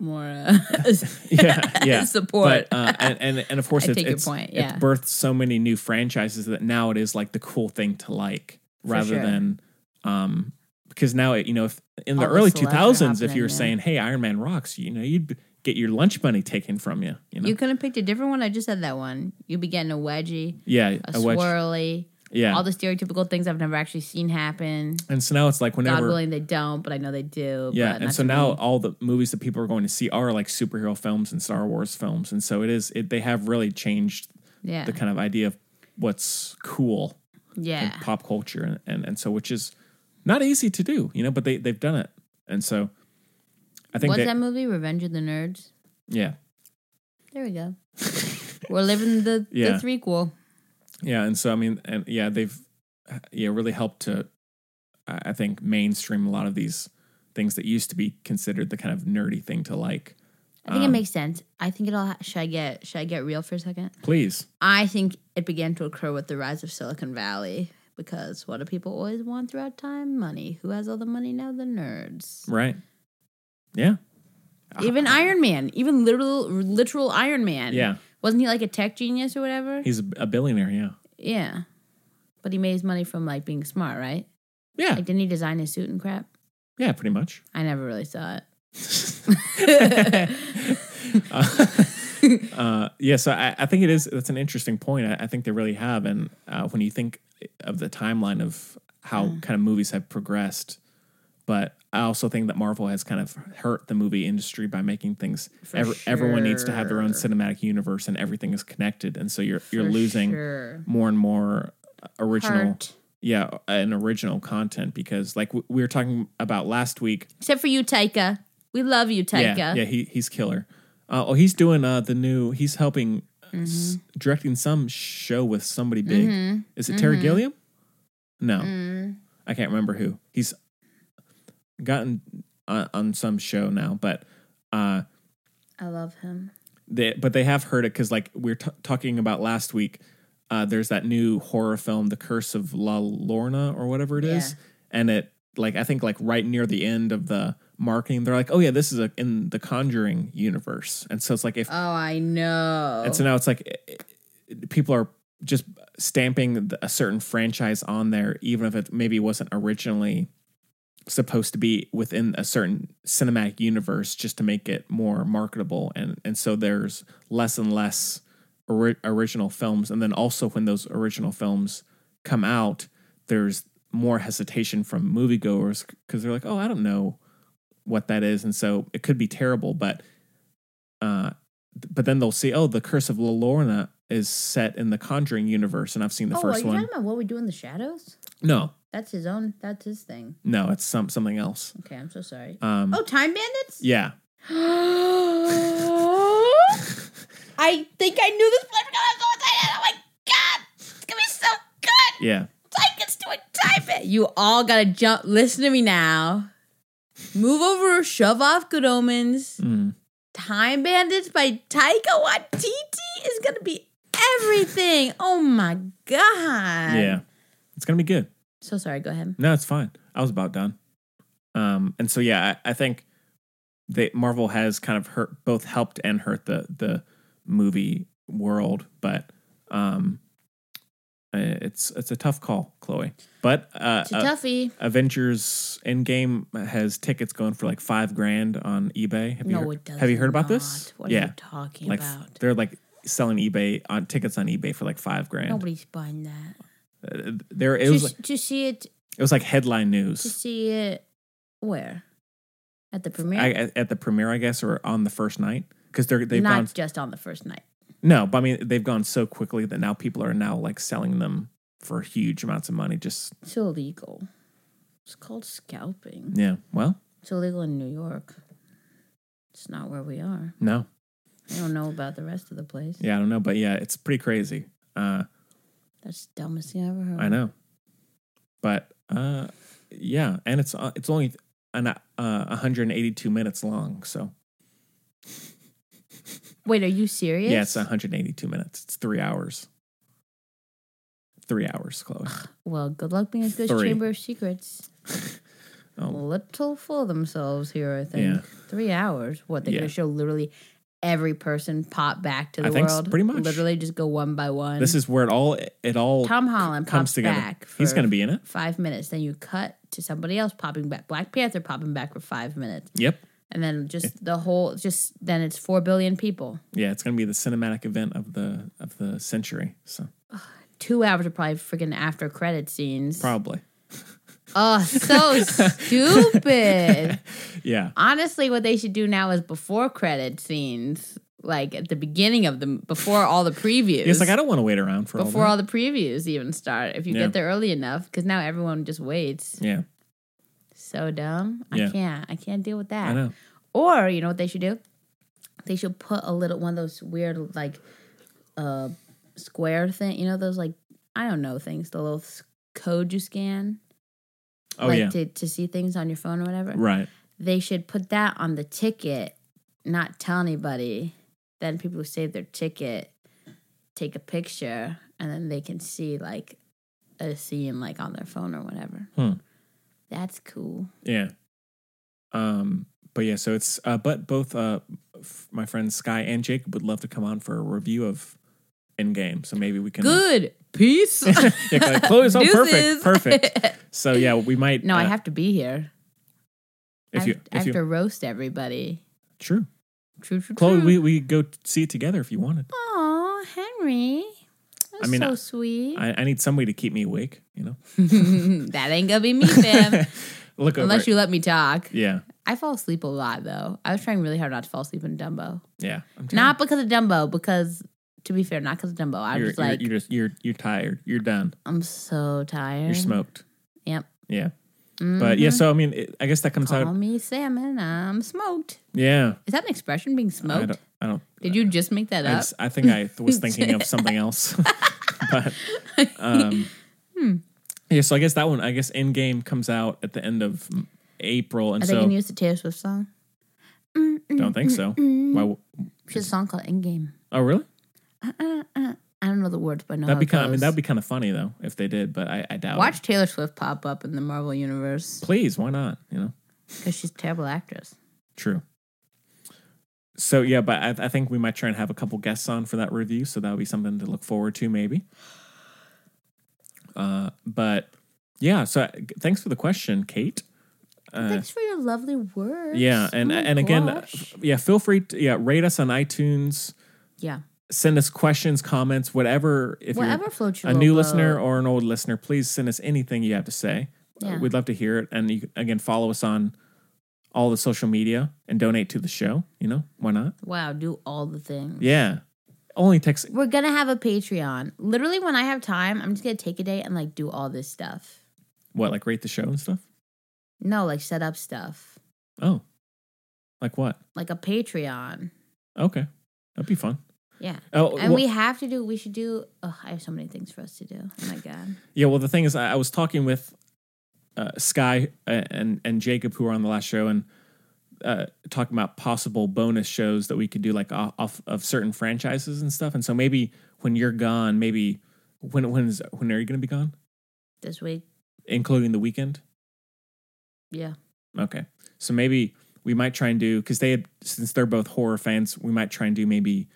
[SPEAKER 2] more uh,
[SPEAKER 1] yeah, yeah,
[SPEAKER 2] support.
[SPEAKER 1] But, uh, and, and and of course,
[SPEAKER 2] I
[SPEAKER 1] it's,
[SPEAKER 2] take your
[SPEAKER 1] it's,
[SPEAKER 2] point,
[SPEAKER 1] it's
[SPEAKER 2] yeah.
[SPEAKER 1] birthed so many new franchises that now it is like the cool thing to like, rather
[SPEAKER 2] sure.
[SPEAKER 1] than um, because now it, you know if in the
[SPEAKER 2] All the
[SPEAKER 1] early
[SPEAKER 2] celebs are
[SPEAKER 1] two thousands, if
[SPEAKER 2] happening,
[SPEAKER 1] you were
[SPEAKER 2] yeah.
[SPEAKER 1] saying, "Hey, Iron Man rocks," you know, you'd get your lunch money taken from you. You know,
[SPEAKER 2] you could have picked a different one. I just said that one. You'd be getting a wedgie,
[SPEAKER 1] yeah,
[SPEAKER 2] a,
[SPEAKER 1] wedge-
[SPEAKER 2] swirly,
[SPEAKER 1] yeah.
[SPEAKER 2] all the stereotypical things I've never actually seen happen.
[SPEAKER 1] and so now it's like whenever
[SPEAKER 2] God willing, they don't, but I know they do.
[SPEAKER 1] Yeah,
[SPEAKER 2] but
[SPEAKER 1] and
[SPEAKER 2] not
[SPEAKER 1] so
[SPEAKER 2] to
[SPEAKER 1] now
[SPEAKER 2] me.
[SPEAKER 1] all the movies that people are going to see are like superhero films and Star Wars films, and so it is. It they have really changed
[SPEAKER 2] yeah,
[SPEAKER 1] the kind of idea of what's cool in
[SPEAKER 2] yeah,
[SPEAKER 1] pop culture, and, and and so which is not easy to do, you know. But they they've done it, and so I think
[SPEAKER 2] What's
[SPEAKER 1] they,
[SPEAKER 2] that movie? Revenge of the Nerds.
[SPEAKER 1] yeah,
[SPEAKER 2] There we go. We're living the
[SPEAKER 1] Yeah.
[SPEAKER 2] the threequel.
[SPEAKER 1] yeah, and so I mean, and yeah, they've uh, yeah really helped to I I think mainstream a lot of these things that used to be considered the kind of nerdy thing to like.
[SPEAKER 2] I
[SPEAKER 1] Um,
[SPEAKER 2] think it makes sense. I think it'll. Ha- should I get should I get real for a second?
[SPEAKER 1] Please,
[SPEAKER 2] I think it began to occur with the rise of Silicon Valley Because what do people always want throughout time? Money. Who has all the money now? The nerds.
[SPEAKER 1] Right. Yeah.
[SPEAKER 2] Even Iron Man. Even literal, literal Iron Man.
[SPEAKER 1] Yeah.
[SPEAKER 2] Wasn't he like a tech genius or whatever?
[SPEAKER 1] He's a, a billionaire. Yeah.
[SPEAKER 2] yeah. But he made his money from like being smart, right?
[SPEAKER 1] Yeah.
[SPEAKER 2] Like, didn't he design his suit and crap?
[SPEAKER 1] yeah. Pretty much.
[SPEAKER 2] I never really saw it.
[SPEAKER 1] Uh, yeah. So I, I think it is. That's an interesting point. I, I think they really have. And uh, when you think of the timeline of how
[SPEAKER 2] Mm.
[SPEAKER 1] kind of movies have progressed, but I also think that Marvel has kind of hurt the movie industry by making things. ev- Everyone needs to have their own cinematic universe, and everything is connected. And so you're you're
[SPEAKER 2] For
[SPEAKER 1] losing
[SPEAKER 2] sure.
[SPEAKER 1] more and more original.
[SPEAKER 2] Heart.
[SPEAKER 1] Yeah, and original content because, like w- we were talking about last week,
[SPEAKER 2] Except for you, Taika. We love you, Taika.
[SPEAKER 1] yeah, yeah, he he's killer. Uh, oh, he's doing uh, the new. He's helping s- directing some show with somebody big. Is it Terry Gilliam? No, I can't remember who. He's gotten on, on some show now, but uh,
[SPEAKER 2] I love him.
[SPEAKER 1] they but they have heard it because like we are t- talking about last week. Uh, there's that new horror film, The Curse of La Lorna or whatever it is, and it like I think like right near the end of the marketing, they're like, oh yeah, this is a, in the Conjuring universe, and so it's like if
[SPEAKER 2] Oh, I know.
[SPEAKER 1] and so now it's like eh, eh, people are just stamping th- a certain franchise on there, even if it maybe wasn't originally supposed to be within a certain cinematic universe, just to make it more marketable. And and so there's less and less ori- original films. And then also when those original films come out, there's more hesitation from moviegoers because they're like, oh, I don't know what that is, and so it could be terrible, but uh, but then they'll see, oh, the Curse of La Lorna is set in the Conjuring universe, and I've seen the
[SPEAKER 2] oh, are
[SPEAKER 1] first
[SPEAKER 2] you
[SPEAKER 1] one.
[SPEAKER 2] talking about what we do in the shadows?
[SPEAKER 1] no,
[SPEAKER 2] That's his own. That's his thing.
[SPEAKER 1] no, it's some something else.
[SPEAKER 2] Okay, I'm so sorry.
[SPEAKER 1] Um,
[SPEAKER 2] oh, time bandits.
[SPEAKER 1] yeah,
[SPEAKER 2] I think I knew this, but I forgot I was so excited. Oh my god, it's gonna be so good.
[SPEAKER 1] yeah.
[SPEAKER 2] Like it's doing time bandits. You all gotta jump. Listen to me now. Move over. Shove off. Good omens.
[SPEAKER 1] Mm.
[SPEAKER 2] Time Bandits by Taika Waititi is gonna be everything. Oh my god.
[SPEAKER 1] Yeah. It's gonna be good.
[SPEAKER 2] So sorry. Go ahead.
[SPEAKER 1] No, it's fine. I was about done. Um, and so yeah, I, I think they Marvel has kind of hurt both helped and hurt the the movie world, but um, uh, it's it's a tough call, Chloe. But uh,
[SPEAKER 2] It's a
[SPEAKER 1] uh,
[SPEAKER 2] toughie.
[SPEAKER 1] Avengers Endgame has tickets going for like five grand on eBay. Have you
[SPEAKER 2] No,
[SPEAKER 1] heard,
[SPEAKER 2] it does
[SPEAKER 1] Have you heard about this?
[SPEAKER 2] not. What are
[SPEAKER 1] yeah,
[SPEAKER 2] you talking
[SPEAKER 1] like f-
[SPEAKER 2] about?
[SPEAKER 1] they're like selling eBay on tickets on eBay for like five grand.
[SPEAKER 2] Nobody's buying
[SPEAKER 1] Uh,
[SPEAKER 2] that.
[SPEAKER 1] there it
[SPEAKER 2] To,
[SPEAKER 1] was
[SPEAKER 2] s- to see it,
[SPEAKER 1] it was like headline
[SPEAKER 2] to
[SPEAKER 1] news.
[SPEAKER 2] see it, where at the premiere,
[SPEAKER 1] I, at- at the premiere, I guess, or on the first night, because they're they've
[SPEAKER 2] not
[SPEAKER 1] gone
[SPEAKER 2] just on the first night.
[SPEAKER 1] no, but I mean they've gone so quickly that now people are now like selling them for huge amounts of money. Just
[SPEAKER 2] It's illegal. It's called scalping.
[SPEAKER 1] yeah, well,
[SPEAKER 2] It's illegal in New York. It's not where we are.
[SPEAKER 1] no,
[SPEAKER 2] I don't know about the rest of the place.
[SPEAKER 1] yeah, I don't know, but yeah, it's pretty crazy. Uh,
[SPEAKER 2] That's the dumbest thing I ever heard.
[SPEAKER 1] I know, but uh, yeah, and it's uh, it's only an uh, 182 minutes long, so
[SPEAKER 2] Wait, are you serious?
[SPEAKER 1] yeah, it's 182 minutes. It's three hours. Three hours, Chloe.
[SPEAKER 2] Well, good luck being a good
[SPEAKER 1] Three. Oh.
[SPEAKER 2] chamber of secrets. A little full of themselves here, I think.
[SPEAKER 1] Yeah.
[SPEAKER 2] Three hours. What they're
[SPEAKER 1] Yeah.
[SPEAKER 2] gonna show literally every person pop back to
[SPEAKER 1] I
[SPEAKER 2] the
[SPEAKER 1] think s-
[SPEAKER 2] world.
[SPEAKER 1] pretty much.
[SPEAKER 2] Literally just go one by one.
[SPEAKER 1] This is where it all it all
[SPEAKER 2] Tom Holland
[SPEAKER 1] comes
[SPEAKER 2] pops
[SPEAKER 1] together.
[SPEAKER 2] back.
[SPEAKER 1] He's
[SPEAKER 2] for
[SPEAKER 1] going to be in it.
[SPEAKER 2] five minutes. Then you cut to somebody else popping back. Black Panther popping back for five minutes,
[SPEAKER 1] Yep.
[SPEAKER 2] and then just the whole just then it's four billion people.
[SPEAKER 1] Yeah, it's gonna be the cinematic event of the of the century. So
[SPEAKER 2] Two hours of probably freaking after credit scenes.
[SPEAKER 1] probably,
[SPEAKER 2] Oh, so stupid.
[SPEAKER 1] yeah,
[SPEAKER 2] honestly what they should do now is before credit scenes like at the beginning of them before all the previews
[SPEAKER 1] it's like I don't want to wait around for
[SPEAKER 2] before
[SPEAKER 1] all
[SPEAKER 2] all the previews even start if you
[SPEAKER 1] Yeah.
[SPEAKER 2] get there early enough because now everyone just waits
[SPEAKER 1] that. yeah,
[SPEAKER 2] so dumb
[SPEAKER 1] Yeah.
[SPEAKER 2] i can't i can't deal with that
[SPEAKER 1] I know.
[SPEAKER 2] or you know what they should do they should put a little one of those weird like uh square thing you know those like i don't know things the little s- code you scan
[SPEAKER 1] Oh
[SPEAKER 2] like
[SPEAKER 1] yeah,
[SPEAKER 2] to, to see things on your phone or whatever
[SPEAKER 1] right.
[SPEAKER 2] they should put that on the ticket, not tell anybody. Then people who save their ticket take a picture and then they can see like a scene like on their phone or whatever.
[SPEAKER 1] Hmm.
[SPEAKER 2] That's cool.
[SPEAKER 1] Yeah. Um, but yeah, so it's uh, but both uh, f- my friends Sky and Jake would love to come on for a review of Endgame. So maybe we can
[SPEAKER 2] Good. Peace.
[SPEAKER 1] yeah, like, Chloe's all Oh, perfect,
[SPEAKER 2] Deuces.
[SPEAKER 1] perfect. So yeah, we might.
[SPEAKER 2] no, I
[SPEAKER 1] uh,
[SPEAKER 2] have to be here. I
[SPEAKER 1] If
[SPEAKER 2] have,
[SPEAKER 1] you,
[SPEAKER 2] I
[SPEAKER 1] if
[SPEAKER 2] have
[SPEAKER 1] you,
[SPEAKER 2] to roast everybody.
[SPEAKER 1] true,
[SPEAKER 2] True, true,
[SPEAKER 1] Chloe,
[SPEAKER 2] true.
[SPEAKER 1] we we go t- see it together if you wanted.
[SPEAKER 2] Aw, Henry. That's
[SPEAKER 1] I mean,
[SPEAKER 2] so
[SPEAKER 1] I-
[SPEAKER 2] sweet.
[SPEAKER 1] I, I need somebody to keep me awake. You know,
[SPEAKER 2] that ain't gonna be me, fam.
[SPEAKER 1] look over.
[SPEAKER 2] Unless
[SPEAKER 1] it.
[SPEAKER 2] you let me talk.
[SPEAKER 1] yeah,
[SPEAKER 2] I fall asleep a lot though. I was trying really hard not to fall asleep in Dumbo.
[SPEAKER 1] yeah. I'm trying-
[SPEAKER 2] Not because of Dumbo, because to be fair, not because of Dumbo. I
[SPEAKER 1] you're,
[SPEAKER 2] was like,
[SPEAKER 1] you're, you're just you're you're tired. You're done.
[SPEAKER 2] I'm so tired.
[SPEAKER 1] You're smoked.
[SPEAKER 2] Yep.
[SPEAKER 1] Yeah. But
[SPEAKER 2] mm-hmm.
[SPEAKER 1] yeah, so I mean, it, I guess that comes
[SPEAKER 2] Call
[SPEAKER 1] out.
[SPEAKER 2] me salmon. I'm smoked.
[SPEAKER 1] Yeah.
[SPEAKER 2] Is that an expression? Being
[SPEAKER 1] I
[SPEAKER 2] smoked?
[SPEAKER 1] don't. I don't.
[SPEAKER 2] Did you just make that
[SPEAKER 1] I,
[SPEAKER 2] up?
[SPEAKER 1] just- I think I th- was thinking of something else. but um,
[SPEAKER 2] Hmm.
[SPEAKER 1] yeah, so I guess that one, I guess Endgame comes out at the end of m- April, and
[SPEAKER 2] Are they
[SPEAKER 1] so
[SPEAKER 2] gonna use the Taylor Swift song?
[SPEAKER 1] don't think so. Why? w-
[SPEAKER 2] She has a song called Endgame.
[SPEAKER 1] Oh, really?
[SPEAKER 2] I don't know the words, but I know
[SPEAKER 1] That'd
[SPEAKER 2] how
[SPEAKER 1] be
[SPEAKER 2] it
[SPEAKER 1] kind. I mean,
[SPEAKER 2] goes.
[SPEAKER 1] that'd be kind of funny though if they did, but I, I doubt.
[SPEAKER 2] Watch
[SPEAKER 1] It.
[SPEAKER 2] Taylor Swift pop up in the Marvel universe
[SPEAKER 1] Please, why not? You know,
[SPEAKER 2] because she's a terrible actress.
[SPEAKER 1] true. So yeah, but I, I think we might try and have a couple guests on for that review, so that would be something to look forward to, maybe. Uh, but yeah, so uh, g- thanks for the question, Kate.
[SPEAKER 2] Thanks for your lovely words.
[SPEAKER 1] Uh, Yeah, and
[SPEAKER 2] Oh my
[SPEAKER 1] and again, uh,
[SPEAKER 2] gosh.
[SPEAKER 1] f- yeah, feel free to yeah rate us on iTunes.
[SPEAKER 2] yeah,
[SPEAKER 1] Send us questions, comments, whatever. If
[SPEAKER 2] Whatever
[SPEAKER 1] you're
[SPEAKER 2] floats your
[SPEAKER 1] a
[SPEAKER 2] little
[SPEAKER 1] new
[SPEAKER 2] boat.
[SPEAKER 1] listener or an old listener, please send us anything you have to say. Uh,
[SPEAKER 2] Yeah.
[SPEAKER 1] We'd love to hear it. And you, can- again, follow us on all the social media and donate to the show. You know why not?
[SPEAKER 2] wow, do all the things.
[SPEAKER 1] Yeah, only takes
[SPEAKER 2] We're gonna have a Patreon. Literally, when I have time, I'm just gonna take a day and like do all this stuff.
[SPEAKER 1] what like rate the show and stuff.
[SPEAKER 2] No, like set up stuff,
[SPEAKER 1] Oh, like what?
[SPEAKER 2] like a Patreon.
[SPEAKER 1] Okay, that'd be fun.
[SPEAKER 2] Yeah.
[SPEAKER 1] Oh,
[SPEAKER 2] And
[SPEAKER 1] wha-
[SPEAKER 2] we have to do. We should do. Oh, I have so many things for us to do. Oh my god.
[SPEAKER 1] Yeah, well, the thing is, I, I was talking with uh, Sky and and Jacob, who were on the last show, and uh, talking about possible bonus shows that we could do, like off, off of certain franchises and stuff. And so maybe when you're gone, maybe when when is when are you going to be gone,
[SPEAKER 2] This week.
[SPEAKER 1] including the weekend?
[SPEAKER 2] Yeah.
[SPEAKER 1] Okay, so maybe we might try and do because they had since they're both horror fans, we might try and do maybe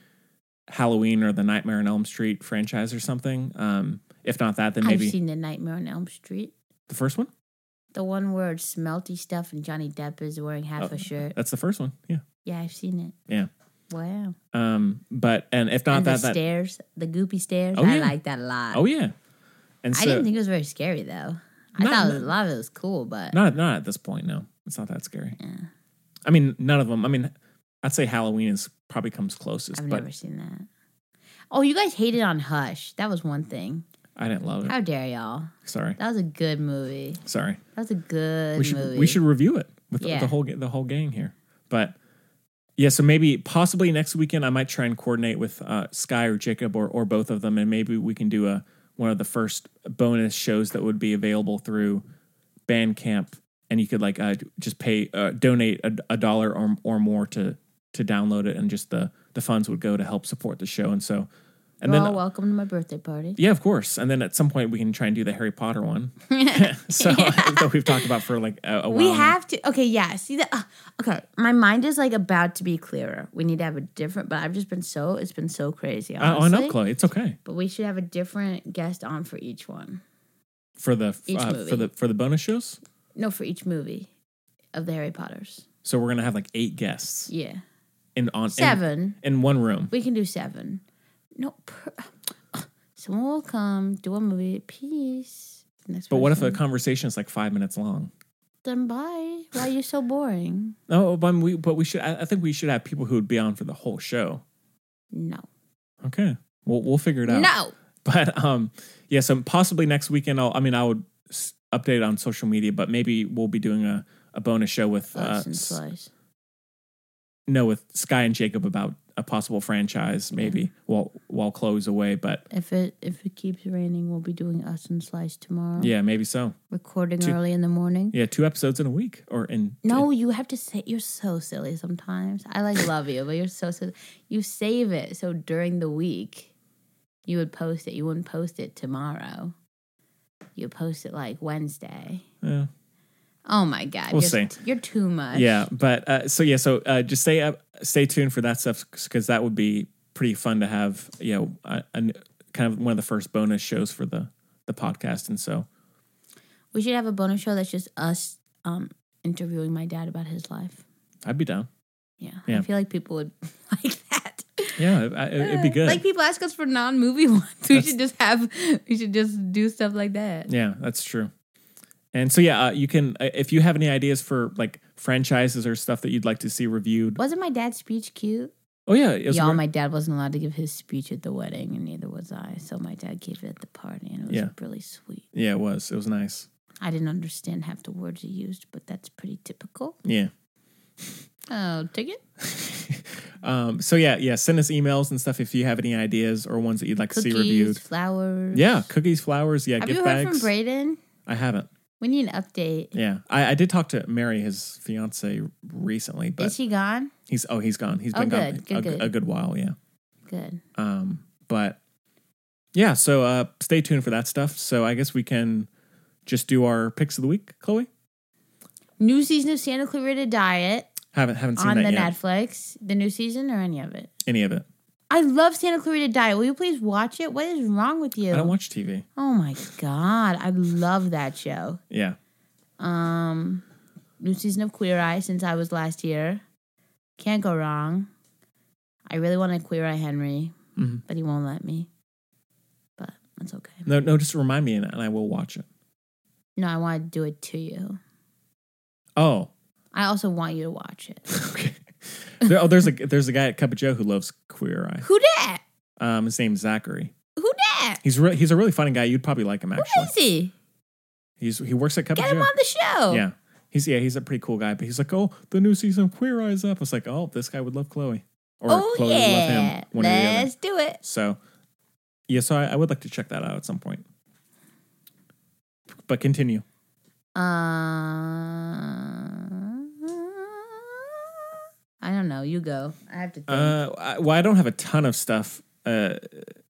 [SPEAKER 1] Halloween or the Nightmare on Elm Street franchise or something. Um, if not that, then maybe
[SPEAKER 2] I've seen the Nightmare on Elm Street.
[SPEAKER 1] the first one.
[SPEAKER 2] The one where it's smelty stuff and Johnny Depp is wearing half
[SPEAKER 1] Oh.
[SPEAKER 2] a shirt.
[SPEAKER 1] That's the first one. Yeah.
[SPEAKER 2] Yeah, I've seen it.
[SPEAKER 1] Yeah.
[SPEAKER 2] Wow.
[SPEAKER 1] Um, but and if not
[SPEAKER 2] and
[SPEAKER 1] that,
[SPEAKER 2] the
[SPEAKER 1] that
[SPEAKER 2] stairs, the goopy stairs.
[SPEAKER 1] Oh,
[SPEAKER 2] I
[SPEAKER 1] yeah.
[SPEAKER 2] like that a lot.
[SPEAKER 1] oh yeah, and so
[SPEAKER 2] I didn't think it was very scary though. I
[SPEAKER 1] Not-
[SPEAKER 2] thought it was, a lot of it was cool, but
[SPEAKER 1] not not at this point. No, it's not that scary. I mean, none of them. I mean, I'd say Halloween is probably comes closest,
[SPEAKER 2] I've
[SPEAKER 1] but
[SPEAKER 2] never seen that. Oh, you guys hated on Hush. That was one thing.
[SPEAKER 1] I didn't love it.
[SPEAKER 2] How dare y'all?
[SPEAKER 1] sorry,
[SPEAKER 2] That was a good movie.
[SPEAKER 1] sorry.
[SPEAKER 2] That was a good
[SPEAKER 1] We should
[SPEAKER 2] movie.
[SPEAKER 1] we should review it with
[SPEAKER 2] Yeah.
[SPEAKER 1] the whole ga- the whole gang here, but. Yeah, so maybe possibly next weekend I might try and coordinate with uh, Sky or Jacob or, or both of them, and maybe we can do a one of the first bonus shows that would be available through Bandcamp, and you could like uh, just pay uh, donate a, a dollar or or more to to download it, and just the the funds would go to help support the show, and so and
[SPEAKER 2] You're
[SPEAKER 1] then uh,
[SPEAKER 2] all welcome to my birthday party.
[SPEAKER 1] yeah, of course, and then at some point we can try and do the Harry Potter one, so that we've talked about for like a, a while.
[SPEAKER 2] We
[SPEAKER 1] now.
[SPEAKER 2] have to. Okay, yeah. See that? Uh, okay, my mind is like about to be clearer. We need to have a different. But I've just been so. It's been so crazy.
[SPEAKER 1] Uh, on
[SPEAKER 2] Honestly.
[SPEAKER 1] up, Chloe. It's okay
[SPEAKER 2] But we should have a different guest on for each one.
[SPEAKER 1] for the
[SPEAKER 2] Each
[SPEAKER 1] uh, for
[SPEAKER 2] movie.
[SPEAKER 1] the for the bonus shows.
[SPEAKER 2] No, for each movie of the Harry Potters.
[SPEAKER 1] So we're gonna have like eight guests
[SPEAKER 2] Yeah,
[SPEAKER 1] in on in-
[SPEAKER 2] seven.
[SPEAKER 1] in, one room.
[SPEAKER 2] We can do seven. No, per- someone will come do a movie. Peace. Next
[SPEAKER 1] But what if
[SPEAKER 2] person.
[SPEAKER 1] a conversation is like five minutes long?
[SPEAKER 2] Then bye. Why are you so boring?
[SPEAKER 1] No, but we but we should. I, I think we should have people who would be on for the whole show.
[SPEAKER 2] No.
[SPEAKER 1] Okay, we'll we'll figure it out.
[SPEAKER 2] No.
[SPEAKER 1] but um, yeah. So possibly next weekend. I'll, I mean, I would s- update on social media, but maybe we'll be doing a, a bonus show with uh,
[SPEAKER 2] Slice and
[SPEAKER 1] s-
[SPEAKER 2] slice.
[SPEAKER 1] no with Sky and Jacob about a possible franchise. Maybe while while Chloe's away, but
[SPEAKER 2] If it if it keeps raining, we'll be doing us and slice tomorrow.
[SPEAKER 1] yeah, maybe so.
[SPEAKER 2] Recording
[SPEAKER 1] Two-
[SPEAKER 2] early in the morning.
[SPEAKER 1] Yeah, two episodes in a week or in
[SPEAKER 2] No, you have to say you're so silly sometimes. I like love you, but you're so silly. You save it so during the week you would post it. You wouldn't post it tomorrow. You post it like Wednesday.
[SPEAKER 1] Yeah.
[SPEAKER 2] Oh my God.
[SPEAKER 1] We'll
[SPEAKER 2] you're,
[SPEAKER 1] see.
[SPEAKER 2] You're too much.
[SPEAKER 1] Yeah, but uh, so yeah, so uh, just stay up, stay tuned for that stuff because that would be pretty fun to have. You know, a, a n- kind of one of the first bonus shows for the the podcast, and so
[SPEAKER 2] We should have a bonus show that's just us um, interviewing my dad about his life.
[SPEAKER 1] I'd be down.
[SPEAKER 2] Yeah.
[SPEAKER 1] Yeah.
[SPEAKER 2] I feel like people would like that.
[SPEAKER 1] Yeah, I, I- it'd be good.
[SPEAKER 2] Uh, Like people ask us for non movie ones. We
[SPEAKER 1] That's-
[SPEAKER 2] should just have, we should just do stuff like that.
[SPEAKER 1] Yeah, that's true. And so yeah, uh, you can uh, if you have any ideas for like franchises or stuff that you'd like to see reviewed.
[SPEAKER 2] Wasn't my dad's speech cute?
[SPEAKER 1] Oh yeah, it was
[SPEAKER 2] Y'all,
[SPEAKER 1] wor-
[SPEAKER 2] my dad wasn't allowed to give his speech at the wedding, and neither was I. So my dad gave it at the party, and it was
[SPEAKER 1] Yeah.
[SPEAKER 2] really sweet.
[SPEAKER 1] yeah, it was. It was nice.
[SPEAKER 2] I didn't understand half the words he used, but that's pretty typical.
[SPEAKER 1] Yeah.
[SPEAKER 2] Oh, ticket?
[SPEAKER 1] Um. So yeah, yeah. Send us emails and stuff if you have any ideas or ones that you'd like to
[SPEAKER 2] Cookies,
[SPEAKER 1] see reviewed.
[SPEAKER 2] flowers.
[SPEAKER 1] Yeah, cookies, flowers. Yeah,
[SPEAKER 2] Have
[SPEAKER 1] gift
[SPEAKER 2] you heard
[SPEAKER 1] bags.
[SPEAKER 2] from Brayden?
[SPEAKER 1] I haven't.
[SPEAKER 2] We need an update.
[SPEAKER 1] Yeah, I, I did talk to Mary, his fiance, recently, but
[SPEAKER 2] Is he gone?
[SPEAKER 1] he's oh he's gone. He's
[SPEAKER 2] Oh,
[SPEAKER 1] been gone
[SPEAKER 2] good, good,
[SPEAKER 1] a,
[SPEAKER 2] good.
[SPEAKER 1] a good while. Yeah.
[SPEAKER 2] Good.
[SPEAKER 1] Um. But yeah, so uh, stay tuned for that stuff. So I guess we can just do our picks of the week, Chloe.
[SPEAKER 2] New season of Santa Clarita Diet
[SPEAKER 1] Haven't haven't seen
[SPEAKER 2] on
[SPEAKER 1] that
[SPEAKER 2] the
[SPEAKER 1] yet.
[SPEAKER 2] Netflix. The new season or any of it?
[SPEAKER 1] Any of it?
[SPEAKER 2] I love Santa Clarita Diet. Will you please watch it? What is wrong with you?
[SPEAKER 1] I don't watch TV.
[SPEAKER 2] oh my god, I love that show.
[SPEAKER 1] Yeah.
[SPEAKER 2] Um, new season of Queer Eye since I was last year. Can't go wrong. I really want to Queer Eye Henry,
[SPEAKER 1] Mhm.
[SPEAKER 2] but he won't let me. But that's okay.
[SPEAKER 1] No, no. Just remind me, and, and I will watch it.
[SPEAKER 2] No, I want to do it to you.
[SPEAKER 1] Oh.
[SPEAKER 2] I also want you to watch it.
[SPEAKER 1] okay. There, oh, there's a there's a guy at Cup of Joe who loves Queer Eye.
[SPEAKER 2] Who dat?
[SPEAKER 1] Um, his name's Zachary.
[SPEAKER 2] Who dat?
[SPEAKER 1] He's re- he's a really funny guy. You'd probably like him
[SPEAKER 2] Who
[SPEAKER 1] actually.
[SPEAKER 2] is he?
[SPEAKER 1] He's he works at Cup
[SPEAKER 2] Get
[SPEAKER 1] of
[SPEAKER 2] him
[SPEAKER 1] Joe.
[SPEAKER 2] on the show.
[SPEAKER 1] Yeah, he's yeah he's a pretty cool guy. But he's like, oh, the new season of Queer Eye's up. I was like, oh, this guy would love Chloe, or
[SPEAKER 2] oh
[SPEAKER 1] Chloe would love
[SPEAKER 2] yeah.
[SPEAKER 1] him. One or the other.
[SPEAKER 2] Let's do it.
[SPEAKER 1] So yeah, so I, I would like to check that out at some point. But continue.
[SPEAKER 2] Uh, I don't know. You go. I have to think.
[SPEAKER 1] Uh, I, well, I don't have a ton of stuff. Uh,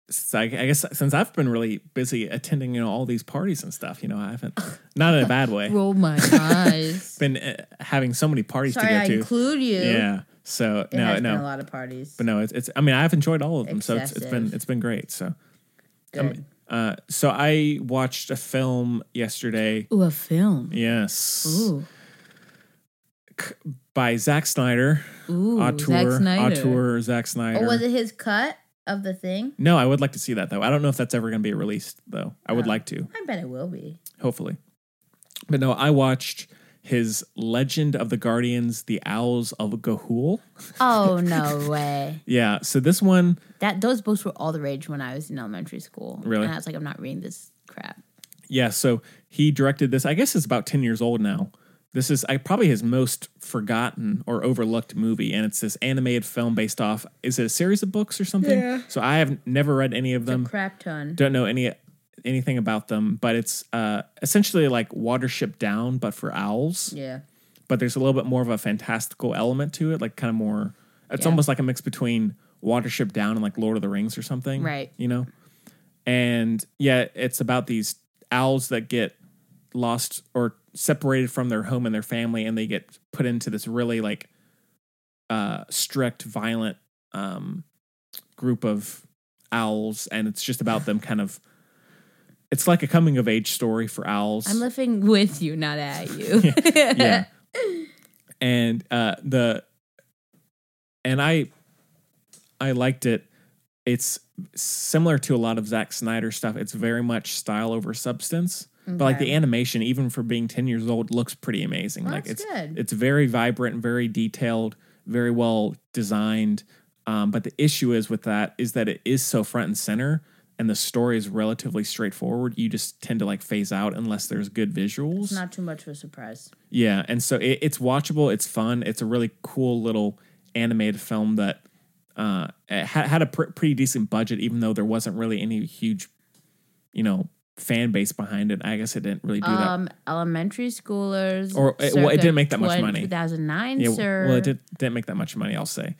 [SPEAKER 1] since I, I guess since I've been really busy attending, you know, all these parties and stuff. You know, I haven't not in a bad way.
[SPEAKER 2] Roll Oh my eyes.
[SPEAKER 1] Been uh, having so many parties
[SPEAKER 2] Sorry,
[SPEAKER 1] to go
[SPEAKER 2] I
[SPEAKER 1] to.
[SPEAKER 2] include you.
[SPEAKER 1] Yeah. So
[SPEAKER 2] It
[SPEAKER 1] no,
[SPEAKER 2] has
[SPEAKER 1] no.
[SPEAKER 2] been a lot of parties.
[SPEAKER 1] but no, it's, it's. I mean, I've enjoyed all of them, so it's, it's been
[SPEAKER 2] Excessive.
[SPEAKER 1] it's been great. So,
[SPEAKER 2] Good.
[SPEAKER 1] uh, so I watched a film yesterday.
[SPEAKER 2] Ooh, a film.
[SPEAKER 1] Yes,
[SPEAKER 2] Ooh,
[SPEAKER 1] by Zack Snyder,
[SPEAKER 2] ooh.
[SPEAKER 1] auteur,
[SPEAKER 2] Zack Snyder.
[SPEAKER 1] auteur Zack Snyder.
[SPEAKER 2] Oh, was it his cut of the thing?
[SPEAKER 1] No, I would like to see that though. I don't know if that's ever going to be released though. I
[SPEAKER 2] Oh.
[SPEAKER 1] would like to,
[SPEAKER 2] I bet it will be.
[SPEAKER 1] hopefully. But no, I watched his Legend of the Guardians: The Owls of Gahul.
[SPEAKER 2] Oh no way!
[SPEAKER 1] Yeah, so this one
[SPEAKER 2] That those books were all the rage when I was in elementary school.
[SPEAKER 1] Really?
[SPEAKER 2] And I was like, I'm not reading this crap.
[SPEAKER 1] Yeah, so he directed this. I guess it's about 10 years old now. This is I probably his most forgotten or overlooked movie and it's this animated film based off is it a series of books or something? Yeah. So I have never read any of
[SPEAKER 2] It's a
[SPEAKER 1] them.
[SPEAKER 2] crap ton.
[SPEAKER 1] Don't know any anything about them, but it's uh essentially like Watership Down but for owls,
[SPEAKER 2] yeah.
[SPEAKER 1] but there's a little bit more of a fantastical element to it, like kind of more it's
[SPEAKER 2] Yeah.
[SPEAKER 1] almost like a mix between Watership Down and like Lord of the Rings or something.
[SPEAKER 2] Right.
[SPEAKER 1] You know? and yeah, it's about these owls that get lost or separated from their home and their family, and they get put into this really like uh, strict, violent um, group of owls, and it's just about them kind of. It's like a coming of age story for owls.
[SPEAKER 2] I'm living with you, not at you.
[SPEAKER 1] yeah, and uh, the and I I liked it. It's similar to a lot of Zack Snyder stuff. It's very much style over substance. But like the animation, even for being ten years old, looks pretty amazing.
[SPEAKER 2] Well,
[SPEAKER 1] like
[SPEAKER 2] that's
[SPEAKER 1] it's
[SPEAKER 2] good.
[SPEAKER 1] it's very vibrant, very detailed, very well designed. Um, but the issue is with that is that it is so front and center, and the story is relatively straightforward. You just tend to like phase out unless there's good visuals.
[SPEAKER 2] It's not too much of a surprise.
[SPEAKER 1] Yeah, and so it, it's watchable. It's fun. It's a really cool little animated film that uh, it had, had a pr- pretty decent budget, even though there wasn't really any huge, you know, fan base behind it. I guess it didn't really do that.
[SPEAKER 2] Um, elementary schoolers.
[SPEAKER 1] Or, it- well, it didn't make that much money.
[SPEAKER 2] 2009,
[SPEAKER 1] Yeah,
[SPEAKER 2] sir.
[SPEAKER 1] well, it did, didn't make that much money, I'll say.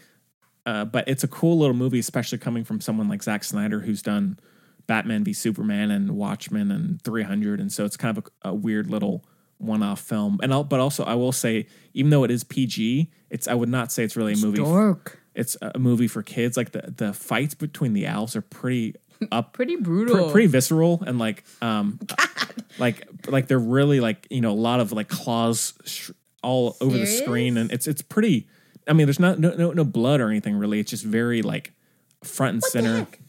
[SPEAKER 1] Uh, but it's a cool little movie, especially coming from someone like Zack Snyder, who's done Batman v Superman and Watchmen and 300, and so it's kind of a, a weird little one-off film. And I'll, but also I will say, even though it is PG, it's I would not say it's really a movie.
[SPEAKER 2] Dark.
[SPEAKER 1] It's a movie for kids. Like the the fights between the elves are pretty up,
[SPEAKER 2] Pretty
[SPEAKER 1] pre-
[SPEAKER 2] brutal.
[SPEAKER 1] pretty visceral, and like um, like like they're really like you know a lot of like claws sh- all over the
[SPEAKER 2] Serious?
[SPEAKER 1] screen, and it's it's pretty. I mean, there's not no no no blood or anything really. It's just very like front and
[SPEAKER 2] the
[SPEAKER 1] center.
[SPEAKER 2] heck?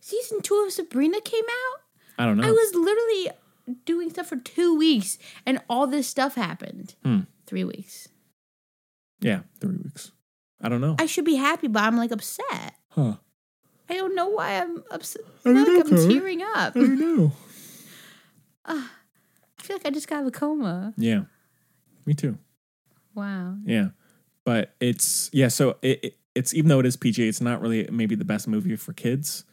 [SPEAKER 2] Season two of Sabrina came out.
[SPEAKER 1] I don't know.
[SPEAKER 2] I was literally doing stuff for two weeks, and all this stuff happened.
[SPEAKER 1] Hmm.
[SPEAKER 2] Three weeks.
[SPEAKER 1] yeah, three weeks. I don't know.
[SPEAKER 2] I should be happy, but I'm like upset.
[SPEAKER 1] huh.
[SPEAKER 2] I don't know why I'm upset.
[SPEAKER 1] don't
[SPEAKER 2] Not
[SPEAKER 1] know,
[SPEAKER 2] like I'm
[SPEAKER 1] Chloe.
[SPEAKER 2] tearing up. Ah,
[SPEAKER 1] I don't know.
[SPEAKER 2] I feel like I just got a coma.
[SPEAKER 1] Yeah, me too.
[SPEAKER 2] Wow.
[SPEAKER 1] Yeah, but it's yeah. So it, it it's even though it is PG, it's not really maybe the best movie for kids,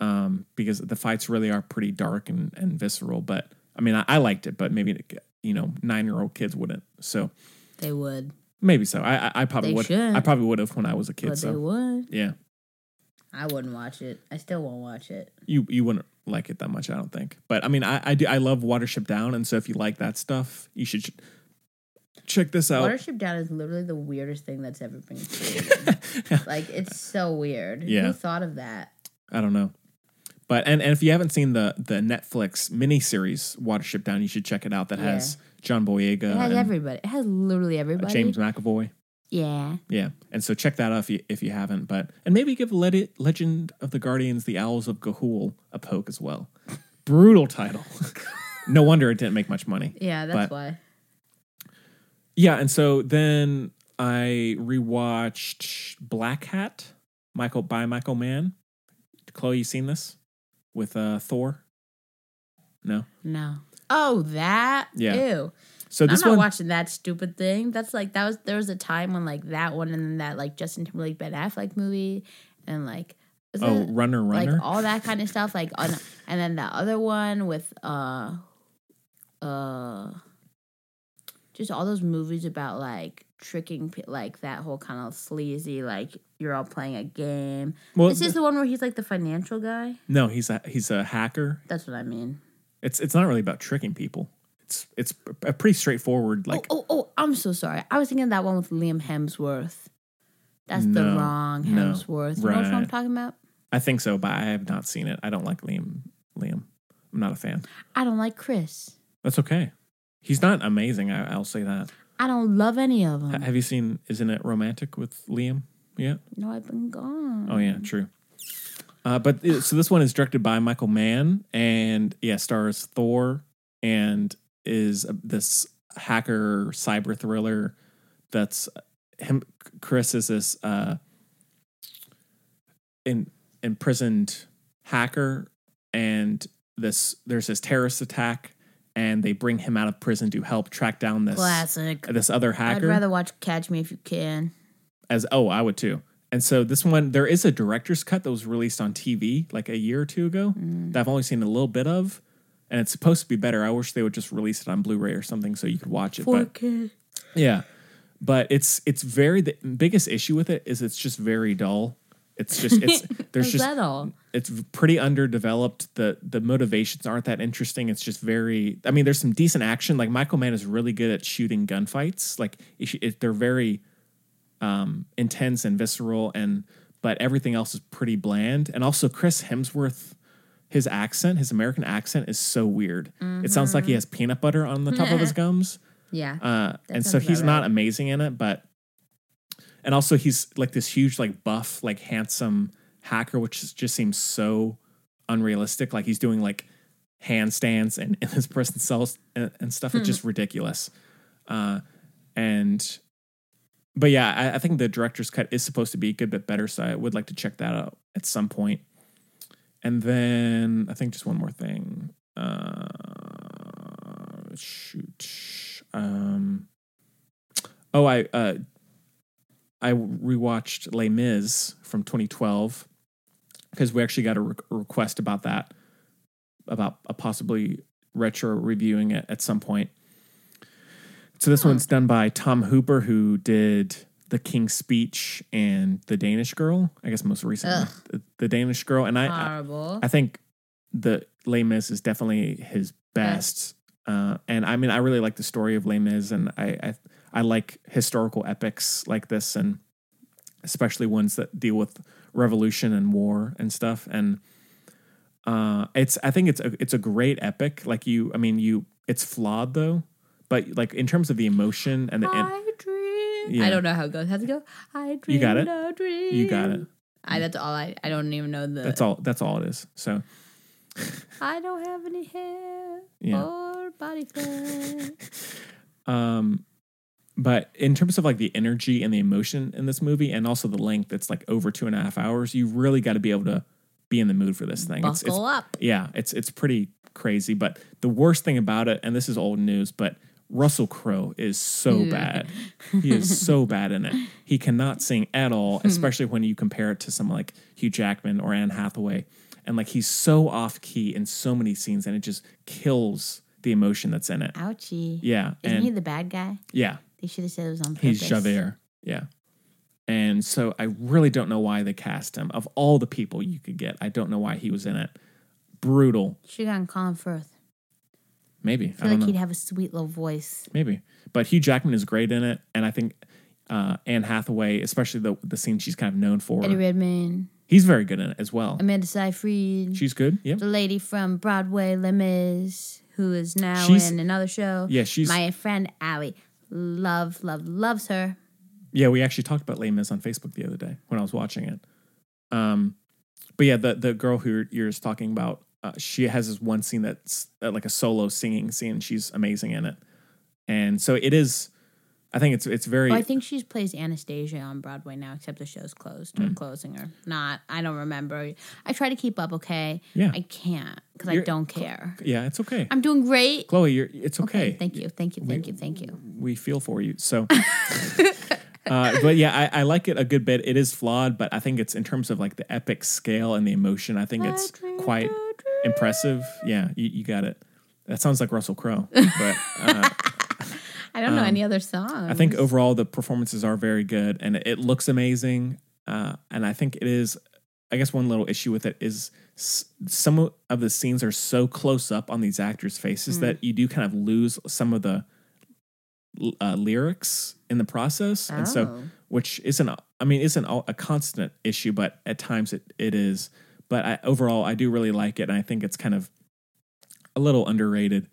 [SPEAKER 1] um, because the fights really are pretty dark and and visceral. But I mean, I, I liked it, but maybe you know nine year old kids wouldn't. So
[SPEAKER 2] They would.
[SPEAKER 1] maybe so. I I, I probably
[SPEAKER 2] They
[SPEAKER 1] would.
[SPEAKER 2] should.
[SPEAKER 1] I probably would have when I was a kid.
[SPEAKER 2] but they
[SPEAKER 1] so
[SPEAKER 2] would.
[SPEAKER 1] yeah,
[SPEAKER 2] I wouldn't watch it. I still won't watch it.
[SPEAKER 1] you you wouldn't like it that much, I don't think. But I mean, I I do. I love Watership Down, and so if you like that stuff, you should. ch- Check this out.
[SPEAKER 2] Watership Down is literally the weirdest thing that's ever been created. like it's so weird.
[SPEAKER 1] Yeah.
[SPEAKER 2] Who thought of that?
[SPEAKER 1] I don't know. But and, and if you haven't seen the the Netflix miniseries Watership Down, you should check it out. That
[SPEAKER 2] Yeah.
[SPEAKER 1] has John Boyega
[SPEAKER 2] It has
[SPEAKER 1] and
[SPEAKER 2] everybody. It has literally
[SPEAKER 1] uh,
[SPEAKER 2] everybody.
[SPEAKER 1] James McAvoy.
[SPEAKER 2] Yeah.
[SPEAKER 1] Yeah, and so check that out if you if you haven't. But and maybe give Led- Legend of the Guardians: The Owls of Gahul a poke as well. Brutal title. no wonder it didn't make much money.
[SPEAKER 2] Yeah, that's
[SPEAKER 1] But-
[SPEAKER 2] why.
[SPEAKER 1] Yeah, and so then I rewatched Black Hat, Michael by Michael Mann. Chloe, you seen this with uh, Thor? No.
[SPEAKER 2] No. Oh, that?
[SPEAKER 1] Yeah.
[SPEAKER 2] Ew.
[SPEAKER 1] So
[SPEAKER 2] I'm
[SPEAKER 1] this
[SPEAKER 2] not
[SPEAKER 1] one,
[SPEAKER 2] watching that stupid thing. That's like that was there was a time when like that one and then that like Justin Timberlake Ben Affleck movie and like was
[SPEAKER 1] oh,
[SPEAKER 2] it-
[SPEAKER 1] Runner Runner.
[SPEAKER 2] like all that kind of stuff. Like on, and then the other one with uh uh just all those movies about like tricking pe- like that whole kind of sleazy like you're all playing a game.
[SPEAKER 1] well,
[SPEAKER 2] this is the one where he's like the financial guy.
[SPEAKER 1] no, he's a he's a hacker.
[SPEAKER 2] That's what I mean.
[SPEAKER 1] It's it's not really about tricking people. It's it's a pretty straightforward like
[SPEAKER 2] oh, oh, oh, I'm so sorry. I was thinking of that one with Liam Hemsworth. That's the
[SPEAKER 1] No,
[SPEAKER 2] wrong
[SPEAKER 1] no,
[SPEAKER 2] Hemsworth. You know what I'm
[SPEAKER 1] right.
[SPEAKER 2] talking about?
[SPEAKER 1] I think so, but I have not seen it. I don't like Liam Liam. I'm not a fan.
[SPEAKER 2] I don't like Chris.
[SPEAKER 1] That's okay. He's not amazing. I, I'll say that.
[SPEAKER 2] I don't love any of
[SPEAKER 1] Ha-
[SPEAKER 2] them.
[SPEAKER 1] Have you seen Isn't It Romantic with Liam? Yeah.
[SPEAKER 2] no, I've been gone.
[SPEAKER 1] Oh yeah, true. Uh, but uh, so this one is directed by Michael Mann, and yeah, stars Thor, and is uh, this hacker cyber thriller that's uh, him. Chris is this uh, in, imprisoned hacker, and this there's this terrorist attack, and they bring him out of prison to help track down this
[SPEAKER 2] Classic.
[SPEAKER 1] this other hacker
[SPEAKER 2] I'd rather watch Catch Me If You Can.
[SPEAKER 1] as oh i would too and so this one there is a director's cut that was released on tv like a year or two ago that i've only seen a little bit of and it's supposed to be better i wish they would just release it on blu-ray or something so you could watch it but
[SPEAKER 2] 4K.
[SPEAKER 1] yeah but it's it's very the biggest issue with it is it's just very dull it's just it's there's
[SPEAKER 2] Is
[SPEAKER 1] just
[SPEAKER 2] that all?
[SPEAKER 1] it's pretty underdeveloped. The the motivations aren't that interesting. It's just very. I mean, there's some decent action. Like Michael Mann is really good at shooting gunfights. Like it, it, they're very um, intense and visceral, and but everything else is pretty bland. And also Chris Hemsworth, his accent, his American accent is so weird. It sounds like he
[SPEAKER 2] Mm-hmm.
[SPEAKER 1] has peanut butter on the top of his gums.
[SPEAKER 2] Yeah.
[SPEAKER 1] Uh, and so
[SPEAKER 2] sounds about
[SPEAKER 1] he's not
[SPEAKER 2] right.
[SPEAKER 1] amazing in it, but and also he's like this huge, like buff, like handsome hacker, which is- just seems so unrealistic. Like he's doing like handstands and in his prison cells and, and stuff.
[SPEAKER 2] Hmm.
[SPEAKER 1] It's just ridiculous. Uh, and but yeah, I, I think the director's cut is supposed to be a good bit better, so I would like to check that out at some point. And then I think just one more thing. Uh, shoot. Um, oh, I uh, I rewatched Les Mis from 2012 because we actually got a re- request about that, about a possibly retro reviewing it at some point. So this one's done by Tom Hooper, who did The King's Speech and The Danish Girl. I guess most recently,
[SPEAKER 2] Ugh.
[SPEAKER 1] The, The Danish Girl, and I, I
[SPEAKER 2] Horrible.
[SPEAKER 1] I think the Les Mis is definitely his best. Uh, and I mean, I really like the story of Les Mis, and I, I I like historical epics like this, and especially ones that deal with revolution and war and stuff. And uh, it's I think it's a it's a great epic. Like you, I mean, you it's flawed though, but like in terms of the emotion and the and-
[SPEAKER 2] I dream.
[SPEAKER 1] Yeah.
[SPEAKER 2] I don't know how it goes. How's it go? I dream.
[SPEAKER 1] You got it.
[SPEAKER 2] A dream.
[SPEAKER 1] you got it.
[SPEAKER 2] I, that's all I. I don't even know the.
[SPEAKER 1] That's all. That's all it is. So
[SPEAKER 2] I don't have any hair
[SPEAKER 1] Yeah.
[SPEAKER 2] or body fat.
[SPEAKER 1] Um, but in terms of like the energy and the emotion in this movie, and also the length, it's like over two and a half hours. You really got to be able to be in the mood for this thing. It's-
[SPEAKER 2] Buckle
[SPEAKER 1] it's,
[SPEAKER 2] up.
[SPEAKER 1] Yeah, it's it's pretty crazy. But the worst thing about it, and this is old news, but Russell Crowe is so
[SPEAKER 2] Hmm.
[SPEAKER 1] bad. He is so bad in it. He cannot sing at
[SPEAKER 2] Hmm.
[SPEAKER 1] all, especially when you compare it to someone like Hugh Jackman or Anne Hathaway. And like he's so off key in so many scenes, and it just kills the emotion that's in it.
[SPEAKER 2] Ouchie.
[SPEAKER 1] Yeah,
[SPEAKER 2] Isn't
[SPEAKER 1] and
[SPEAKER 2] he the bad guy?
[SPEAKER 1] yeah,
[SPEAKER 2] They should have said it was on purpose.
[SPEAKER 1] He's Javert. Yeah. And so I really don't know why they cast him. Of all the people you could get, I don't know why he was in it. Brutal,
[SPEAKER 2] Should have gotten Colin Firth.
[SPEAKER 1] maybe.
[SPEAKER 2] I
[SPEAKER 1] I
[SPEAKER 2] feel
[SPEAKER 1] don't
[SPEAKER 2] like
[SPEAKER 1] know.
[SPEAKER 2] he'd have a sweet little voice.
[SPEAKER 1] maybe. But Hugh Jackman is great in it, and I think uh, Anne Hathaway, especially the the scene she's kind of known for,
[SPEAKER 2] Eddie Redmayne,
[SPEAKER 1] he's very good in it as well.
[SPEAKER 2] Amanda Seyfried,
[SPEAKER 1] She's good. Yep.
[SPEAKER 2] the lady from Broadway Les Mis, who is now
[SPEAKER 1] She's-
[SPEAKER 2] in another show.
[SPEAKER 1] Yeah, she's-
[SPEAKER 2] my friend Allie. Love, love, loves her.
[SPEAKER 1] Yeah, we actually talked about Les Mis on Facebook the other day when I was watching it. Um, but yeah, the the girl who you're- you're just talking about, uh, she has this one scene that's uh, like a solo singing scene. She's amazing in it, and so it is. I think it's it's very.
[SPEAKER 2] Oh, I think she plays Anastasia on Broadway now, except the show's closed.
[SPEAKER 1] Hmm.
[SPEAKER 2] We're closing her. Not, I don't remember. I try to keep up, okay?
[SPEAKER 1] Yeah.
[SPEAKER 2] I can't because I
[SPEAKER 1] You're-
[SPEAKER 2] don't care.
[SPEAKER 1] yeah, it's okay,
[SPEAKER 2] I'm doing great.
[SPEAKER 1] Chloe. You're it's okay.
[SPEAKER 2] Thank you, thank you, thank you, thank you.
[SPEAKER 1] we feel for you. So, uh, but yeah, I, I like it a good bit. It is flawed, but I think it's in terms of like the epic scale and the emotion. I think it's quite impressive. Yeah, you, you got it. That sounds like Russell Crowe, but uh,
[SPEAKER 2] I don't know any other song.
[SPEAKER 1] Um, I think overall the performances are very good and it, it looks amazing. Uh, and I think it is. I guess one little issue with it is s- some of the scenes are so close up on these actors' faces that you do kind of lose some of the l- uh, lyrics in the process, and so
[SPEAKER 2] Oh.
[SPEAKER 1] which isn't. I mean, isn't a a constant issue, but at times it, it is. But I, overall, I do really like it, and I think it's kind of a little underrated.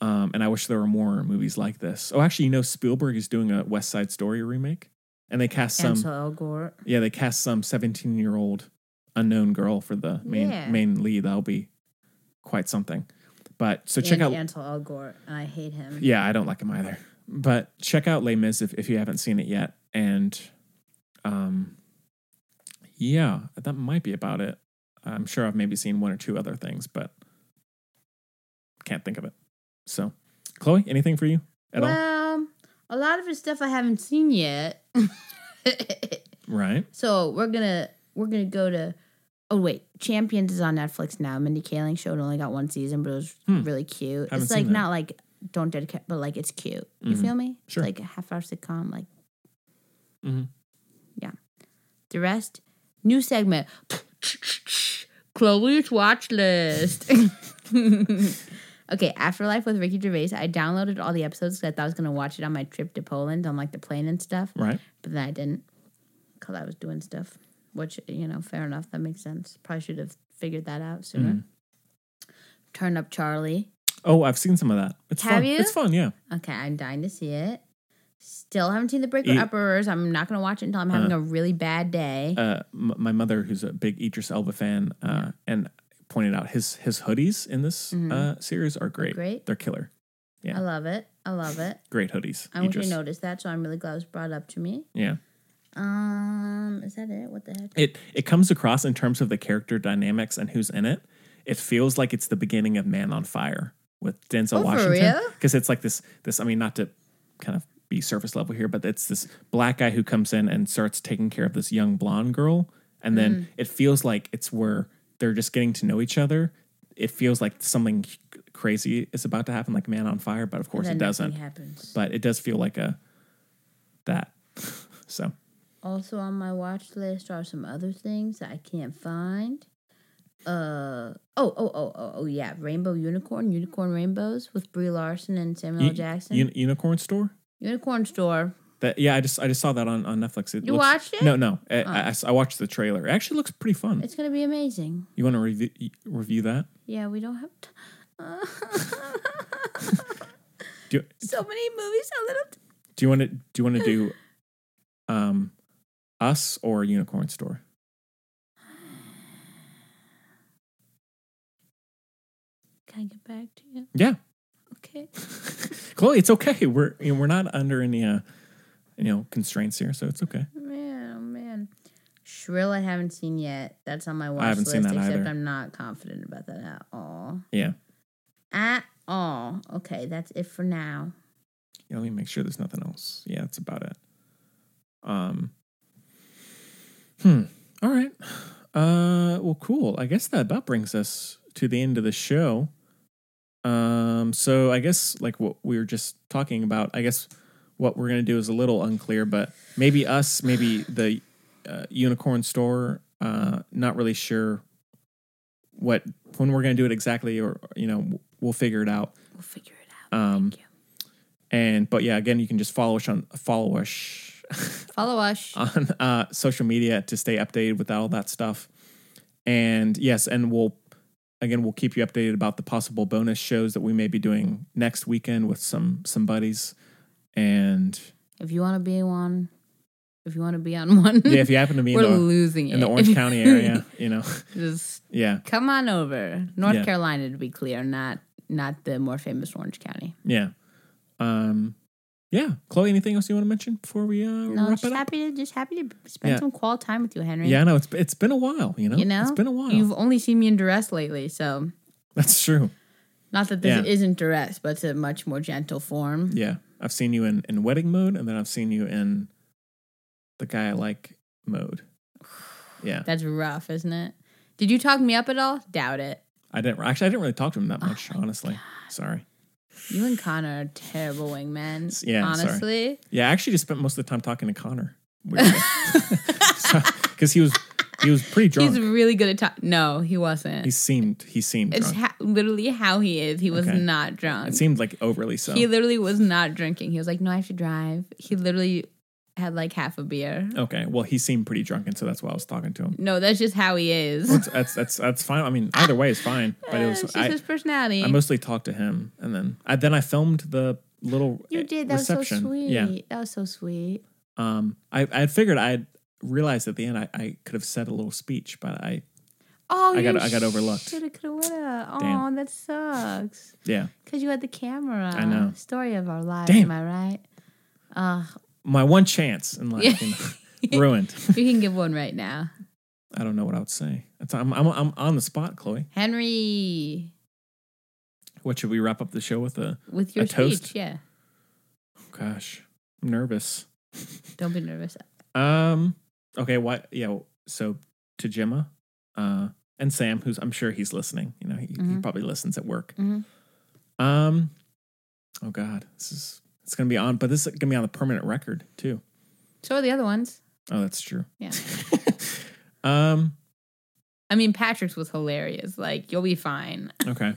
[SPEAKER 1] Um, and I wish there were more movies like this. Oh, actually, you know, Spielberg is doing a West Side Story remake, and they cast some.
[SPEAKER 2] Ansel Elgort.
[SPEAKER 1] Yeah, they cast some 17 year old unknown girl for the main
[SPEAKER 2] Yeah.
[SPEAKER 1] main lead. That'll be quite something. But so check
[SPEAKER 2] and
[SPEAKER 1] out.
[SPEAKER 2] Ansel Elgort. I hate him.
[SPEAKER 1] Yeah, I don't like him either. But check out Les Mis if, if you haven't seen it yet. And um, yeah, that might be about it. I'm sure I've maybe seen one or two other things, but can't think of it. So, Chloe, anything for you at all?
[SPEAKER 2] well, a lot of his stuff I haven't seen yet.
[SPEAKER 1] Right.
[SPEAKER 2] so we're gonna we're gonna go to. Oh wait, Champions is on Netflix now. Mindy Kaling showed only got one season, but it was really cute.
[SPEAKER 1] Hmm. Haven't
[SPEAKER 2] it's like
[SPEAKER 1] seen that. Mm-hmm.
[SPEAKER 2] not like don't dedicate, but like it's cute. You feel me?
[SPEAKER 1] Sure.
[SPEAKER 2] It's like a half hour sitcom. Like
[SPEAKER 1] Mhm.
[SPEAKER 2] yeah. The rest, new segment. Chloe's watch list. okay, Afterlife with Ricky Gervais. I downloaded all the episodes because I thought I was gonna watch it on my trip to Poland on like the plane and stuff,
[SPEAKER 1] Right.
[SPEAKER 2] but then I didn't because I was doing stuff. Which you know, fair enough. That makes sense. Probably should have figured that out sooner.
[SPEAKER 1] Mm-hmm.
[SPEAKER 2] Turn up Charlie.
[SPEAKER 1] Oh, I've seen some of that. It's
[SPEAKER 2] Have
[SPEAKER 1] fun.
[SPEAKER 2] you?
[SPEAKER 1] It's fun, yeah.
[SPEAKER 2] Okay, I'm dying to see it. Still haven't seen the Breaker
[SPEAKER 1] Eat-
[SPEAKER 2] Uppers. I'm not gonna watch it until I'm having a really bad day.
[SPEAKER 1] Uh, m- my mother, who's a big Idris Elba fan, uh, and pointed out his his hoodies in this uh, series are great.
[SPEAKER 2] Mm-hmm. great.
[SPEAKER 1] They're killer. yeah.
[SPEAKER 2] I love it. I love it.
[SPEAKER 1] Great hoodies.
[SPEAKER 2] I wish you
[SPEAKER 1] Idris.
[SPEAKER 2] noticed that, so I'm really glad it was brought up to me.
[SPEAKER 1] Yeah.
[SPEAKER 2] Um, is that it? What the heck?
[SPEAKER 1] it it comes across in terms of the character dynamics and who's in it. It feels like it's the beginning of Man on Fire with Denzel
[SPEAKER 2] Oh, for
[SPEAKER 1] Washington
[SPEAKER 2] real?
[SPEAKER 1] because it's like this this I mean not to kind of be surface level here, but it's this black guy who comes in and starts taking care of this young blonde girl, and then
[SPEAKER 2] Mm.
[SPEAKER 1] it feels like it's where they're just getting to know each other. It feels like something crazy is about to happen, like Man on Fire, but of course
[SPEAKER 2] Then
[SPEAKER 1] it
[SPEAKER 2] nothing
[SPEAKER 1] doesn't.
[SPEAKER 2] Happens.
[SPEAKER 1] But it does feel like a that. so
[SPEAKER 2] Also on my watch list are some other things that I can't find. uh oh oh oh oh oh yeah, Rainbow Unicorn, Unicorn Rainbows with Brie Larson and Samuel L.
[SPEAKER 1] Uni-
[SPEAKER 2] Jackson.
[SPEAKER 1] Uni- unicorn store.
[SPEAKER 2] Unicorn Store.
[SPEAKER 1] That yeah, I just I just saw that on, on Netflix. It
[SPEAKER 2] You
[SPEAKER 1] looks-
[SPEAKER 2] watched it?
[SPEAKER 1] No,
[SPEAKER 2] Oh.
[SPEAKER 1] no. I, I- I s- I watched the trailer. It actually looks pretty fun.
[SPEAKER 2] It's gonna be amazing.
[SPEAKER 1] you want to review review that?
[SPEAKER 2] Yeah, we don't have t-
[SPEAKER 1] Do you,
[SPEAKER 2] so many movies. A little. T-
[SPEAKER 1] do you want to do you want to do um us or unicorn store?
[SPEAKER 2] Can I get back to you?
[SPEAKER 1] Yeah,
[SPEAKER 2] Okay.
[SPEAKER 1] Chloe, it's okay. We're you know, we're not under any uh you know constraints here, so it's okay.
[SPEAKER 2] Man, oh man. Shrill, I haven't seen yet. That's on my watch
[SPEAKER 1] haven't
[SPEAKER 2] list.
[SPEAKER 1] seen that
[SPEAKER 2] except
[SPEAKER 1] either.
[SPEAKER 2] I'm not confident about that at all.
[SPEAKER 1] Yeah.
[SPEAKER 2] At all. Okay, that's it for now.
[SPEAKER 1] Yeah, let me make sure there's nothing else. Yeah, that's about it. Um. Hmm. All right. Uh. Well, cool. I guess that about brings us to the end of the show. Um. So I guess like what we were just talking about. I guess what we're gonna do is a little unclear, but maybe us, maybe the uh, unicorn store. Uh. Not really sure what when we're gonna do it exactly, or you know, we'll figure it out.
[SPEAKER 2] We'll figure it out.
[SPEAKER 1] Um, and but yeah, again, you can just follow us on follow us
[SPEAKER 2] Follow us.
[SPEAKER 1] on uh, social media to stay updated with all that stuff. And yes, and we'll again we'll keep you updated about the possible bonus shows that we may be doing next weekend with some some buddies. And
[SPEAKER 2] if you want to be one, if you want to be on one,
[SPEAKER 1] yeah, if you happen to be in
[SPEAKER 2] we're
[SPEAKER 1] the,
[SPEAKER 2] losing
[SPEAKER 1] in the
[SPEAKER 2] it.
[SPEAKER 1] Orange County area, you know,
[SPEAKER 2] Just
[SPEAKER 1] yeah,
[SPEAKER 2] come on over. North
[SPEAKER 1] Yeah.
[SPEAKER 2] Carolina, to be clear, not not the more famous Orange County.
[SPEAKER 1] yeah, um, yeah. Chloe, anything else you want to mention before we uh,
[SPEAKER 2] No,
[SPEAKER 1] wrap
[SPEAKER 2] just
[SPEAKER 1] it up?
[SPEAKER 2] happy to just happy to spend
[SPEAKER 1] Yeah.
[SPEAKER 2] some quality time with you, Henry.
[SPEAKER 1] Yeah, I know it's it's been a while, you know,
[SPEAKER 2] you know,
[SPEAKER 1] it's been a while.
[SPEAKER 2] You've only seen me in duress lately, so
[SPEAKER 1] That's true.
[SPEAKER 2] not that this
[SPEAKER 1] Yeah.
[SPEAKER 2] isn't duress, but it's a much more gentle form.
[SPEAKER 1] Yeah. I've seen you in, in wedding mode and then I've seen you in the guy I like mode. Yeah.
[SPEAKER 2] That's rough, isn't it? Did you talk me up at all? Doubt it.
[SPEAKER 1] I didn't actually I didn't really talk to him
[SPEAKER 2] Oh
[SPEAKER 1] that much, honestly. Sorry.
[SPEAKER 2] You and Connor are terrible wingmen.
[SPEAKER 1] Yeah, sorry.
[SPEAKER 2] honestly.
[SPEAKER 1] Yeah, I actually just spent most of the time talking to Connor. Because he was he was pretty drunk.
[SPEAKER 2] He's really good at talking. No, he wasn't.
[SPEAKER 1] he seemed he seemed
[SPEAKER 2] It's
[SPEAKER 1] drunk.
[SPEAKER 2] ha- literally how he is. He was
[SPEAKER 1] Okay.
[SPEAKER 2] not drunk.
[SPEAKER 1] it seemed like overly so.
[SPEAKER 2] He literally was not drinking. He was like, "No, I have to drive." He literally had like half a beer.
[SPEAKER 1] okay. Well he seemed pretty drunk and so that's why I was talking to him.
[SPEAKER 2] No, that's just how he is.
[SPEAKER 1] That's that's that's, that's fine. I mean either way is fine. But it
[SPEAKER 2] It's
[SPEAKER 1] was
[SPEAKER 2] just
[SPEAKER 1] I,
[SPEAKER 2] his personality.
[SPEAKER 1] I mostly talked to him and then I then I filmed the little e,
[SPEAKER 2] you did. That
[SPEAKER 1] eh, reception.
[SPEAKER 2] was so sweet.
[SPEAKER 1] Yeah.
[SPEAKER 2] That was so sweet.
[SPEAKER 1] Um, I I figured I would realized at the end I, I could have said a little speech, but I
[SPEAKER 2] Oh,
[SPEAKER 1] I
[SPEAKER 2] you
[SPEAKER 1] got- I got overlooked.
[SPEAKER 2] Shoulda, coulda, woulda. Oh,
[SPEAKER 1] Damn.
[SPEAKER 2] that sucks.
[SPEAKER 1] yeah.
[SPEAKER 2] Cause you had the camera.
[SPEAKER 1] I know.
[SPEAKER 2] Story of our lives.
[SPEAKER 1] Damn.
[SPEAKER 2] Am I right?
[SPEAKER 1] My one chance in life you know, ruined.
[SPEAKER 2] You can give one right now,
[SPEAKER 1] I don't know what I would say. It's, I'm, I'm I'm on the spot, Chloe.
[SPEAKER 2] Henry,
[SPEAKER 1] What should we wrap up the show with? A
[SPEAKER 2] with your
[SPEAKER 1] A toast?
[SPEAKER 2] speech. Yeah.
[SPEAKER 1] gosh, I'm nervous.
[SPEAKER 2] Don't be nervous.
[SPEAKER 1] Um. Okay. What? Yeah. So to Gemma, uh, and Sam, who's I'm sure he's listening. You know, he,
[SPEAKER 2] Mm-hmm.
[SPEAKER 1] he probably listens at work.
[SPEAKER 2] Mhm.
[SPEAKER 1] Um. Oh God, this is it's gonna be on, but this is gonna be on the permanent record too.
[SPEAKER 2] So are the other ones.
[SPEAKER 1] Oh, that's true.
[SPEAKER 2] Yeah.
[SPEAKER 1] Um.
[SPEAKER 2] I mean, Patrick's was hilarious. Like, you'll be fine.
[SPEAKER 1] Okay.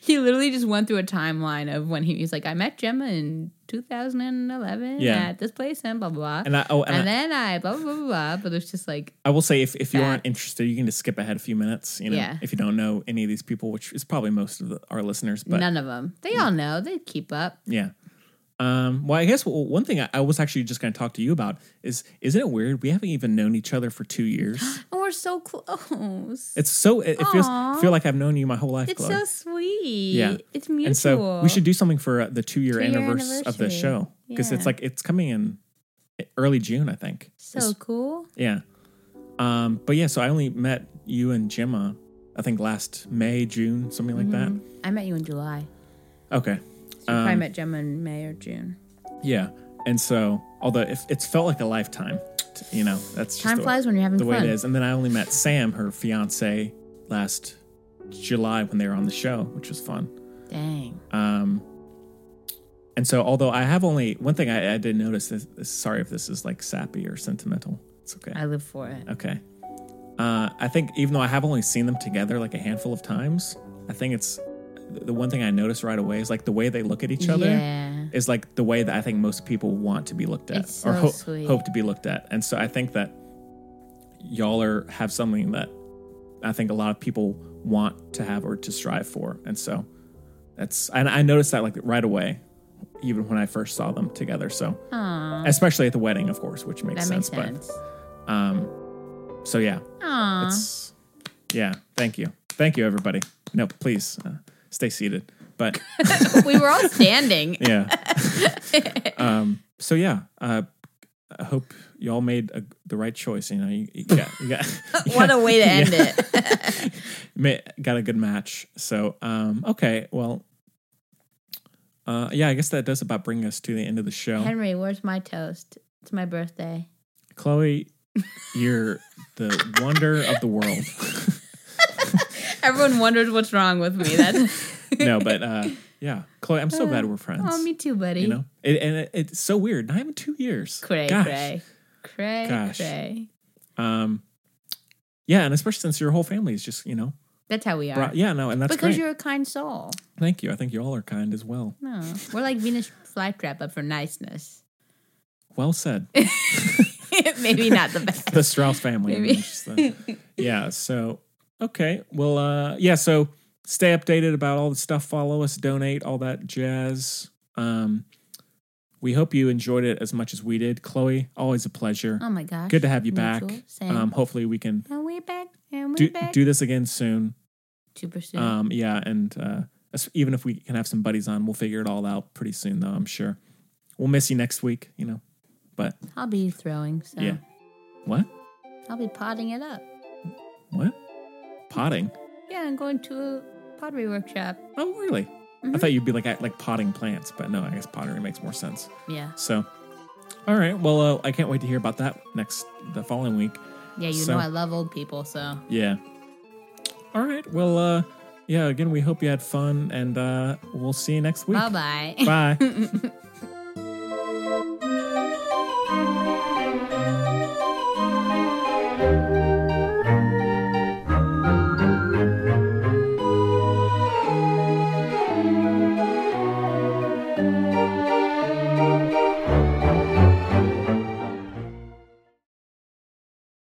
[SPEAKER 2] he literally just went through a timeline of when he, he's like, I met Gemma in 2011
[SPEAKER 1] Yeah.
[SPEAKER 2] at this place and blah, blah, blah.
[SPEAKER 1] And I oh and,
[SPEAKER 2] And,
[SPEAKER 1] I,
[SPEAKER 2] then I blah, blah, blah, blah. But it's just like,
[SPEAKER 1] I will say if, if you
[SPEAKER 2] that.
[SPEAKER 1] aren't interested, you can just skip ahead a few minutes. You know,
[SPEAKER 2] Yeah.
[SPEAKER 1] if you don't know any of these people, which is probably most of the, our listeners, but
[SPEAKER 2] none of them. They all know. They keep up.
[SPEAKER 1] yeah. Um. Well, I guess well, one thing I, I was actually just going to talk to you about is isn't it weird we haven't even known each other for two years?
[SPEAKER 2] And Oh, we're so close.
[SPEAKER 1] It's so it, it feels I
[SPEAKER 2] Aw.
[SPEAKER 1] feel like I've known you my whole life.
[SPEAKER 2] It's
[SPEAKER 1] Chloe.
[SPEAKER 2] so sweet.
[SPEAKER 1] Yeah.
[SPEAKER 2] It's mutual.
[SPEAKER 1] And so we should do something for uh, the two year
[SPEAKER 2] Two-year
[SPEAKER 1] anniversary of the
[SPEAKER 2] anniversary.
[SPEAKER 1] show because
[SPEAKER 2] Yeah.
[SPEAKER 1] it's like it's coming in eh, early June, I think.
[SPEAKER 2] So cool.
[SPEAKER 1] Yeah. Um, but yeah, so I only met you and Gemma, I think last May, June, something like
[SPEAKER 2] I met you in July.
[SPEAKER 1] that. Okay.
[SPEAKER 2] So I
[SPEAKER 1] Um,
[SPEAKER 2] met Gemma in May or June.
[SPEAKER 1] Yeah. And so, although if it's felt like a lifetime, t- you know, that's just
[SPEAKER 2] Time
[SPEAKER 1] the,
[SPEAKER 2] flies when you're having
[SPEAKER 1] the way
[SPEAKER 2] fun.
[SPEAKER 1] it is. And then I only met Sam, her fiance, last July when they were on the show, which was fun.
[SPEAKER 2] Dang.
[SPEAKER 1] Um, and so, although I have only one thing I, I did notice, is, is- sorry if this is like sappy or sentimental. It's okay.
[SPEAKER 2] I live for it.
[SPEAKER 1] Okay. Uh, I think even though I have only seen them together like a handful of times, I think it's the one thing I noticed right away is like the way they look at each other
[SPEAKER 2] Yeah.
[SPEAKER 1] is like the way that I think most people want to be looked at
[SPEAKER 2] It's
[SPEAKER 1] or
[SPEAKER 2] so
[SPEAKER 1] ho-
[SPEAKER 2] sweet.
[SPEAKER 1] hope to be looked at. And so I think that y'all are have something that I think a lot of people want to have or to strive for. And so that's and I noticed that like right away, even when I first saw them together. So
[SPEAKER 2] Aw,
[SPEAKER 1] especially at the wedding, of course, which makes
[SPEAKER 2] that makes
[SPEAKER 1] sense.
[SPEAKER 2] sense.
[SPEAKER 1] But um, so yeah,
[SPEAKER 2] Aw.
[SPEAKER 1] it's yeah. Thank you, thank you, everybody. No, please uh, stay seated. But
[SPEAKER 2] we were all standing.
[SPEAKER 1] yeah. um, so yeah, uh, I hope y'all made a, the right choice. You know, you, you got you got
[SPEAKER 2] What a way to end it.
[SPEAKER 1] ma- got a good match. So um, okay, well. Uh, yeah, I guess that does about bring us to the end of the show.
[SPEAKER 2] Henry, where's my toast? It's my birthday.
[SPEAKER 1] Chloe, you're the wonder of the world.
[SPEAKER 2] Everyone wonders what's wrong with me. That's
[SPEAKER 1] no, but uh, yeah, Chloe, I'm so glad we're friends.
[SPEAKER 2] oh, me too, buddy.
[SPEAKER 1] You know, it, and it, it's so weird. Not even two years.
[SPEAKER 2] Cray,
[SPEAKER 1] Gosh.
[SPEAKER 2] cray, cray,
[SPEAKER 1] Gosh.
[SPEAKER 2] cray.
[SPEAKER 1] Um, yeah, and especially since your whole family is just you know,
[SPEAKER 2] That's how we are.
[SPEAKER 1] brought, yeah, no, and that's
[SPEAKER 2] because
[SPEAKER 1] great.
[SPEAKER 2] you're a kind soul.
[SPEAKER 1] Thank you. I think you all are kind as well.
[SPEAKER 2] No, we're like Venus flytrap, but for niceness.
[SPEAKER 1] Well said.
[SPEAKER 2] Maybe not the best.
[SPEAKER 1] the Strauss family. I mean,
[SPEAKER 2] Maybe.
[SPEAKER 1] just the- yeah. So okay. Well. Uh. Yeah. So stay updated about all the stuff. Follow us. Donate. All that jazz. Um. We hope you enjoyed it as much as we did. Chloe, always a pleasure.
[SPEAKER 2] Oh my gosh.
[SPEAKER 1] Good to have you back.
[SPEAKER 2] Mutual. Same.
[SPEAKER 1] Um. Hopefully we can
[SPEAKER 2] and we back. And we
[SPEAKER 1] do
[SPEAKER 2] back.
[SPEAKER 1] do this again soon.
[SPEAKER 2] Super soon.
[SPEAKER 1] Um. Yeah. And uh, as- even if we can have some buddies on, we'll figure it all out pretty soon. Though I'm sure we'll miss you next week. You know. But
[SPEAKER 2] I'll be throwing. So
[SPEAKER 1] yeah. What?
[SPEAKER 2] I'll be potting it up.
[SPEAKER 1] What? Potting.
[SPEAKER 2] Yeah, I'm going to a pottery workshop.
[SPEAKER 1] Oh, really? I thought you'd be like at- like potting plants, but no, I guess pottery makes more sense.
[SPEAKER 2] Yeah.
[SPEAKER 1] So, all right. Well, uh, I can't wait to hear about that next the following week.
[SPEAKER 2] Yeah, you
[SPEAKER 1] So-
[SPEAKER 2] know I love old people, so
[SPEAKER 1] Yeah. All right. Well, uh, yeah. Again, we hope you had fun, and uh, we'll see you next week.
[SPEAKER 2] bye bye.
[SPEAKER 1] Bye.